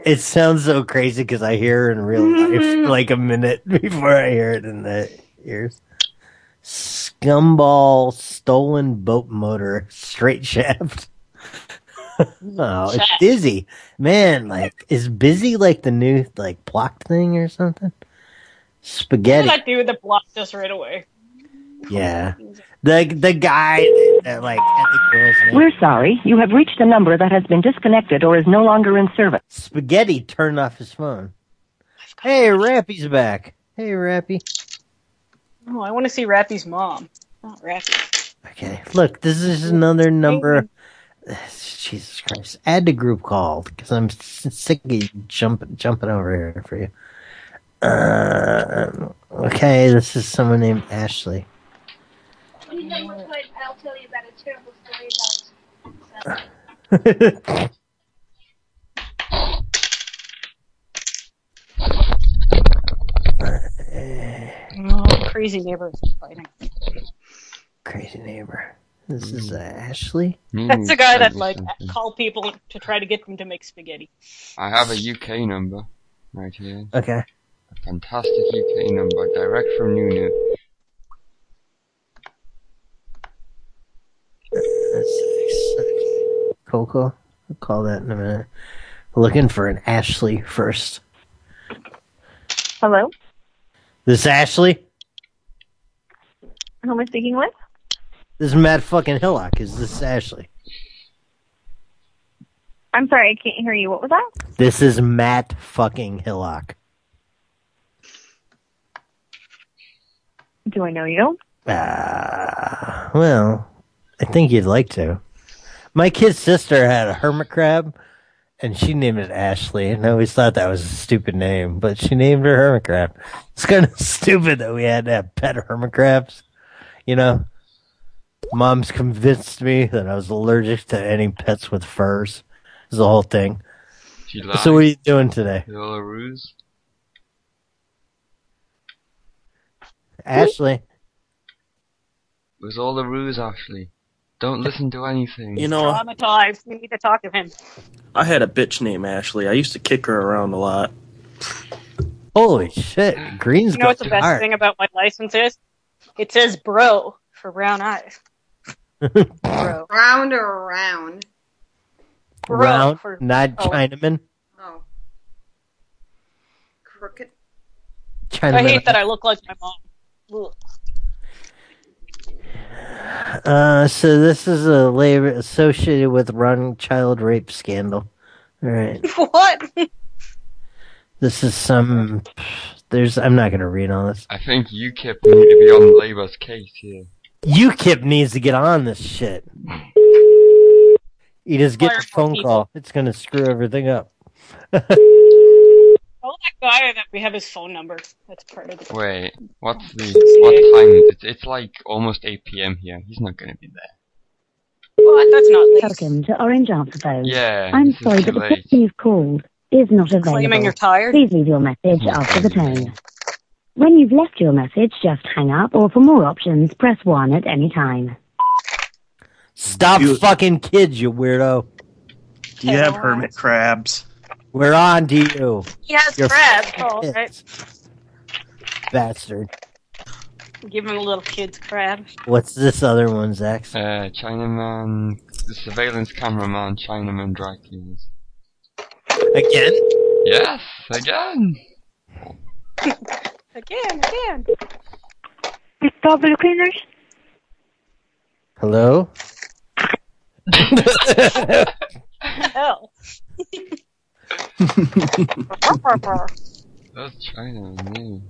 [SPEAKER 5] It sounds so crazy because I hear it in real life like a minute before I hear it in the ears. Scumball stolen boat motor straight shaft. oh, it's busy, man. Like, is busy like the new like block thing or something?
[SPEAKER 8] What
[SPEAKER 5] Spaghetti,
[SPEAKER 8] did that dude that blocked us right away?
[SPEAKER 5] yeah. The the guy that, that like had the girl's name.
[SPEAKER 22] We're sorry. You have reached a number that has been disconnected or is no longer in service.
[SPEAKER 5] Spaghetti turned off his phone. Hey, Rappy's back. Hey, Rappy.
[SPEAKER 8] Oh, I want to see Rappy's mom. Not Rappy.
[SPEAKER 5] Okay. Look, this is another number. Jesus Christ. Add to group call because I'm s- sick of you jump, jumping over here for you. Uh, okay, this is someone named Ashley.
[SPEAKER 4] I'll tell you about a terrible story about.
[SPEAKER 8] Oh, crazy neighbors fighting.
[SPEAKER 5] Crazy neighbor. This is uh, Ashley.
[SPEAKER 8] That's the guy that like call people to try to get them to make spaghetti.
[SPEAKER 1] I have a UK number right here.
[SPEAKER 5] Okay.
[SPEAKER 1] A fantastic UK number, direct from Nunu.
[SPEAKER 5] Coco. I'll call that in a minute. Looking for an Ashley first.
[SPEAKER 19] Hello?
[SPEAKER 5] This Ashley.
[SPEAKER 19] Who am I speaking with?
[SPEAKER 5] This is Matt fucking Hillock. Is this Ashley?
[SPEAKER 19] I'm sorry, I can't hear you. What was that?
[SPEAKER 5] This is Matt fucking Hillock.
[SPEAKER 19] Do I know you?
[SPEAKER 5] Ah, well, I think you'd like to. My kid's sister had a hermit crab, and she named it Ashley. And I always thought that was a stupid name, but she named her hermit crab. It's kind of stupid that we had to have pet hermit crabs. You know, mom's convinced me that I was allergic to any pets with furs. Is the whole thing.
[SPEAKER 1] She
[SPEAKER 5] So what are you doing today,
[SPEAKER 1] Little ruse.
[SPEAKER 5] Ashley?
[SPEAKER 1] It was all a ruse, Ashley. Don't listen to anything.
[SPEAKER 10] You know-
[SPEAKER 8] Traumatized. We need to talk to him.
[SPEAKER 10] I had a bitch named Ashley. I used to kick her around a lot.
[SPEAKER 5] Holy shit! Green's
[SPEAKER 8] You know what the best thing about my license is? It says bro for brown eyes. Bro.
[SPEAKER 3] Round or round?
[SPEAKER 8] Bro
[SPEAKER 5] Round,
[SPEAKER 8] for
[SPEAKER 5] not
[SPEAKER 3] oh.
[SPEAKER 5] Chinaman.
[SPEAKER 3] Oh. Crooked.
[SPEAKER 5] Chinaman.
[SPEAKER 8] I hate that I look like my mom. Ugh.
[SPEAKER 5] Uh, so this is a labor associated with running child rape scandal. All right.
[SPEAKER 8] What?
[SPEAKER 5] This is some. There's. I'm not gonna read all this.
[SPEAKER 1] I think UKIP need to be on Labour's case here.
[SPEAKER 5] UKIP needs to get on this shit. You just get the phone call. It's gonna screw everything up.
[SPEAKER 8] Tell that guy that we have his phone number. That's part of the
[SPEAKER 1] Wait, what's the what time? It's, it's like almost 8 p.m. here. He's not going to be there.
[SPEAKER 8] What? That's not late.
[SPEAKER 20] Welcome to Orange Answer Phone.
[SPEAKER 1] Yeah,
[SPEAKER 20] I'm
[SPEAKER 1] this is
[SPEAKER 20] sorry,
[SPEAKER 1] too
[SPEAKER 20] but the
[SPEAKER 1] late.
[SPEAKER 20] person you've called is not available.
[SPEAKER 8] Claiming you're tired?
[SPEAKER 20] Please leave your message
[SPEAKER 1] Oh,
[SPEAKER 20] after the tone. When you've left your message, just hang up, or for more options, press 1 at any time.
[SPEAKER 5] Stop fucking kids, you weirdo.
[SPEAKER 10] Do you have hermit crabs?
[SPEAKER 5] We're on to you,
[SPEAKER 8] He has
[SPEAKER 5] You're
[SPEAKER 8] crabs. Oh, right.
[SPEAKER 5] bastard.
[SPEAKER 8] Give him a little kid's crab.
[SPEAKER 5] What's this other one, Zach?
[SPEAKER 1] Uh, Chinaman, the surveillance cameraman, Chinaman dry cleaners.
[SPEAKER 5] Again?
[SPEAKER 1] Yes, again.
[SPEAKER 8] Again, again.
[SPEAKER 20] Stop the cleaners.
[SPEAKER 5] Hello.
[SPEAKER 8] Hell.
[SPEAKER 1] That's Chinaman name.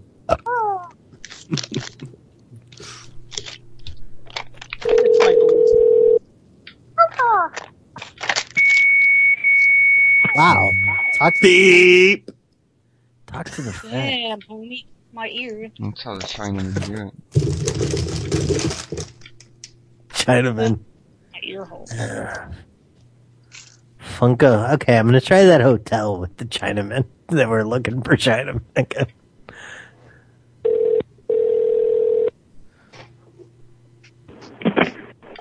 [SPEAKER 5] Wow. Talk to Beep. Talk to the fan.
[SPEAKER 8] Damn, homie. My ear.
[SPEAKER 1] That's how the Chinaman do it.
[SPEAKER 5] Chinaman.
[SPEAKER 8] My ear hole.
[SPEAKER 5] Funko. Okay, I'm gonna try that hotel with the Chinaman that we're looking for Chinaman again.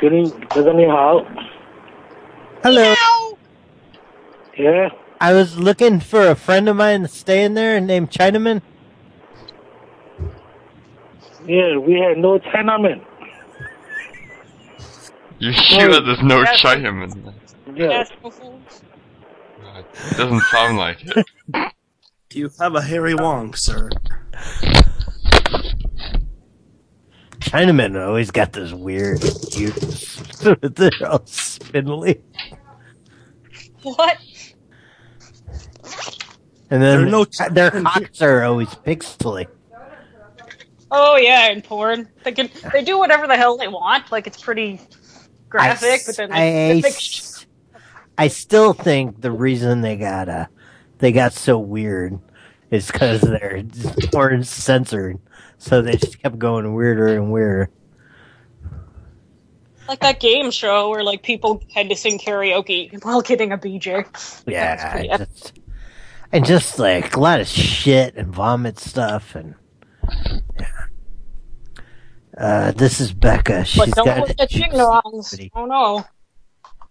[SPEAKER 12] Good evening. Oh,
[SPEAKER 5] Hello.
[SPEAKER 12] Yeah.
[SPEAKER 5] I was looking for a friend of mine that's staying there named Chinaman.
[SPEAKER 12] Yeah, we had no Chinaman.
[SPEAKER 1] You sure there's no
[SPEAKER 12] Yes.
[SPEAKER 1] Chinaman? there?
[SPEAKER 12] Yeah.
[SPEAKER 1] It doesn't sound like it.
[SPEAKER 10] Do you have a Harry Wong, sir?
[SPEAKER 5] Chinamen always got those weird ears. They're all spindly.
[SPEAKER 8] What?
[SPEAKER 5] And then
[SPEAKER 8] There are no
[SPEAKER 5] their cocks are always pixely.
[SPEAKER 8] Oh yeah, in porn, they can they do whatever the hell they want. Like it's pretty graphic,
[SPEAKER 5] I s-
[SPEAKER 8] but then
[SPEAKER 5] I
[SPEAKER 8] like, they
[SPEAKER 5] s- I still think the reason they got uh, they got so weird is because they're porn censored, so they just kept going weirder and weirder.
[SPEAKER 8] like that game show where like people had to sing karaoke while getting a BJ.
[SPEAKER 5] Yeah,
[SPEAKER 8] pretty
[SPEAKER 5] I just, and just like a lot of shit and vomit stuff and. Uh, this is Becca. She's
[SPEAKER 8] But don't
[SPEAKER 5] got
[SPEAKER 8] look at
[SPEAKER 5] juicy-
[SPEAKER 8] ignorance. Oh no,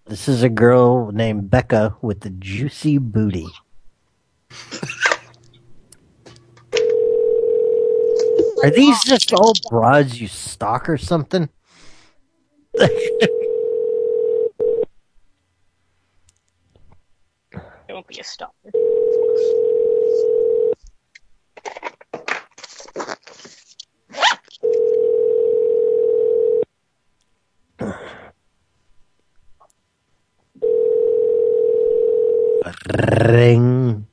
[SPEAKER 5] This is a girl named Becca with the juicy booty. Are these just all broads you stalk or something?
[SPEAKER 8] don't be a stalker.
[SPEAKER 5] Ring.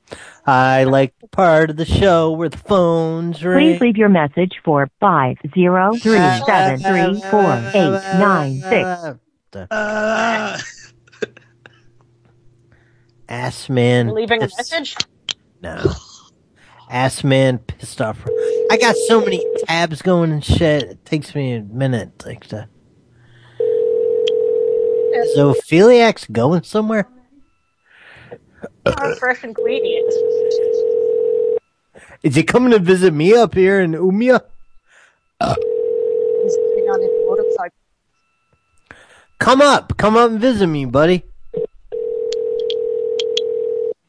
[SPEAKER 5] I like the part of the show where the phones ring.
[SPEAKER 22] Please leave your message for five zero three seven three four eight nine six.
[SPEAKER 5] Uh, Ass man.
[SPEAKER 8] Leaving a
[SPEAKER 5] pissed-
[SPEAKER 8] message?
[SPEAKER 5] No. Ass man pissed off. I got so many tabs going and shit. It takes me a minute. Like to. Zoophiliacs going somewhere?
[SPEAKER 8] Our fresh ingredients.
[SPEAKER 5] Is he coming to visit me up here in Umia?
[SPEAKER 8] He's getting on his motorcycle.
[SPEAKER 5] Come up. Come up and visit me, buddy.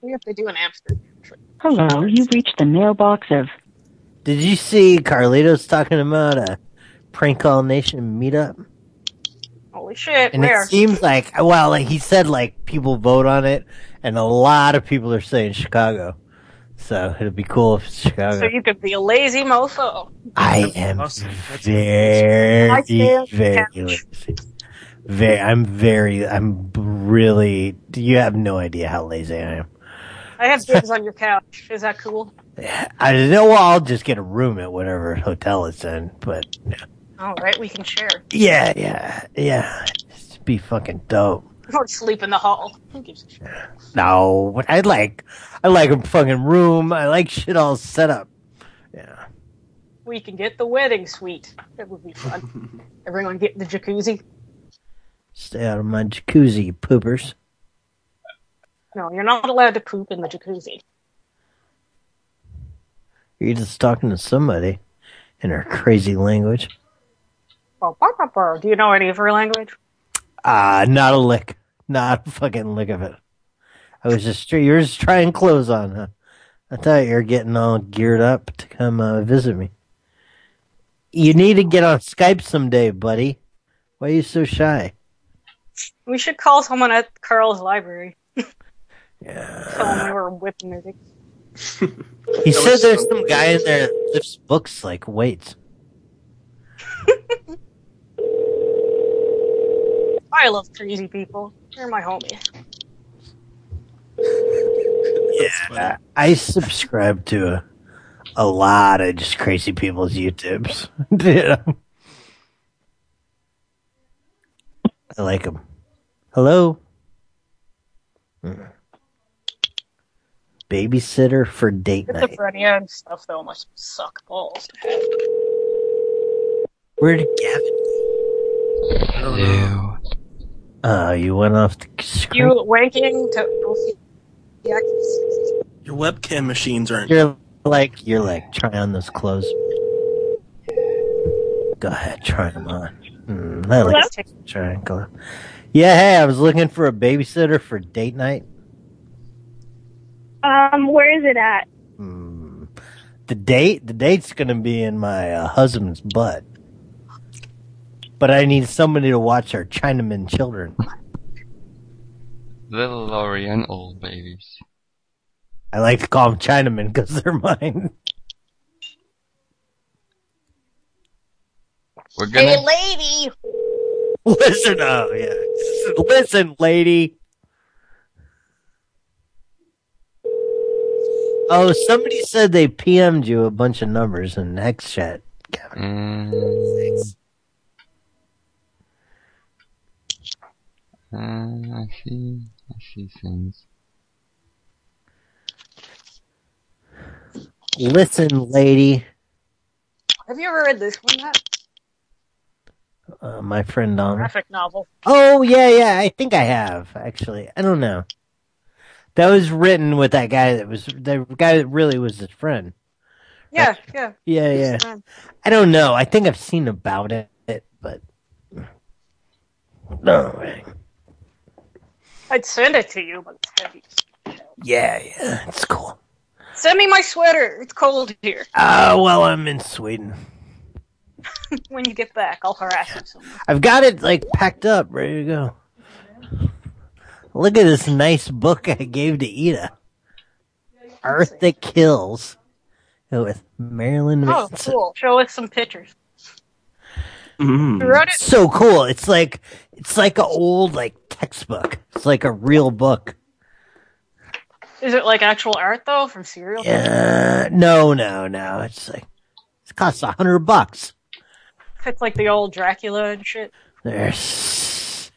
[SPEAKER 8] We have to do an Amsterdam.
[SPEAKER 5] Hello, you've reached the mailbox of. Did you see Carlitos talking about a prank call nation meetup?
[SPEAKER 8] Holy shit!
[SPEAKER 5] And
[SPEAKER 8] where?
[SPEAKER 5] it seems like, well, like he said, like people vote on it, and a lot of people are saying Chicago. So it'd be cool if it's Chicago.
[SPEAKER 8] so you could be a lazy mofo.
[SPEAKER 5] I am very,
[SPEAKER 8] I feel
[SPEAKER 5] very
[SPEAKER 8] touched.
[SPEAKER 5] lazy. Very, I'm very, I'm really. You have no idea how lazy I am.
[SPEAKER 8] I have dibs on your couch. Is that cool?
[SPEAKER 5] I don't know. Well, I'll just get a room at whatever hotel it's in. But
[SPEAKER 8] All right, we can share.
[SPEAKER 5] yeah, yeah, yeah, it'd be fucking dope.
[SPEAKER 8] Or sleep in the hall. Who gives a shit?
[SPEAKER 5] No, but I like, I like a fucking room. I like shit all set up.
[SPEAKER 8] We can get the wedding suite. That would be fun. Everyone get the jacuzzi.
[SPEAKER 5] Stay out of my jacuzzi, you poopers.
[SPEAKER 8] No, you're not allowed to poop in the jacuzzi.
[SPEAKER 5] You're just talking to somebody in her crazy language.
[SPEAKER 8] Well, bah, bah, bah. Do you know any of her language?
[SPEAKER 5] Ah, not a lick. Not a fucking lick of it. I was just, you were just trying clothes on, huh? I thought you were getting all geared up to come uh, visit me. You need to get on Skype someday, buddy. Why are you so shy?
[SPEAKER 8] We should call someone at Carl's library. yeah. Tell them we were whipping their dick.
[SPEAKER 5] He said there's some guy in there that lifts books like weights.
[SPEAKER 8] I love crazy people. They're my homie.
[SPEAKER 5] Yeah. I subscribe to a, a lot of just crazy people's YouTubes. You know? I like them. Hello? Mm. Babysitter for date night.
[SPEAKER 8] Schizophrenia and stuff though must suck balls.
[SPEAKER 5] Where did Gavin go? Oh, you went off the
[SPEAKER 8] You
[SPEAKER 5] screen.
[SPEAKER 8] wanking to yeah.
[SPEAKER 10] Your webcam machines aren't.
[SPEAKER 5] You're like, you're like, try on those clothes. Go ahead, try them on. Mm, I like
[SPEAKER 8] Hello?
[SPEAKER 5] triangle. Yeah, hey, I was looking for a babysitter for date night.
[SPEAKER 19] Um, where is it at?
[SPEAKER 5] The date, the date's gonna be in my uh, husband's butt. But I need somebody to watch our Chinaman children.
[SPEAKER 1] Little Oriental babies.
[SPEAKER 5] I like to call them Chinamen because they're mine.
[SPEAKER 1] We're
[SPEAKER 8] Hey lady!
[SPEAKER 5] Listen, oh yeah, listen, lady. Oh, somebody said they PM'd you a bunch of numbers in X chat.
[SPEAKER 1] Mm. Uh, I see. I see things.
[SPEAKER 5] Listen, lady.
[SPEAKER 8] Have you ever read this one? That
[SPEAKER 5] Uh, my friend Donna.
[SPEAKER 8] graphic novel.
[SPEAKER 5] Oh yeah, yeah. I think I have actually. I don't know. That was written with that guy that was the guy that really was his friend.
[SPEAKER 8] Yeah, yeah.
[SPEAKER 5] Yeah, yeah.
[SPEAKER 8] Uh,
[SPEAKER 5] I don't know. I think I've seen about it, but no way.
[SPEAKER 8] I'd send it to you, but it's heavy.
[SPEAKER 5] Yeah, yeah. It's cool.
[SPEAKER 8] Send me my sweater. It's cold here.
[SPEAKER 5] Oh well, I'm in Sweden.
[SPEAKER 8] when you get back, I'll harass you. Some.
[SPEAKER 5] I've got it like packed up, ready to go. Look at this nice book I gave to Ida. Earth that Kills. With Marilyn
[SPEAKER 8] Oh,
[SPEAKER 5] Manson.
[SPEAKER 8] cool. Show us some pictures.
[SPEAKER 5] Mm.
[SPEAKER 8] You wrote it?
[SPEAKER 5] So cool. It's like it's like an old like textbook. It's like a real book.
[SPEAKER 8] Is it like actual art though from cereal?
[SPEAKER 5] Uh, no, no, no. It's like it costs a hundred bucks.
[SPEAKER 8] It's like the old Dracula and shit.
[SPEAKER 5] There's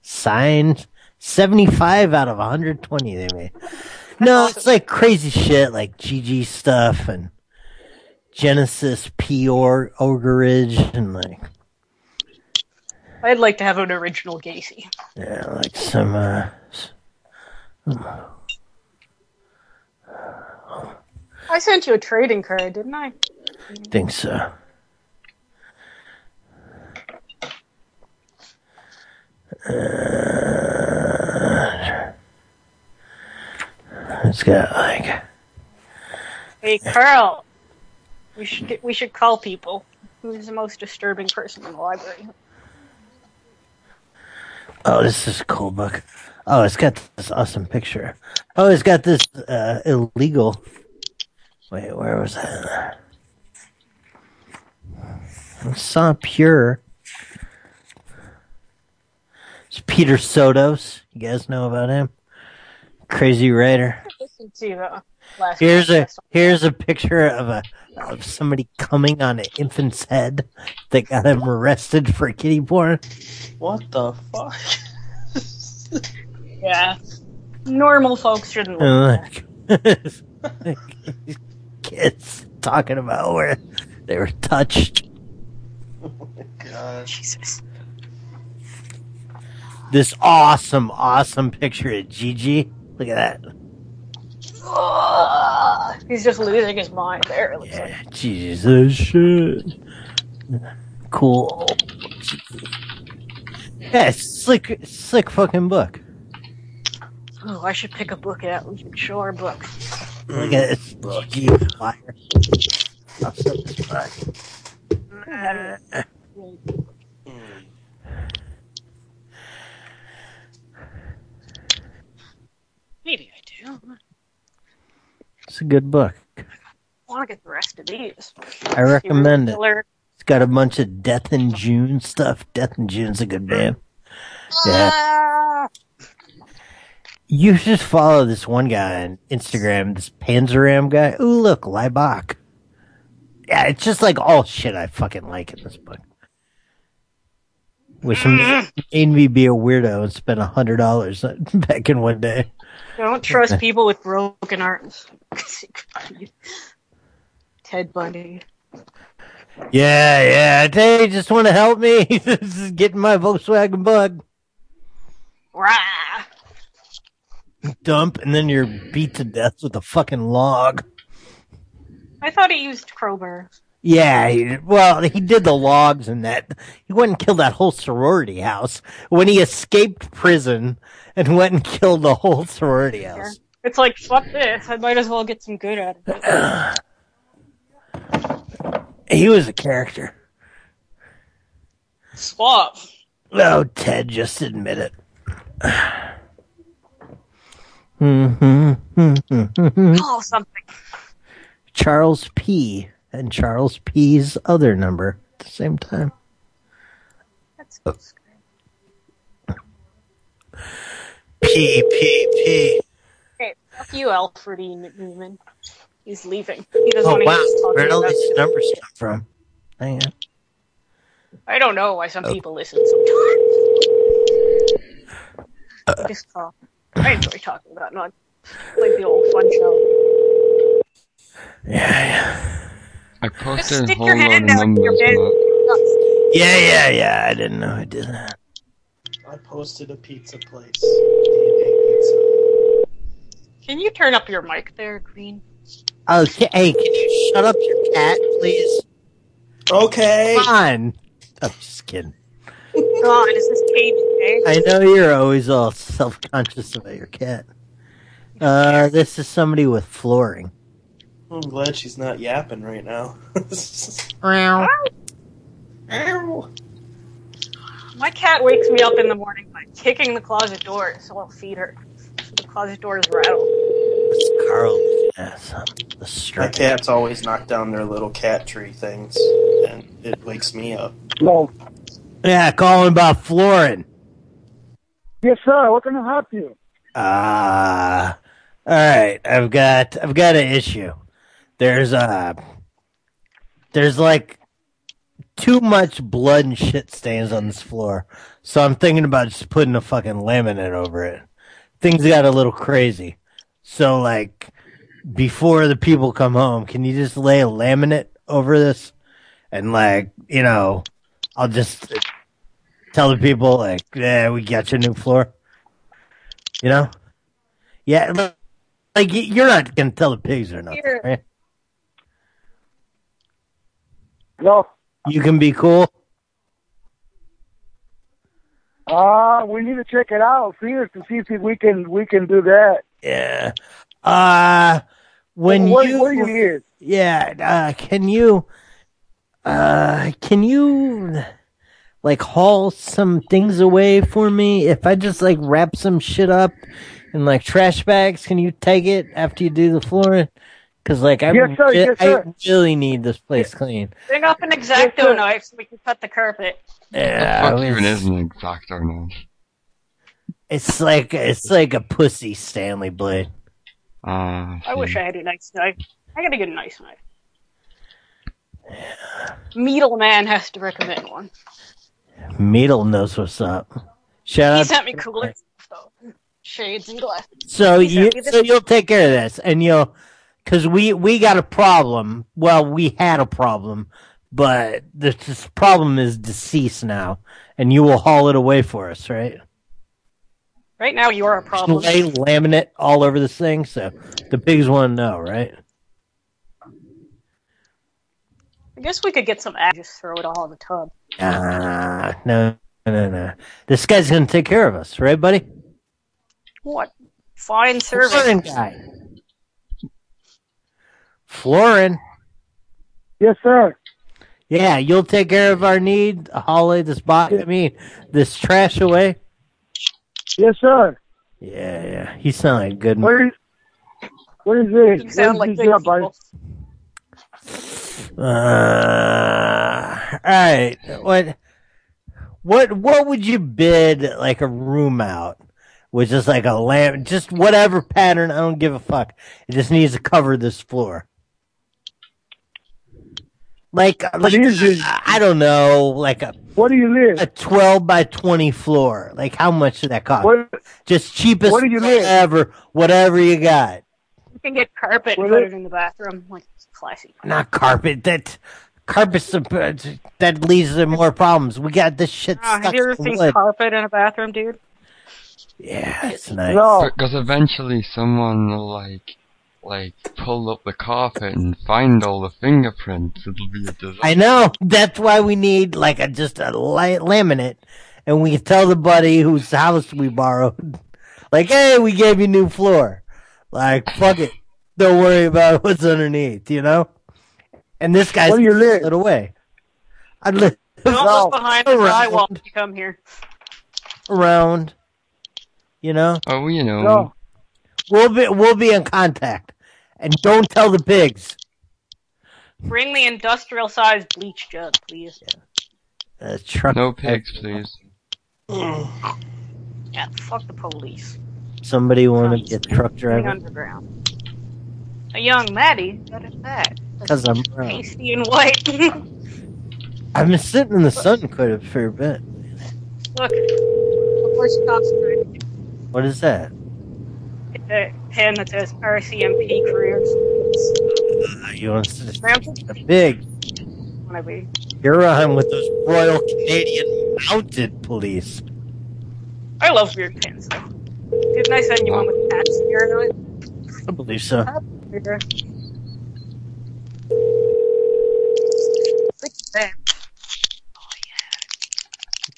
[SPEAKER 5] signed seventy-five out of hundred twenty they made. No, it's like crazy shit like GG stuff and Genesis P or Ogreage and like
[SPEAKER 8] I'd like to have an original Gacy.
[SPEAKER 5] yeah, like some uh s- hmm,
[SPEAKER 8] I sent you a trading card, didn't I?
[SPEAKER 5] think so. Uh, it's got like
[SPEAKER 8] Hey Carl, we should get, we should call people. Who's the most disturbing person in the library?
[SPEAKER 5] oh, this is a cool book. Oh, it's got this awesome picture. Oh, it's got this uh, illegal. Wait, where was that? I saw pure. It's Peter Sotos. You guys know about him? Crazy writer.
[SPEAKER 8] Listen to the last.
[SPEAKER 5] Here's a
[SPEAKER 8] podcast.
[SPEAKER 5] here's a picture of a of somebody coming on an infant's head that got him arrested for kitty porn.
[SPEAKER 15] What the fuck?
[SPEAKER 8] Yeah, normal folks shouldn't.
[SPEAKER 5] And like, kids talking about where they were touched.
[SPEAKER 8] Jesus.
[SPEAKER 5] This awesome, awesome picture of Gigi. Look at that.
[SPEAKER 8] Ugh. he's just losing his mind there. it looks like.
[SPEAKER 5] Jesus shit. Cool. Yeah, it's slick, slick fucking book.
[SPEAKER 8] Oh, I should pick a book out. We should show our book.
[SPEAKER 5] Look at this book, you liar. I'll set this back.
[SPEAKER 8] Maybe I do. I
[SPEAKER 5] It's a good book.
[SPEAKER 8] want to get the rest of these.
[SPEAKER 5] I recommend it.
[SPEAKER 8] Killer.
[SPEAKER 5] It's got a bunch of Death in June stuff. Death in June's a good band. Yeah. You should follow this one guy on Instagram, this Panzeram guy. Ooh, look, Leibach. Yeah, it's just like all shit I fucking like in this book. Wish him made me be a weirdo and spend a hundred dollars back in one day.
[SPEAKER 8] Don't trust people with broken arms. Ted Bundy.
[SPEAKER 5] Yeah, yeah. They just want to help me. this is getting my Volkswagen bug.
[SPEAKER 8] Rah!
[SPEAKER 5] Dump, and then you're beat to death with a fucking log.
[SPEAKER 8] I thought he used crowbar.
[SPEAKER 5] Yeah, he, well, he did the logs and that. He went and killed that whole sorority house when he escaped prison and went and killed the whole sorority
[SPEAKER 8] Yeah.
[SPEAKER 5] house.
[SPEAKER 8] It's like fuck this. I might as well get some good out of it.
[SPEAKER 5] He was a character.
[SPEAKER 8] Swap.
[SPEAKER 5] Oh, Ted, just admit it. Mhm.
[SPEAKER 8] Call something.
[SPEAKER 5] Charles P. and Charles P.'s other number at the same time. Oh. P P P.
[SPEAKER 8] Okay, fuck you, Alfred E. Newman. He's leaving. He doesn't
[SPEAKER 5] Oh
[SPEAKER 8] want to hear
[SPEAKER 5] wow,
[SPEAKER 8] us talking
[SPEAKER 5] where did all
[SPEAKER 8] about
[SPEAKER 5] these numbers come from? Hang on.
[SPEAKER 8] I don't know why some
[SPEAKER 5] Oh.
[SPEAKER 8] people listen sometimes.
[SPEAKER 5] Uh.
[SPEAKER 8] I just call. I enjoy talking about not like the old fun show.
[SPEAKER 1] I posted a
[SPEAKER 8] stick
[SPEAKER 1] whole
[SPEAKER 8] your
[SPEAKER 1] load of
[SPEAKER 8] hand out
[SPEAKER 1] numbers.
[SPEAKER 8] your
[SPEAKER 1] on that.
[SPEAKER 5] Yeah, yeah, yeah. I didn't know I did that.
[SPEAKER 16] I posted a pizza place. DNA pizza.
[SPEAKER 8] Can you turn up your mic there, Green?
[SPEAKER 5] Okay, hey, can you shut up your cat, please?
[SPEAKER 15] Okay.
[SPEAKER 5] Come on. I'm just kidding.
[SPEAKER 8] God, is this cage okay?
[SPEAKER 5] I know you're always all self-conscious about your cat. Uh, this is somebody with flooring.
[SPEAKER 15] I'm glad she's not yapping right now.
[SPEAKER 5] Meow.
[SPEAKER 15] Ow.
[SPEAKER 8] My cat wakes me up in the morning by kicking the closet door, so I'll feed her. So the closet doors rattle.
[SPEAKER 5] Carl, yes, um, the
[SPEAKER 15] My
[SPEAKER 5] straight
[SPEAKER 15] cats always knock down their little cat tree things, and it wakes me up.
[SPEAKER 5] No. Yeah, calling about flooring.
[SPEAKER 18] Yes, sir. What can I help you?
[SPEAKER 5] Ah, All right, I've got I've got an issue. There's uh there's like too much blood and shit stains on this floor, so I'm thinking about just putting a fucking laminate over it. Things got a little crazy, so like before the people come home, can you just lay a laminate over this? And like you know, I'll just tell the people like, yeah, we got your new floor. You know, yeah, li- like y- you're not gonna tell the pigs or nothing.
[SPEAKER 12] Here.
[SPEAKER 5] Right?
[SPEAKER 12] No.
[SPEAKER 5] You can be cool.
[SPEAKER 12] Uh, we need to check it out, see if to see if we can we can do that.
[SPEAKER 5] Yeah. Uh when
[SPEAKER 12] What-
[SPEAKER 5] you
[SPEAKER 12] what are your years?
[SPEAKER 5] Yeah, uh can you uh can you like haul some things away for me if I just like wrap some shit up in like trash bags, can you take it after you do the flooring? Cuz like I,
[SPEAKER 8] Yes, sir,
[SPEAKER 5] re-
[SPEAKER 8] yes, sir.
[SPEAKER 5] I really need this place clean.
[SPEAKER 8] Bring up an exacto knife so we can cut the carpet.
[SPEAKER 5] Yeah,
[SPEAKER 1] What
[SPEAKER 5] I
[SPEAKER 1] even
[SPEAKER 5] was-
[SPEAKER 1] is an exacto knife?
[SPEAKER 5] It's like it's like a pussy Stanley blade.
[SPEAKER 1] Ah,
[SPEAKER 5] Hmm.
[SPEAKER 8] I wish I had a nice knife. I gotta get a nice knife. Meadle Man has to recommend one.
[SPEAKER 5] Meadle knows what's up. Shout
[SPEAKER 8] He
[SPEAKER 5] out.
[SPEAKER 8] sent me cooler stuff though. Shades and glasses.
[SPEAKER 5] So
[SPEAKER 8] He sent
[SPEAKER 5] you
[SPEAKER 8] me this-
[SPEAKER 5] so you'll take care of this, and you'll because we we got a problem. Well, we had a problem, but this, this problem is deceased now, and you will haul it away for us, right?
[SPEAKER 8] Right now you are a problem.
[SPEAKER 5] Lay laminate all over this thing, so the pigs want to know, right?
[SPEAKER 8] I guess we could get some ash just throw it all in the tub.
[SPEAKER 5] Ah, no, no, no. This guy's gonna take care of us, right, buddy?
[SPEAKER 8] What? Fine service.
[SPEAKER 5] Florin guy. Florin.
[SPEAKER 12] Yes, sir.
[SPEAKER 5] Yeah, you'll take care of our need, Holly. This box, I mean, this trash away.
[SPEAKER 12] Yes, sir.
[SPEAKER 5] Yeah, yeah. You sound like a good.
[SPEAKER 12] What is what is this?
[SPEAKER 8] You sound
[SPEAKER 12] What
[SPEAKER 8] like
[SPEAKER 12] is
[SPEAKER 8] big
[SPEAKER 12] this about?
[SPEAKER 5] Uh, all right. What? What? What would you bid like a room out with just like a lamp, just whatever pattern? I don't give a fuck. It just needs to cover this floor. Like, like I I don't know, like a
[SPEAKER 12] what do you live?
[SPEAKER 5] A twelve by twenty floor. Like how much did that cost? just cheapest
[SPEAKER 8] where do you live?
[SPEAKER 5] whatever, whatever you got.
[SPEAKER 8] You can get carpet and put it in the bathroom. Like it's classy.
[SPEAKER 5] Not carpet. That carpet's a- that leads to more problems. We got this shit
[SPEAKER 8] Oh,
[SPEAKER 5] stuck
[SPEAKER 8] have you ever
[SPEAKER 5] to
[SPEAKER 8] seen
[SPEAKER 5] wood.
[SPEAKER 8] carpet in a bathroom, dude?
[SPEAKER 5] Yeah, it's
[SPEAKER 1] Because eventually someone will like, like pull up the carpet and find all the fingerprints. It'll be a disaster.
[SPEAKER 5] I know. That's why we need like a just a light laminate, and we can tell the buddy whose house we borrowed, like, hey, we gave you new floor. Like, fuck it. Don't worry about what's underneath, you know. And this guy's
[SPEAKER 12] Where do you live?
[SPEAKER 5] it away. I live
[SPEAKER 8] Don't look behind the
[SPEAKER 5] around,
[SPEAKER 8] drywall when you come here.
[SPEAKER 5] around, you know.
[SPEAKER 1] Oh, you know.
[SPEAKER 5] No. We'll be we'll be in contact, and don't tell the pigs.
[SPEAKER 8] Bring the industrial sized bleach jug, please.
[SPEAKER 5] Uh, truck
[SPEAKER 1] No pigs, please.
[SPEAKER 8] Yeah, fuck the police.
[SPEAKER 5] Somebody want to be a truck
[SPEAKER 8] Bring
[SPEAKER 5] driver
[SPEAKER 8] underground. A young Maddie? What is that?
[SPEAKER 5] because I'm brown.
[SPEAKER 8] Pasty and white.
[SPEAKER 5] I've been sitting in the sun quite a fair bit.
[SPEAKER 8] Look, before she stops trying to
[SPEAKER 5] What is that?
[SPEAKER 8] get the pin that says RCMP careers.
[SPEAKER 5] Uh, You want to sit
[SPEAKER 8] Ramp
[SPEAKER 5] a big
[SPEAKER 8] wanna be.
[SPEAKER 5] Huron with those Royal Canadian Mounted Police?
[SPEAKER 8] I love weird pins though. Didn't I send you one with cats here on it?
[SPEAKER 5] I believe so.
[SPEAKER 8] Here. Look at that.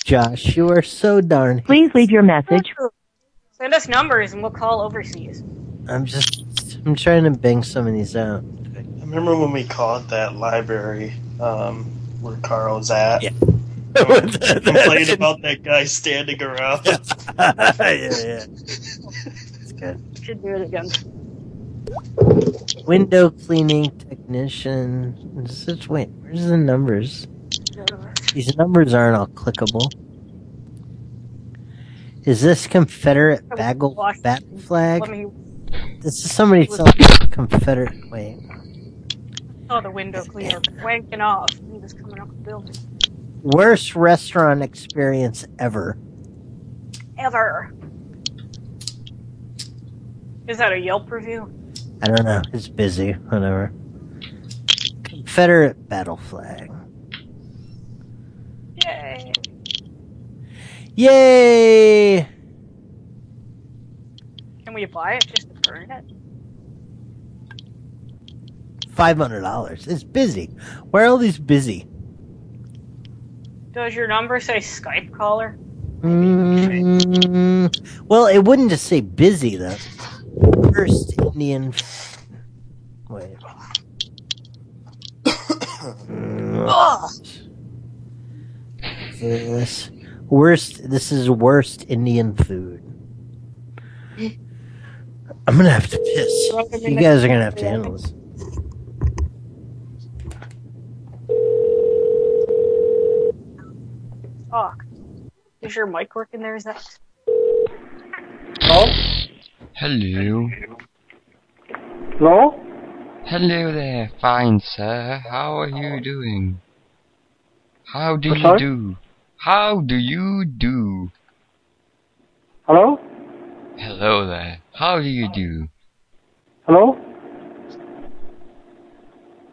[SPEAKER 5] Josh, you are so darn.
[SPEAKER 22] Please leave your message.
[SPEAKER 8] Send us numbers and we'll call overseas.
[SPEAKER 5] I'm just. I'm trying to bang some of these out.
[SPEAKER 16] I remember when we called that library um, where Carl's at. Yeah. complained about that guy standing around.
[SPEAKER 5] yeah, yeah.
[SPEAKER 8] Should do it again.
[SPEAKER 5] Window cleaning technician. Just wait. Where's the numbers? These numbers aren't all clickable. Is this Confederate bagel battle flag?
[SPEAKER 8] Let me
[SPEAKER 5] This is somebody selling Confederate. Wait.
[SPEAKER 8] Oh, the window cleaner wanking off. He was coming up the building.
[SPEAKER 5] Worst restaurant experience ever.
[SPEAKER 8] Ever. Is that a Yelp review?
[SPEAKER 5] I don't know. It's busy. Whatever. Confederate battle flag.
[SPEAKER 8] Yay.
[SPEAKER 5] Yay!
[SPEAKER 8] Can we buy it just to burn it?
[SPEAKER 5] Five hundred dollars. It's busy. Why are all these busy?
[SPEAKER 8] Does your number say Skype caller?
[SPEAKER 5] Mm, well, it wouldn't just say busy though. First Indian. Wait.
[SPEAKER 8] Ugh.
[SPEAKER 5] This worst. This is worst Indian food. I'm gonna have to piss. You guys are gonna have to handle this.
[SPEAKER 8] Fuck. Is your mic working there? Is that?
[SPEAKER 1] Hello.
[SPEAKER 12] Hello?
[SPEAKER 1] Hello there, fine sir. How are you doing? How do
[SPEAKER 12] I'm
[SPEAKER 1] you
[SPEAKER 12] sorry?
[SPEAKER 1] do? How do you do?
[SPEAKER 12] Hello?
[SPEAKER 1] Hello there. How do you do?
[SPEAKER 12] Hello?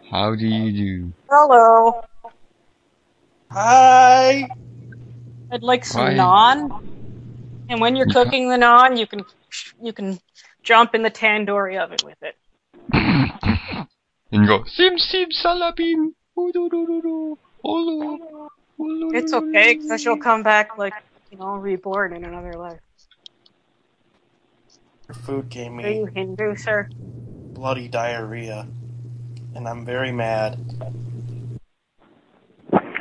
[SPEAKER 1] How do you do?
[SPEAKER 8] Hello.
[SPEAKER 16] Hi.
[SPEAKER 8] I'd like some
[SPEAKER 1] Why-
[SPEAKER 8] naan. And when you're
[SPEAKER 1] You can't-
[SPEAKER 8] cooking the naan, you can you can jump in the tandoori oven with it.
[SPEAKER 1] And you go, sim sim salabim. Ooh-doo-doo-doo-doo. Ulu. Ulu.
[SPEAKER 8] It's okay because you'll come back like you know reborn in another life.
[SPEAKER 16] Your food gave
[SPEAKER 8] Are
[SPEAKER 16] me
[SPEAKER 8] you Hindu, sir?
[SPEAKER 16] bloody diarrhea, and I'm very mad.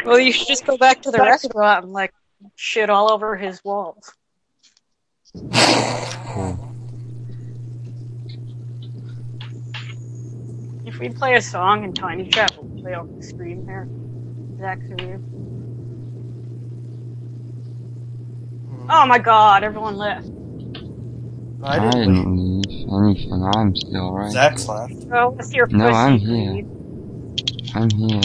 [SPEAKER 8] Well, you should just go back to the restaurant and like shit all over his walls.
[SPEAKER 5] Hmm.
[SPEAKER 8] If we play a song in Tiny Chat, we'll play off the screen there. Zach's review.
[SPEAKER 16] Hmm.
[SPEAKER 8] Oh my god, everyone left.
[SPEAKER 1] I didn't leave anything. I'm still right.
[SPEAKER 16] Zach's left.
[SPEAKER 8] Oh, what's your
[SPEAKER 1] No,
[SPEAKER 8] pussy
[SPEAKER 1] I'm here.
[SPEAKER 8] breed?
[SPEAKER 1] I'm here.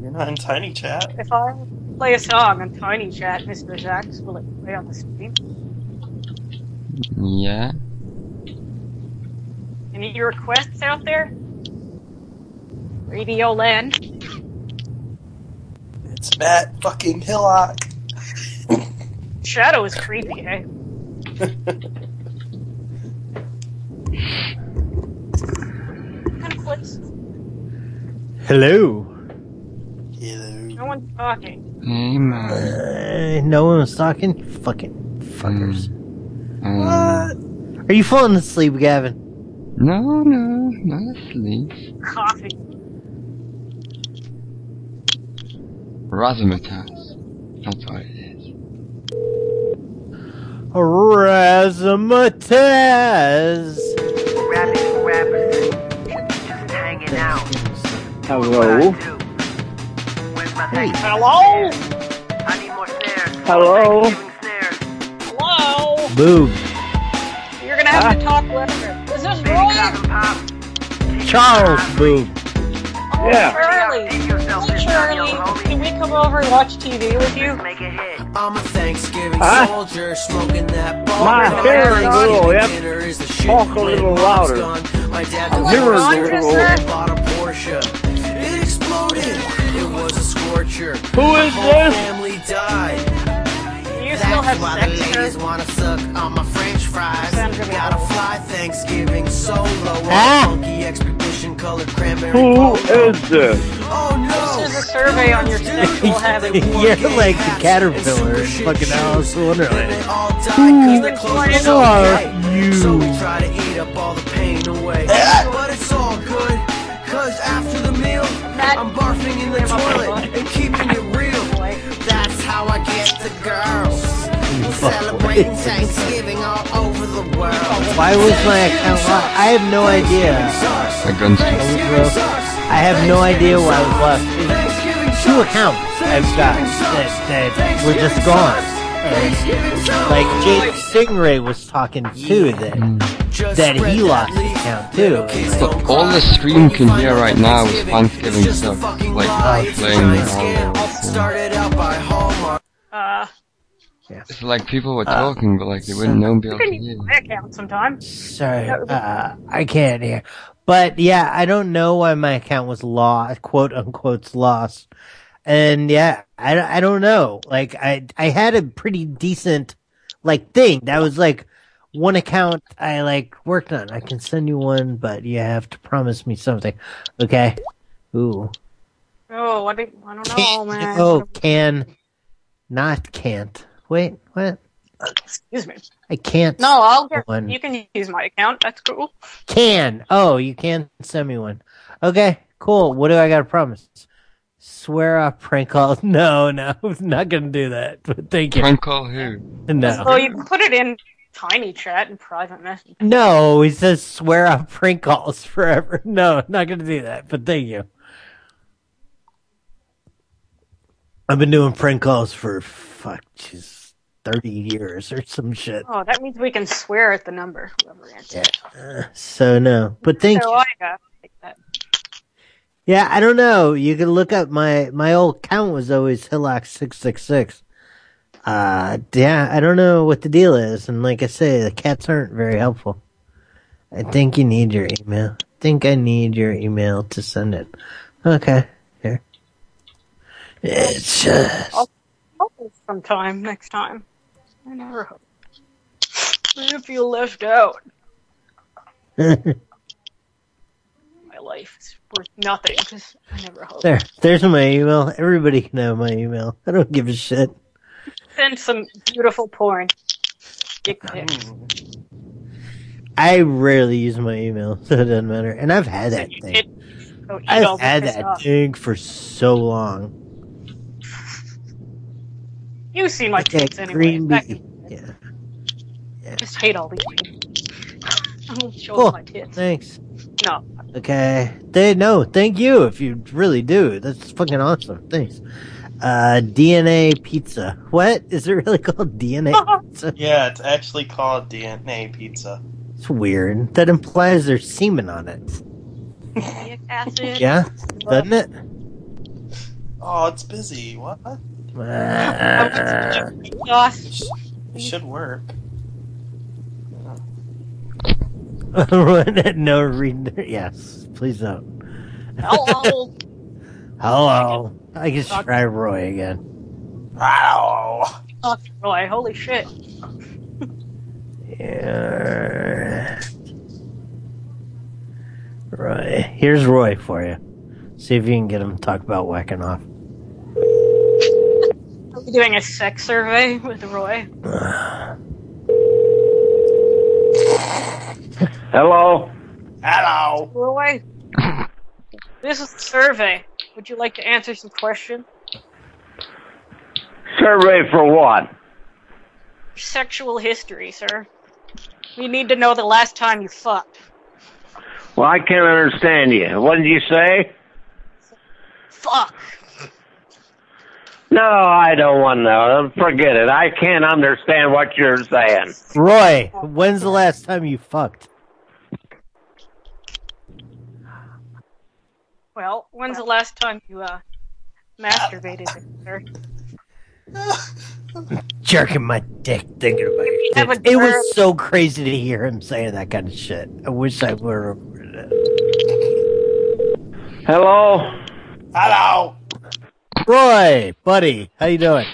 [SPEAKER 16] You're not in tiny chat.
[SPEAKER 8] If I play a song on Tiny Chat, Mr. Zax, will it play on the screen?
[SPEAKER 1] Yeah.
[SPEAKER 8] Any requests out there? Radio Land.
[SPEAKER 16] It's Matt fucking Hillock.
[SPEAKER 8] Shadow is creepy, eh? Conflicts.
[SPEAKER 5] Hello.
[SPEAKER 8] No one's talking.
[SPEAKER 1] Hey
[SPEAKER 5] man. Uh, no one was talking. Fucking fuckers.
[SPEAKER 1] Um,
[SPEAKER 5] Are you falling asleep, Gavin?
[SPEAKER 1] No, no, not asleep.
[SPEAKER 8] Coughing.
[SPEAKER 1] Razzmatazz. That's what it is.
[SPEAKER 5] Razzmatazz.
[SPEAKER 18] Hello.
[SPEAKER 8] Hello?
[SPEAKER 18] Hello.
[SPEAKER 8] Hello?
[SPEAKER 5] Boob.
[SPEAKER 8] You're gonna have to talk louder. Is this Roy?
[SPEAKER 5] Charles Boob.
[SPEAKER 8] Oh,
[SPEAKER 5] Yeah.
[SPEAKER 8] Shirley. Hey, Shirley. Can we come over and watch TV with you?
[SPEAKER 27] I'm a Thanksgiving
[SPEAKER 18] Huh?
[SPEAKER 27] soldier smoking that ball.
[SPEAKER 18] My
[SPEAKER 27] My
[SPEAKER 18] fair and
[SPEAKER 27] Thanksgiving
[SPEAKER 18] good, yep.
[SPEAKER 27] dinner is the shit
[SPEAKER 18] Talk a
[SPEAKER 27] when
[SPEAKER 18] little
[SPEAKER 27] mom's
[SPEAKER 18] louder.
[SPEAKER 27] gone. My dad
[SPEAKER 18] I'm
[SPEAKER 27] was
[SPEAKER 18] never
[SPEAKER 27] a
[SPEAKER 18] a
[SPEAKER 27] soldier,
[SPEAKER 18] little
[SPEAKER 27] so he
[SPEAKER 18] louder.
[SPEAKER 27] bought a Porsche. It exploded. It was a scorcher.
[SPEAKER 18] Who is
[SPEAKER 27] My whole
[SPEAKER 18] this?
[SPEAKER 27] family died.
[SPEAKER 8] You
[SPEAKER 27] That's
[SPEAKER 8] still have
[SPEAKER 27] why
[SPEAKER 8] sex,
[SPEAKER 27] the ladies want to suck on my french fries. Got a fly Thanksgiving solo on
[SPEAKER 18] Huh?
[SPEAKER 27] a funky expedition colored cranberry
[SPEAKER 18] Who
[SPEAKER 27] polo.
[SPEAKER 18] is this?
[SPEAKER 27] Oh no!
[SPEAKER 8] This is a survey on your sexual habits.
[SPEAKER 5] You're like the caterpillar in fucking Alice in Wonderland.
[SPEAKER 27] all died 'cause their clothes were so
[SPEAKER 5] Are
[SPEAKER 27] tight. So we
[SPEAKER 5] you?
[SPEAKER 27] try to eat up all the pain away. but it's all good, cause after the meal, I'm barfing in the toilet and keeping it real. That's how I get the girls. Celebrating Thanksgiving all over the world.
[SPEAKER 5] Why was my account locked? I have no idea.
[SPEAKER 1] My gun's
[SPEAKER 5] I have no idea why I was left. Two accounts I've got that, that were
[SPEAKER 27] Oh,
[SPEAKER 1] Mm.
[SPEAKER 5] just gone. And, like Jake Stingray was talking too. That that he lost account too.
[SPEAKER 1] Look, all the screen can hear right now is Thanksgiving stuff, like playing.
[SPEAKER 8] Uh,
[SPEAKER 1] It's like people
[SPEAKER 4] Uh,
[SPEAKER 1] were talking, but like they wouldn't know and be
[SPEAKER 8] you
[SPEAKER 1] able
[SPEAKER 8] can
[SPEAKER 1] to
[SPEAKER 8] use my account sometime.
[SPEAKER 5] Sorry, uh, I can't hear. But yeah, I don't know why my account was lost, quote unquote, lost. And yeah, I, I don't know. Like I I had a pretty decent like thing that was like one account I like worked on. I can send you one, but you have to promise me something. Okay. Ooh.
[SPEAKER 8] Oh, what? do- I don't know, man.
[SPEAKER 5] Oh, can not can't. Wait, what?
[SPEAKER 8] Excuse me.
[SPEAKER 5] I can't.
[SPEAKER 8] No, I'll get.
[SPEAKER 5] one.
[SPEAKER 8] You can use my account. That's cool.
[SPEAKER 5] Can. Oh, you can send me one. Okay, cool. What do I got to promise? Swear off prank call. No, no, I'm not going to do that. But thank you.
[SPEAKER 1] Prank call who?
[SPEAKER 8] Oh,
[SPEAKER 5] No.
[SPEAKER 8] you can put it in tiny chat and private message.
[SPEAKER 5] No, he says swear off prank calls forever. No, not going to do that. But thank you. I've been doing prank calls for fuck, just 30 years or some shit.
[SPEAKER 8] Oh, that means we can swear at the number. Whoever answers.
[SPEAKER 5] Uh, So no. But thank
[SPEAKER 8] so
[SPEAKER 5] you.
[SPEAKER 8] I got like that.
[SPEAKER 5] Yeah, I don't know. You can look up my my old count was always Hillock six six six. Uh yeah, I don't know what the deal is, and like I say, the cats aren't very helpful. I think you need your email. I think I need your email to send it. Okay, here. It's just
[SPEAKER 8] I'll I'll do sometime next time. I never hope. I feel left out.
[SPEAKER 5] there.
[SPEAKER 8] My life is worth nothing because I never hope.
[SPEAKER 5] There's my email. Everybody can have my email. I don't give a shit.
[SPEAKER 8] Send some beautiful porn. Dick pic.
[SPEAKER 5] I rarely use my email, so it doesn't matter. And I've had that thing.
[SPEAKER 8] It- so you
[SPEAKER 5] I've
[SPEAKER 8] don't
[SPEAKER 5] had
[SPEAKER 8] piss
[SPEAKER 5] that
[SPEAKER 8] off.
[SPEAKER 5] thing for so long.
[SPEAKER 8] You've seen my
[SPEAKER 5] Okay,
[SPEAKER 8] tweets anyway.
[SPEAKER 5] green
[SPEAKER 8] Back
[SPEAKER 5] bee. Yeah.
[SPEAKER 8] I just hate all these people. I won't show
[SPEAKER 5] Cool.
[SPEAKER 8] my tits.
[SPEAKER 5] Oh, Thanks.
[SPEAKER 8] No.
[SPEAKER 5] Okay. They no, thank you if you really do. That's fucking awesome. Thanks. Uh DNA pizza. What? Is it really called DNA pizza?
[SPEAKER 16] Yeah, it's actually called DNA pizza.
[SPEAKER 5] It's weird. That implies there's semen on it.
[SPEAKER 8] Acid.
[SPEAKER 5] Yeah? Doesn't it?
[SPEAKER 16] Oh, it's busy. What?
[SPEAKER 5] Uh,
[SPEAKER 8] Sauce.
[SPEAKER 16] It should work.
[SPEAKER 5] no read yes. Please don't.
[SPEAKER 8] Hello.
[SPEAKER 5] Hello. I can try Roy again.
[SPEAKER 16] Wow.
[SPEAKER 8] Fuck, Roy. Holy shit.
[SPEAKER 5] Yeah. Roy. Here's Roy for you. See if you can get him to talk about whacking off.
[SPEAKER 8] Are we doing a sex survey with Roy?
[SPEAKER 18] Hello.
[SPEAKER 16] Hello.
[SPEAKER 8] Roy? this is a survey. Would you like to answer some questions?
[SPEAKER 18] Survey for what?
[SPEAKER 8] Sexual history, sir. We need to know the last time you fucked.
[SPEAKER 18] Well, I can't understand you. What did you say?
[SPEAKER 8] Fuck.
[SPEAKER 18] No, I don't want to know. Forget it. I can't understand what you're saying.
[SPEAKER 5] Roy, when's the last time you fucked?
[SPEAKER 8] Well, when's the last time you, uh, masturbated, sir?
[SPEAKER 5] Jerking my dick, thinking about it.
[SPEAKER 8] have a
[SPEAKER 5] It
[SPEAKER 8] girl-
[SPEAKER 5] was so crazy to hear him saying that kind of shit. I wish I would have.
[SPEAKER 18] Hello.
[SPEAKER 16] Hello.
[SPEAKER 5] Roy, buddy, how you doing?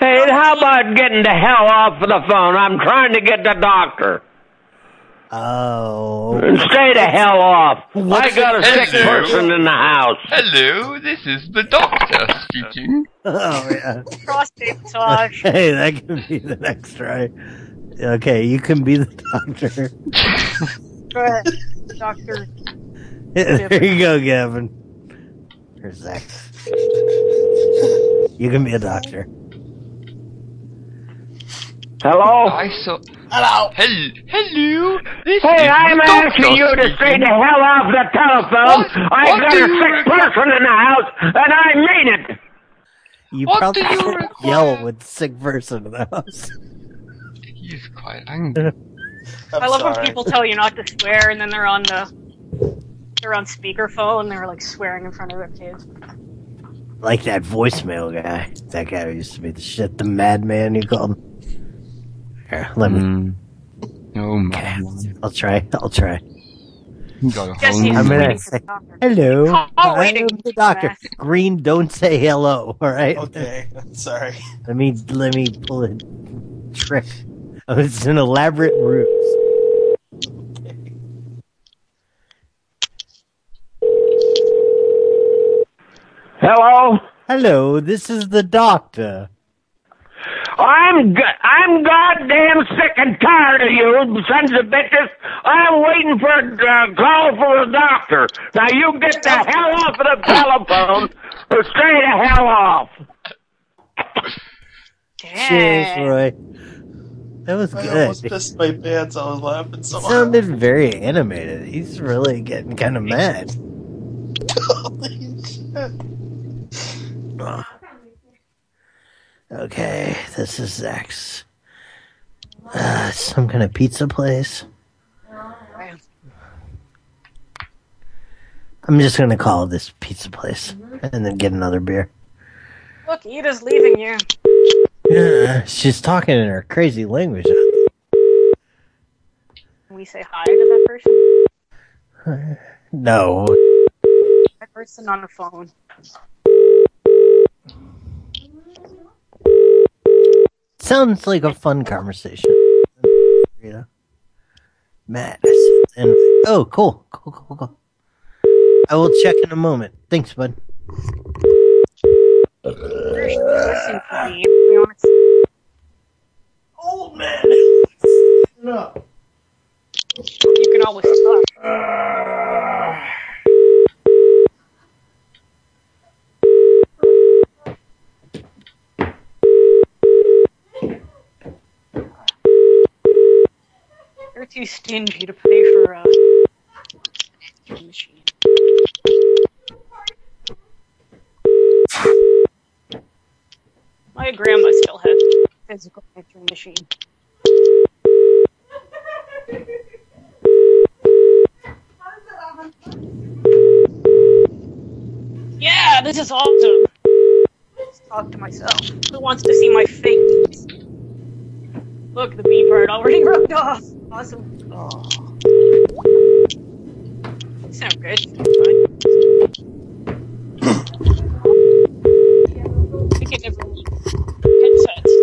[SPEAKER 18] Hey, and how about getting the hell off of the phone? I'm trying to get the doctor.
[SPEAKER 5] Oh.
[SPEAKER 18] Stay the hell off.
[SPEAKER 1] What's
[SPEAKER 18] I got a
[SPEAKER 1] it-
[SPEAKER 18] sick
[SPEAKER 1] Hello?
[SPEAKER 18] person in the house.
[SPEAKER 1] Hello, this is the doctor speaking.
[SPEAKER 5] Oh yeah.
[SPEAKER 8] Prostate massage.
[SPEAKER 5] Hey, that could be the next try. Okay, you can be the doctor.
[SPEAKER 8] Go ahead, Doctor.
[SPEAKER 5] there you go, Gavin. Or Zach. You can be a doctor.
[SPEAKER 18] Hello.
[SPEAKER 1] I saw. Hello. Hello. Hello. This
[SPEAKER 18] Hey,
[SPEAKER 1] is
[SPEAKER 18] I'm
[SPEAKER 1] the doctor
[SPEAKER 18] asking you to stay
[SPEAKER 1] speaking.
[SPEAKER 18] the hell off the telephone.
[SPEAKER 1] What-
[SPEAKER 18] I
[SPEAKER 1] what
[SPEAKER 18] got
[SPEAKER 1] do
[SPEAKER 18] a
[SPEAKER 1] you
[SPEAKER 18] sick
[SPEAKER 1] require?
[SPEAKER 18] person in the house, and I mean it.
[SPEAKER 5] You
[SPEAKER 18] What
[SPEAKER 5] probably
[SPEAKER 18] do you
[SPEAKER 5] can't
[SPEAKER 18] require?
[SPEAKER 5] yell with sick person in the house.
[SPEAKER 1] He's quite angry.
[SPEAKER 16] I'm
[SPEAKER 8] I love when
[SPEAKER 16] sorry.
[SPEAKER 8] people tell you not to swear and then they're on the they're on speakerphone and they're like swearing in front of their kids.
[SPEAKER 5] Like that voicemail guy. That guy who used to be the shit, the madman you called him. Here, let me.
[SPEAKER 1] Mm. Oh my.
[SPEAKER 5] I'll try. I'll try.
[SPEAKER 1] You got a
[SPEAKER 5] I'm
[SPEAKER 1] whole new
[SPEAKER 5] gonna
[SPEAKER 1] meaning.
[SPEAKER 5] say, hello.
[SPEAKER 8] Oh,
[SPEAKER 5] I
[SPEAKER 8] wait,
[SPEAKER 5] am the doctor. Green, don't say hello. All right.
[SPEAKER 16] Okay, sorry.
[SPEAKER 5] Let me let me pull a trick. Oh, it's an elaborate ruse.
[SPEAKER 18] Hello.
[SPEAKER 5] Hello. This is the doctor.
[SPEAKER 18] I'm go- I'm goddamn sick and tired of you sons of bitches. I'm waiting for a uh, call for a doctor. Now you get the hell off of the telephone or stay the hell off.
[SPEAKER 5] Cheers, Roy. That was
[SPEAKER 16] I
[SPEAKER 5] good.
[SPEAKER 16] almost pissed my pants. I was laughing so hard.
[SPEAKER 5] sounded very animated. He's really getting kind of mad. Okay, this is Zach's. Uh, some kind of pizza place. I'm just gonna call this pizza place and then get another beer.
[SPEAKER 8] Look, Ida's leaving you.
[SPEAKER 5] Yeah, she's talking in her crazy language.
[SPEAKER 8] Can we say hi to that person?
[SPEAKER 5] No,
[SPEAKER 8] That person on the phone.
[SPEAKER 5] sounds like a fun conversation. You know? Matt, I sent the invite. oh, cool, cool, cool, cool. I will check in a moment. Thanks, bud.
[SPEAKER 8] Listen to me. We want to
[SPEAKER 16] Old man. No.
[SPEAKER 8] You can always talk. They're too stingy to pay for uh, a machine. My grandma still has a physical answering machine. Yeah, this is awesome. Just talk to myself. Who wants to see my fake teeth? Look, the bee bird already rubbed off. Awesome. Oh. Sound good. Fine. I can never need headsets.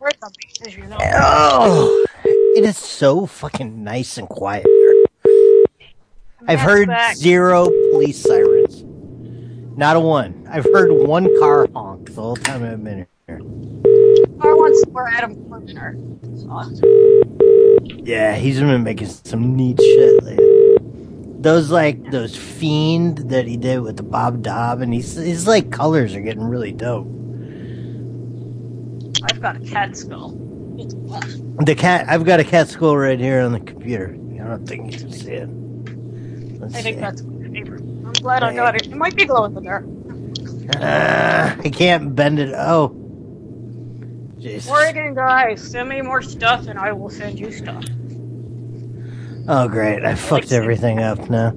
[SPEAKER 8] Or something, as you know.
[SPEAKER 5] Oh, it is so fucking nice and quiet there. I've
[SPEAKER 8] Matt's
[SPEAKER 5] heard
[SPEAKER 8] back.
[SPEAKER 5] zero police sirens. Not a one. I've heard one car honk the whole time I've been here.
[SPEAKER 8] Car wants more Adam Corner.
[SPEAKER 5] Yeah, he's been making some neat shit lately. Those like those fiend that he did with the Bob Dob, and he's his like colors are getting really dope.
[SPEAKER 8] I've got a cat skull. It's
[SPEAKER 5] The cat, I've got a cat skull right here on the computer. I don't think you can see it. Let's
[SPEAKER 8] I think
[SPEAKER 5] see.
[SPEAKER 8] that's my favorite. I'm glad I got it. It might be glow in the dark.
[SPEAKER 5] Ah, I can't bend it. Oh, Jesus.
[SPEAKER 8] Oregon guys, send me more stuff and I will send you stuff.
[SPEAKER 5] Oh, great. I fucked everything up now.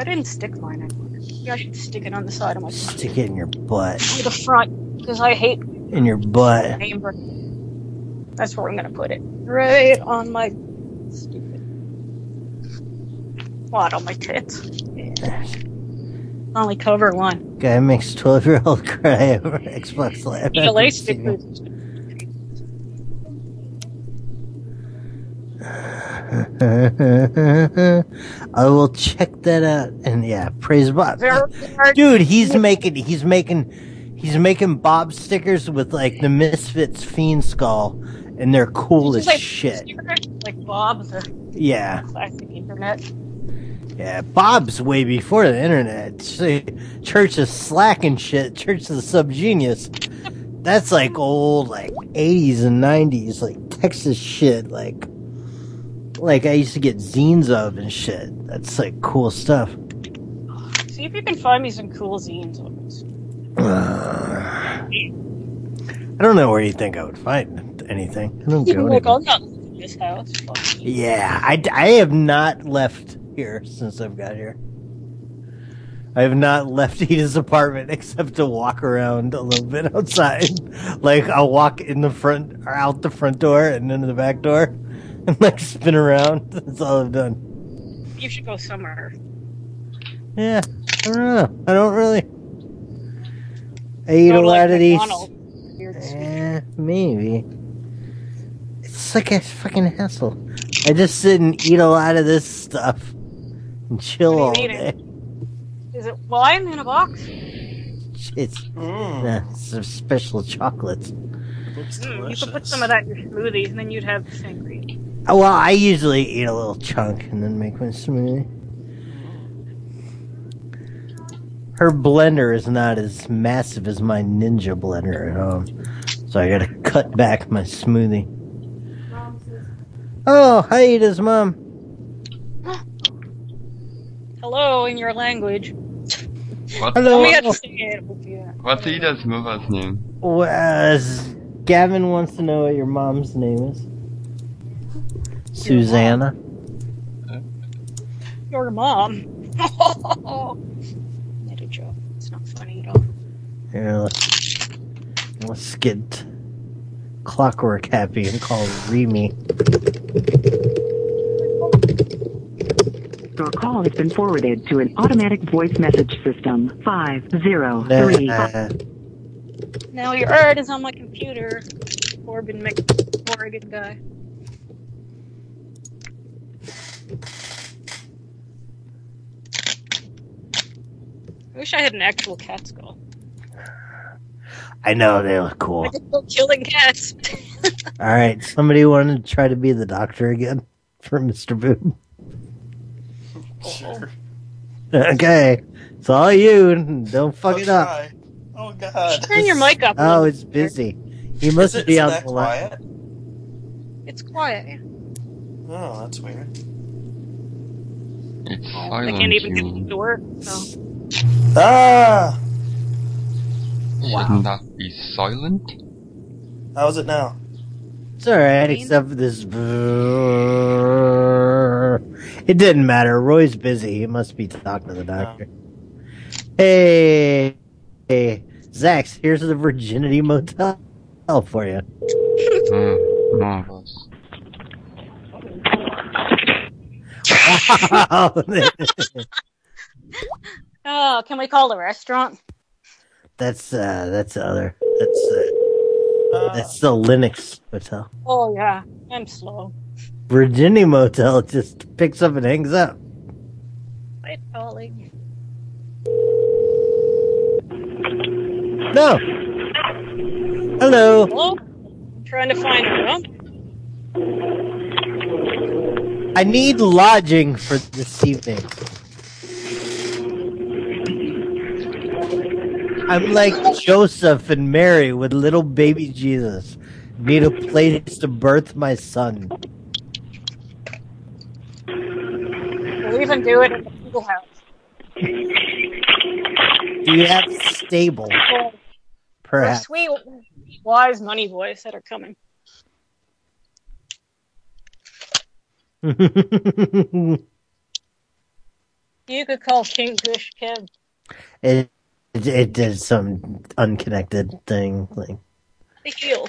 [SPEAKER 8] I didn't stick mine anywhere. Maybe I should stick it on the side of my front.
[SPEAKER 5] Stick it in your butt.
[SPEAKER 8] On the front, because I hate
[SPEAKER 5] In your butt.
[SPEAKER 8] chamber. That's where I'm gonna put it. Right on my stupid. What on my tits? Yeah. Only cover one.
[SPEAKER 5] Guy makes 12 year old cry over Xbox Live.
[SPEAKER 8] Delay stickers.
[SPEAKER 5] I will check that out. And yeah, praise Bob.
[SPEAKER 8] Very hard.
[SPEAKER 5] Dude, he's making, he's making, he's making Bob stickers with like the Misfits Fiend Skull, and they're cool as
[SPEAKER 8] Just like-
[SPEAKER 5] shit.
[SPEAKER 8] Like Bob, the
[SPEAKER 5] Yeah.
[SPEAKER 8] classic internet.
[SPEAKER 5] Yeah, Bob's way before the internet. See, Church is slack and shit. Church is subgenius. That's like old, like eighties and nineties, like Texas shit. Like, like I used to get zines of and shit. That's like cool stuff.
[SPEAKER 8] See if you can find me some cool zines. on this.
[SPEAKER 5] I don't know where you think I would find anything. I don't
[SPEAKER 8] You
[SPEAKER 5] go
[SPEAKER 8] can look
[SPEAKER 5] anywhere.
[SPEAKER 8] on the this house. Fuck.
[SPEAKER 5] Yeah, I, d- I have not left here since I've got here. I have not left Edith's apartment except to walk around a little bit outside. Like I'll walk in the front or out the front door and into the back door and like spin around. That's all I've done.
[SPEAKER 8] You should go somewhere.
[SPEAKER 5] Yeah. I don't know. I don't really I eat
[SPEAKER 8] Go
[SPEAKER 5] a
[SPEAKER 8] to,
[SPEAKER 5] lot
[SPEAKER 8] like,
[SPEAKER 5] of these
[SPEAKER 8] McDonald's. Weird shit.
[SPEAKER 5] Eh, maybe. It's like a fucking hassle. I just sit and eat a lot of this stuff and chill all
[SPEAKER 8] What do you
[SPEAKER 5] day.
[SPEAKER 8] Is it wine in a box?
[SPEAKER 5] It's, yeah, it's a special chocolate.
[SPEAKER 8] Mm, you could put some of that in your smoothies, and then you'd have the sangria.
[SPEAKER 5] Oh, Well, I usually eat a little chunk and then make my smoothie. Her blender is not as massive as my Ninja blender at home, so I gotta cut back my smoothie. Oh, hi, Edith's mom.
[SPEAKER 8] Hello in your language.
[SPEAKER 1] What?
[SPEAKER 8] We had to
[SPEAKER 1] What,
[SPEAKER 8] say it with you.
[SPEAKER 1] what's Edith's mother's name?
[SPEAKER 5] Well, uh, Gavin wants to know what your mom's name is. Susanna.
[SPEAKER 8] Your mom. Not a joke. It's not funny at all.
[SPEAKER 5] Here, let's, let's get clockwork happy and call Remy.
[SPEAKER 22] Your call has been forwarded to an automatic voice message system. Five zero three.
[SPEAKER 5] Nah.
[SPEAKER 8] Now your art is on my computer. Corbin Mc Oregon guy. I wish I had an actual cat skull.
[SPEAKER 5] I know they look cool.
[SPEAKER 8] I could go killing cats.
[SPEAKER 5] All right, somebody wanted to try to be the doctor again for Mister Boom.
[SPEAKER 4] Sure.
[SPEAKER 5] Okay, it's all you. Don't fuck it up.
[SPEAKER 4] Oh god.
[SPEAKER 8] Turn your mic up. a
[SPEAKER 5] Oh,
[SPEAKER 8] little
[SPEAKER 5] it's
[SPEAKER 8] bit there.
[SPEAKER 5] busy. You must
[SPEAKER 4] Is it-
[SPEAKER 5] be
[SPEAKER 4] is
[SPEAKER 5] out
[SPEAKER 4] that
[SPEAKER 5] the line.
[SPEAKER 4] quiet?
[SPEAKER 8] It's quiet. yeah.
[SPEAKER 4] Oh, that's weird.
[SPEAKER 1] It's
[SPEAKER 8] I
[SPEAKER 1] silent.
[SPEAKER 8] can't even
[SPEAKER 1] you.
[SPEAKER 8] get it to work. So.
[SPEAKER 4] Ah!
[SPEAKER 1] Shouldn't that be silent?
[SPEAKER 4] How's it now?
[SPEAKER 5] It's all right, except for this. brrrr. It didn't matter. Roy's busy. He must be talking to the doctor. Hey, hey, Zax. Here's the Virginity Motel for you.
[SPEAKER 1] Mm, marvelous.
[SPEAKER 5] Wow.
[SPEAKER 8] Oh, can we call the restaurant?
[SPEAKER 5] that's uh, that's the other. That's uh, that's the Linux Motel.
[SPEAKER 8] Oh yeah, I'm slow.
[SPEAKER 5] Virginity Motel just picks up and hangs up.
[SPEAKER 8] Wait, calling.
[SPEAKER 5] No. Hello.
[SPEAKER 8] Hello? I'm trying to find her. Huh?
[SPEAKER 5] I need lodging for this evening. I'm like Joseph and Mary with little baby Jesus. Need a place to birth my son.
[SPEAKER 8] We'll even do it at the Eagle House.
[SPEAKER 5] Do you have stable?
[SPEAKER 8] Her
[SPEAKER 5] Perhaps.
[SPEAKER 8] sweet, wise money boys that are coming.
[SPEAKER 5] it,
[SPEAKER 8] You could call Kingfish Kev.
[SPEAKER 5] it it did some unconnected thing. Like
[SPEAKER 8] They heal.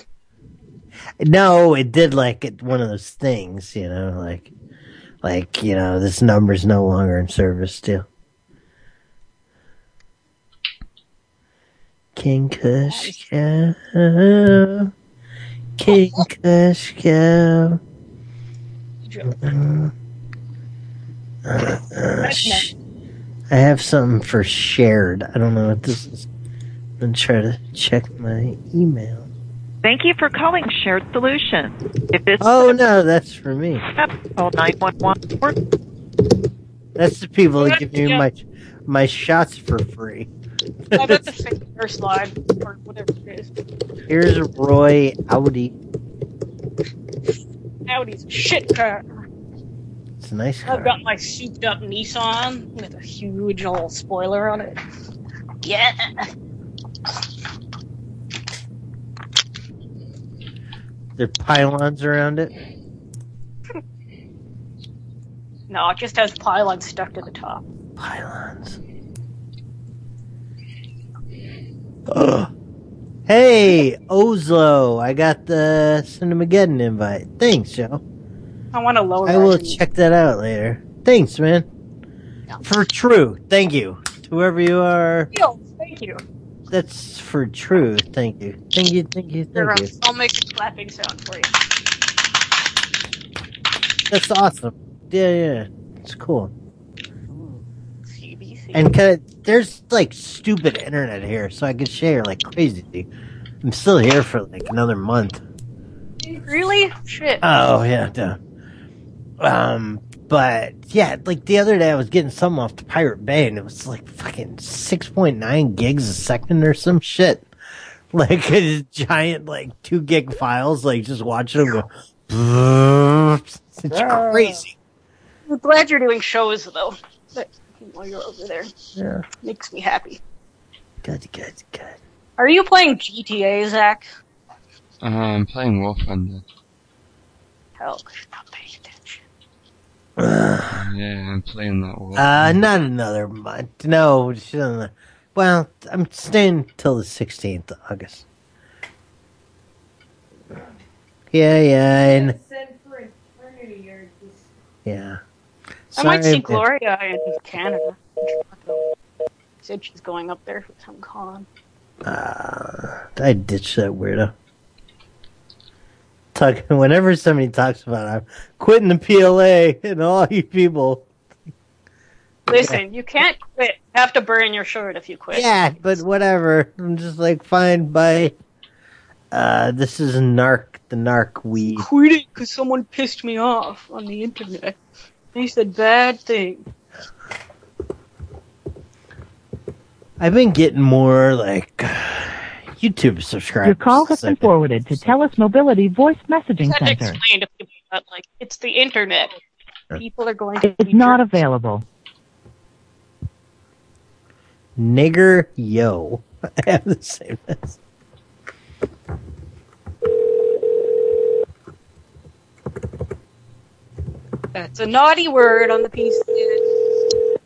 [SPEAKER 5] no, it did like it, one of those things, you know, like like you know this number's no longer in service. Still, King Kushka, King Kushka. Uh, sh- I have something for shared. I don't know what this is. I'm gonna try to check my email.
[SPEAKER 28] Thank you for calling Shared Solution. If this
[SPEAKER 5] Oh no, that's for me.
[SPEAKER 28] call 911
[SPEAKER 5] That's the people that give me my my shots for free.
[SPEAKER 8] I bet the finger slide or whatever it is.
[SPEAKER 5] Here's Roy Audi.
[SPEAKER 8] Audi's a shit car.
[SPEAKER 5] It's a nice
[SPEAKER 8] I've
[SPEAKER 5] car.
[SPEAKER 8] got my souped up Nissan with a huge old spoiler on it. Yeah.
[SPEAKER 5] There are pylons around it.
[SPEAKER 8] No, it just has pylons stuck to the top.
[SPEAKER 5] Pylons. Ugh. Hey, Ozlo, I got the Cinemageddon invite. Thanks, Joe.
[SPEAKER 8] I want to lower.
[SPEAKER 5] I will check that out later. Thanks, man. For true. Thank you. To Whoever you are,
[SPEAKER 8] Fields, thank you.
[SPEAKER 5] that's for true. Thank you. Thank you, thank you,
[SPEAKER 8] Here,
[SPEAKER 5] thank
[SPEAKER 8] I'll,
[SPEAKER 5] you.
[SPEAKER 8] I'll make a clapping sound for you.
[SPEAKER 5] That's awesome. Yeah, yeah. It's cool. And kind of, there's like stupid internet here, so I can share like crazy. I'm still here for like another month.
[SPEAKER 8] Really? Shit.
[SPEAKER 5] Oh yeah, duh. Um, but yeah, like the other day I was getting some off the Pirate Bay, and it was like fucking six point nine gigs a second or some shit. Like a giant, like two gig files, like just watching them go. It's crazy.
[SPEAKER 8] I'm glad you're doing shows though. That, while you're over there,
[SPEAKER 5] Yeah.
[SPEAKER 8] makes me happy.
[SPEAKER 5] Good, good, good.
[SPEAKER 8] Are you playing GTA, Zach?
[SPEAKER 1] Uh, I'm playing Wolf Thunder.
[SPEAKER 8] Hell,
[SPEAKER 1] Yeah, I'm playing that Wolf.
[SPEAKER 5] Uh, not another month. No, just another. Well, I'm staying till the 16th of August. Yeah, yeah, and yeah.
[SPEAKER 8] I might see
[SPEAKER 5] Sorry,
[SPEAKER 8] Gloria in Canada. Said she's going up there for some con.
[SPEAKER 5] Uh, I ditched that weirdo. Talk, whenever somebody talks about I'm quitting the PLA and all you people.
[SPEAKER 8] Listen, you can't quit. You have to burn your shirt if you quit.
[SPEAKER 5] Yeah, but whatever. I'm just like, fine, bye. Uh, this is narc, the narc weed.
[SPEAKER 15] Quit it because someone pissed me off on the internet. They said bad things.
[SPEAKER 5] I've been getting more like YouTube subscribers.
[SPEAKER 22] Your call has been
[SPEAKER 5] Like,
[SPEAKER 22] forwarded to TELUS Mobility Voice Messaging
[SPEAKER 8] Just had to
[SPEAKER 22] Center.
[SPEAKER 8] explain to people that, like, it's the internet. People are going to
[SPEAKER 22] It's not available.
[SPEAKER 5] nigger yo. I have the same as.
[SPEAKER 8] That's a naughty word on the piece.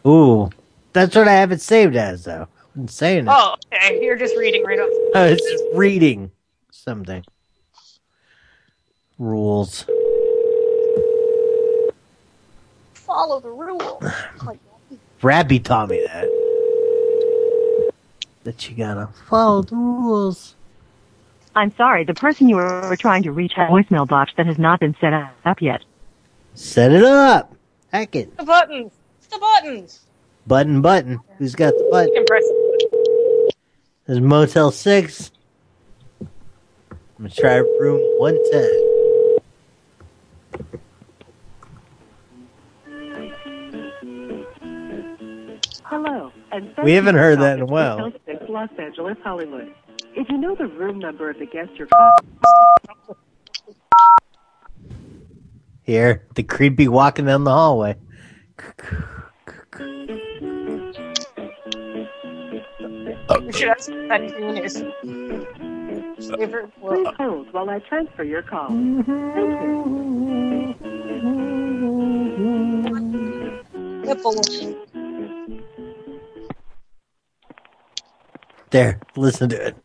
[SPEAKER 5] Ooh, that's what I have it saved as though. I'm saying it.
[SPEAKER 8] Oh, okay. You're just reading right off.
[SPEAKER 5] I was just reading something. Rules.
[SPEAKER 8] Follow the rules. Like,
[SPEAKER 5] Rabby taught me that. That you gotta. Follow the rules.
[SPEAKER 22] I'm sorry, the person you were trying to reach has a voicemail box that has not been set up yet.
[SPEAKER 5] Set it up. Heck it.
[SPEAKER 8] the buttons. It's the buttons.
[SPEAKER 5] Button, button. Who's got the button?
[SPEAKER 8] You can press
[SPEAKER 5] There's Motel 6. I'm gonna try room 110.
[SPEAKER 7] Hello. And
[SPEAKER 5] We haven't heard that in a
[SPEAKER 7] Hotel
[SPEAKER 5] while.
[SPEAKER 7] Six, Los Angeles, Hollywood. If you know the room number of the guest you're
[SPEAKER 5] Here, the creepy walking down the hallway.
[SPEAKER 8] You should have some fun doing this. Favorite
[SPEAKER 7] please
[SPEAKER 8] word.
[SPEAKER 7] hold while I transfer your call. Thank you.
[SPEAKER 8] Nipples.
[SPEAKER 5] There, listen to it.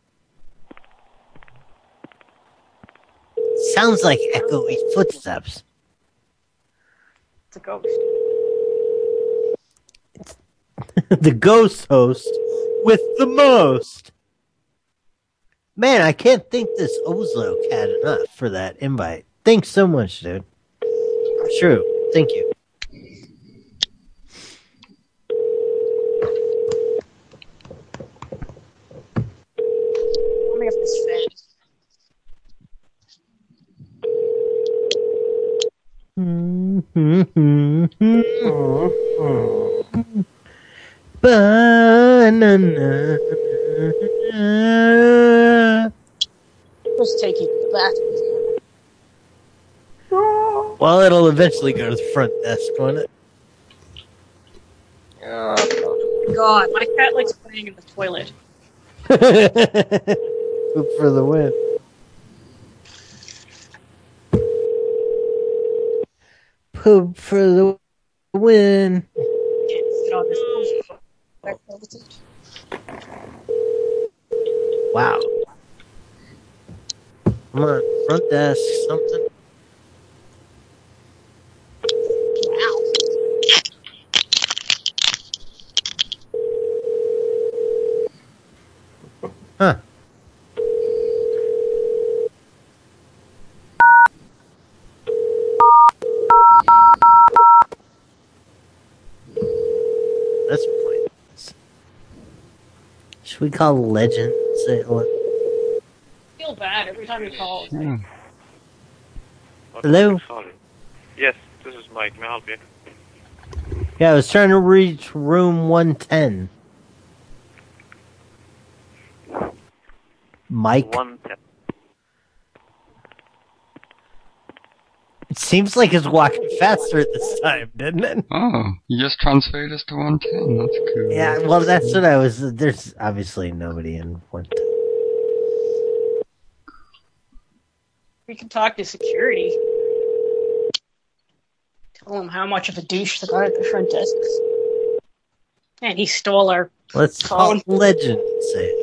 [SPEAKER 5] Sounds like echoey footsteps.
[SPEAKER 8] It's a ghost.
[SPEAKER 5] the ghost host with the most. Man, I can't thank this Ozlo cat enough for that invite. Thanks so much, dude. True. Thank you.
[SPEAKER 8] Tell me if it's fake.
[SPEAKER 5] Banana.
[SPEAKER 8] Let's take you to the bathroom.
[SPEAKER 5] Well, it'll eventually go to the front desk, won't it?
[SPEAKER 8] God, my cat likes playing in the toilet.
[SPEAKER 5] Poop for the win. Poop for the win. Wow. Come on, front desk, something. Huh. That's pointless. Should we call Legend? Say, le-
[SPEAKER 8] feel bad every time you call.
[SPEAKER 5] Hello?
[SPEAKER 6] Sorry. Yes, this is Mike. May I help you?
[SPEAKER 5] Yeah, I was trying to reach room 110. Mike?
[SPEAKER 6] One ten.
[SPEAKER 5] It seems like it's walking faster this time, doesn't it?
[SPEAKER 1] Oh, you just transferred us to 110. That's cool.
[SPEAKER 5] Yeah, well, that's what I was. There's obviously nobody in 110.
[SPEAKER 8] We can talk to security. Tell him how much of a douche the guy at the front desk is. And he stole our
[SPEAKER 18] Oh,
[SPEAKER 5] Let's call
[SPEAKER 8] phone.
[SPEAKER 5] Legend. Say,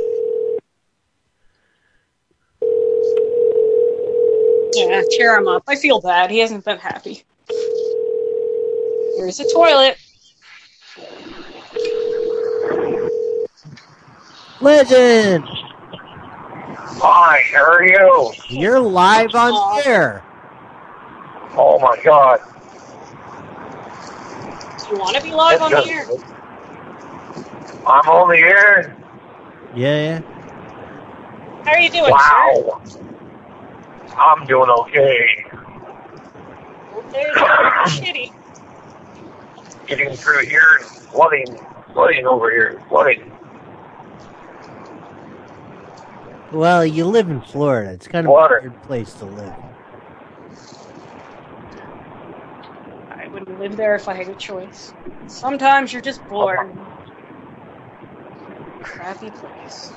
[SPEAKER 8] Yeah, cheer him up. I feel bad. He hasn't been happy. Here's a toilet.
[SPEAKER 5] Legend!
[SPEAKER 18] Hi, how are you?
[SPEAKER 5] You're live on air.
[SPEAKER 18] Oh my God.
[SPEAKER 8] Do you want to be live on the air?
[SPEAKER 18] I'm on the air.
[SPEAKER 5] Yeah,
[SPEAKER 8] How are you doing,
[SPEAKER 18] wow. I'm doing okay.
[SPEAKER 8] sir? There's shitty.
[SPEAKER 18] Getting through here and flooding, flooding over here, flooding.
[SPEAKER 5] yeah. Well, you live in Florida. It's kind of
[SPEAKER 18] Water.
[SPEAKER 5] a weird place to live.
[SPEAKER 8] I would live there if I had a choice. Sometimes you're just bored. Crappy place.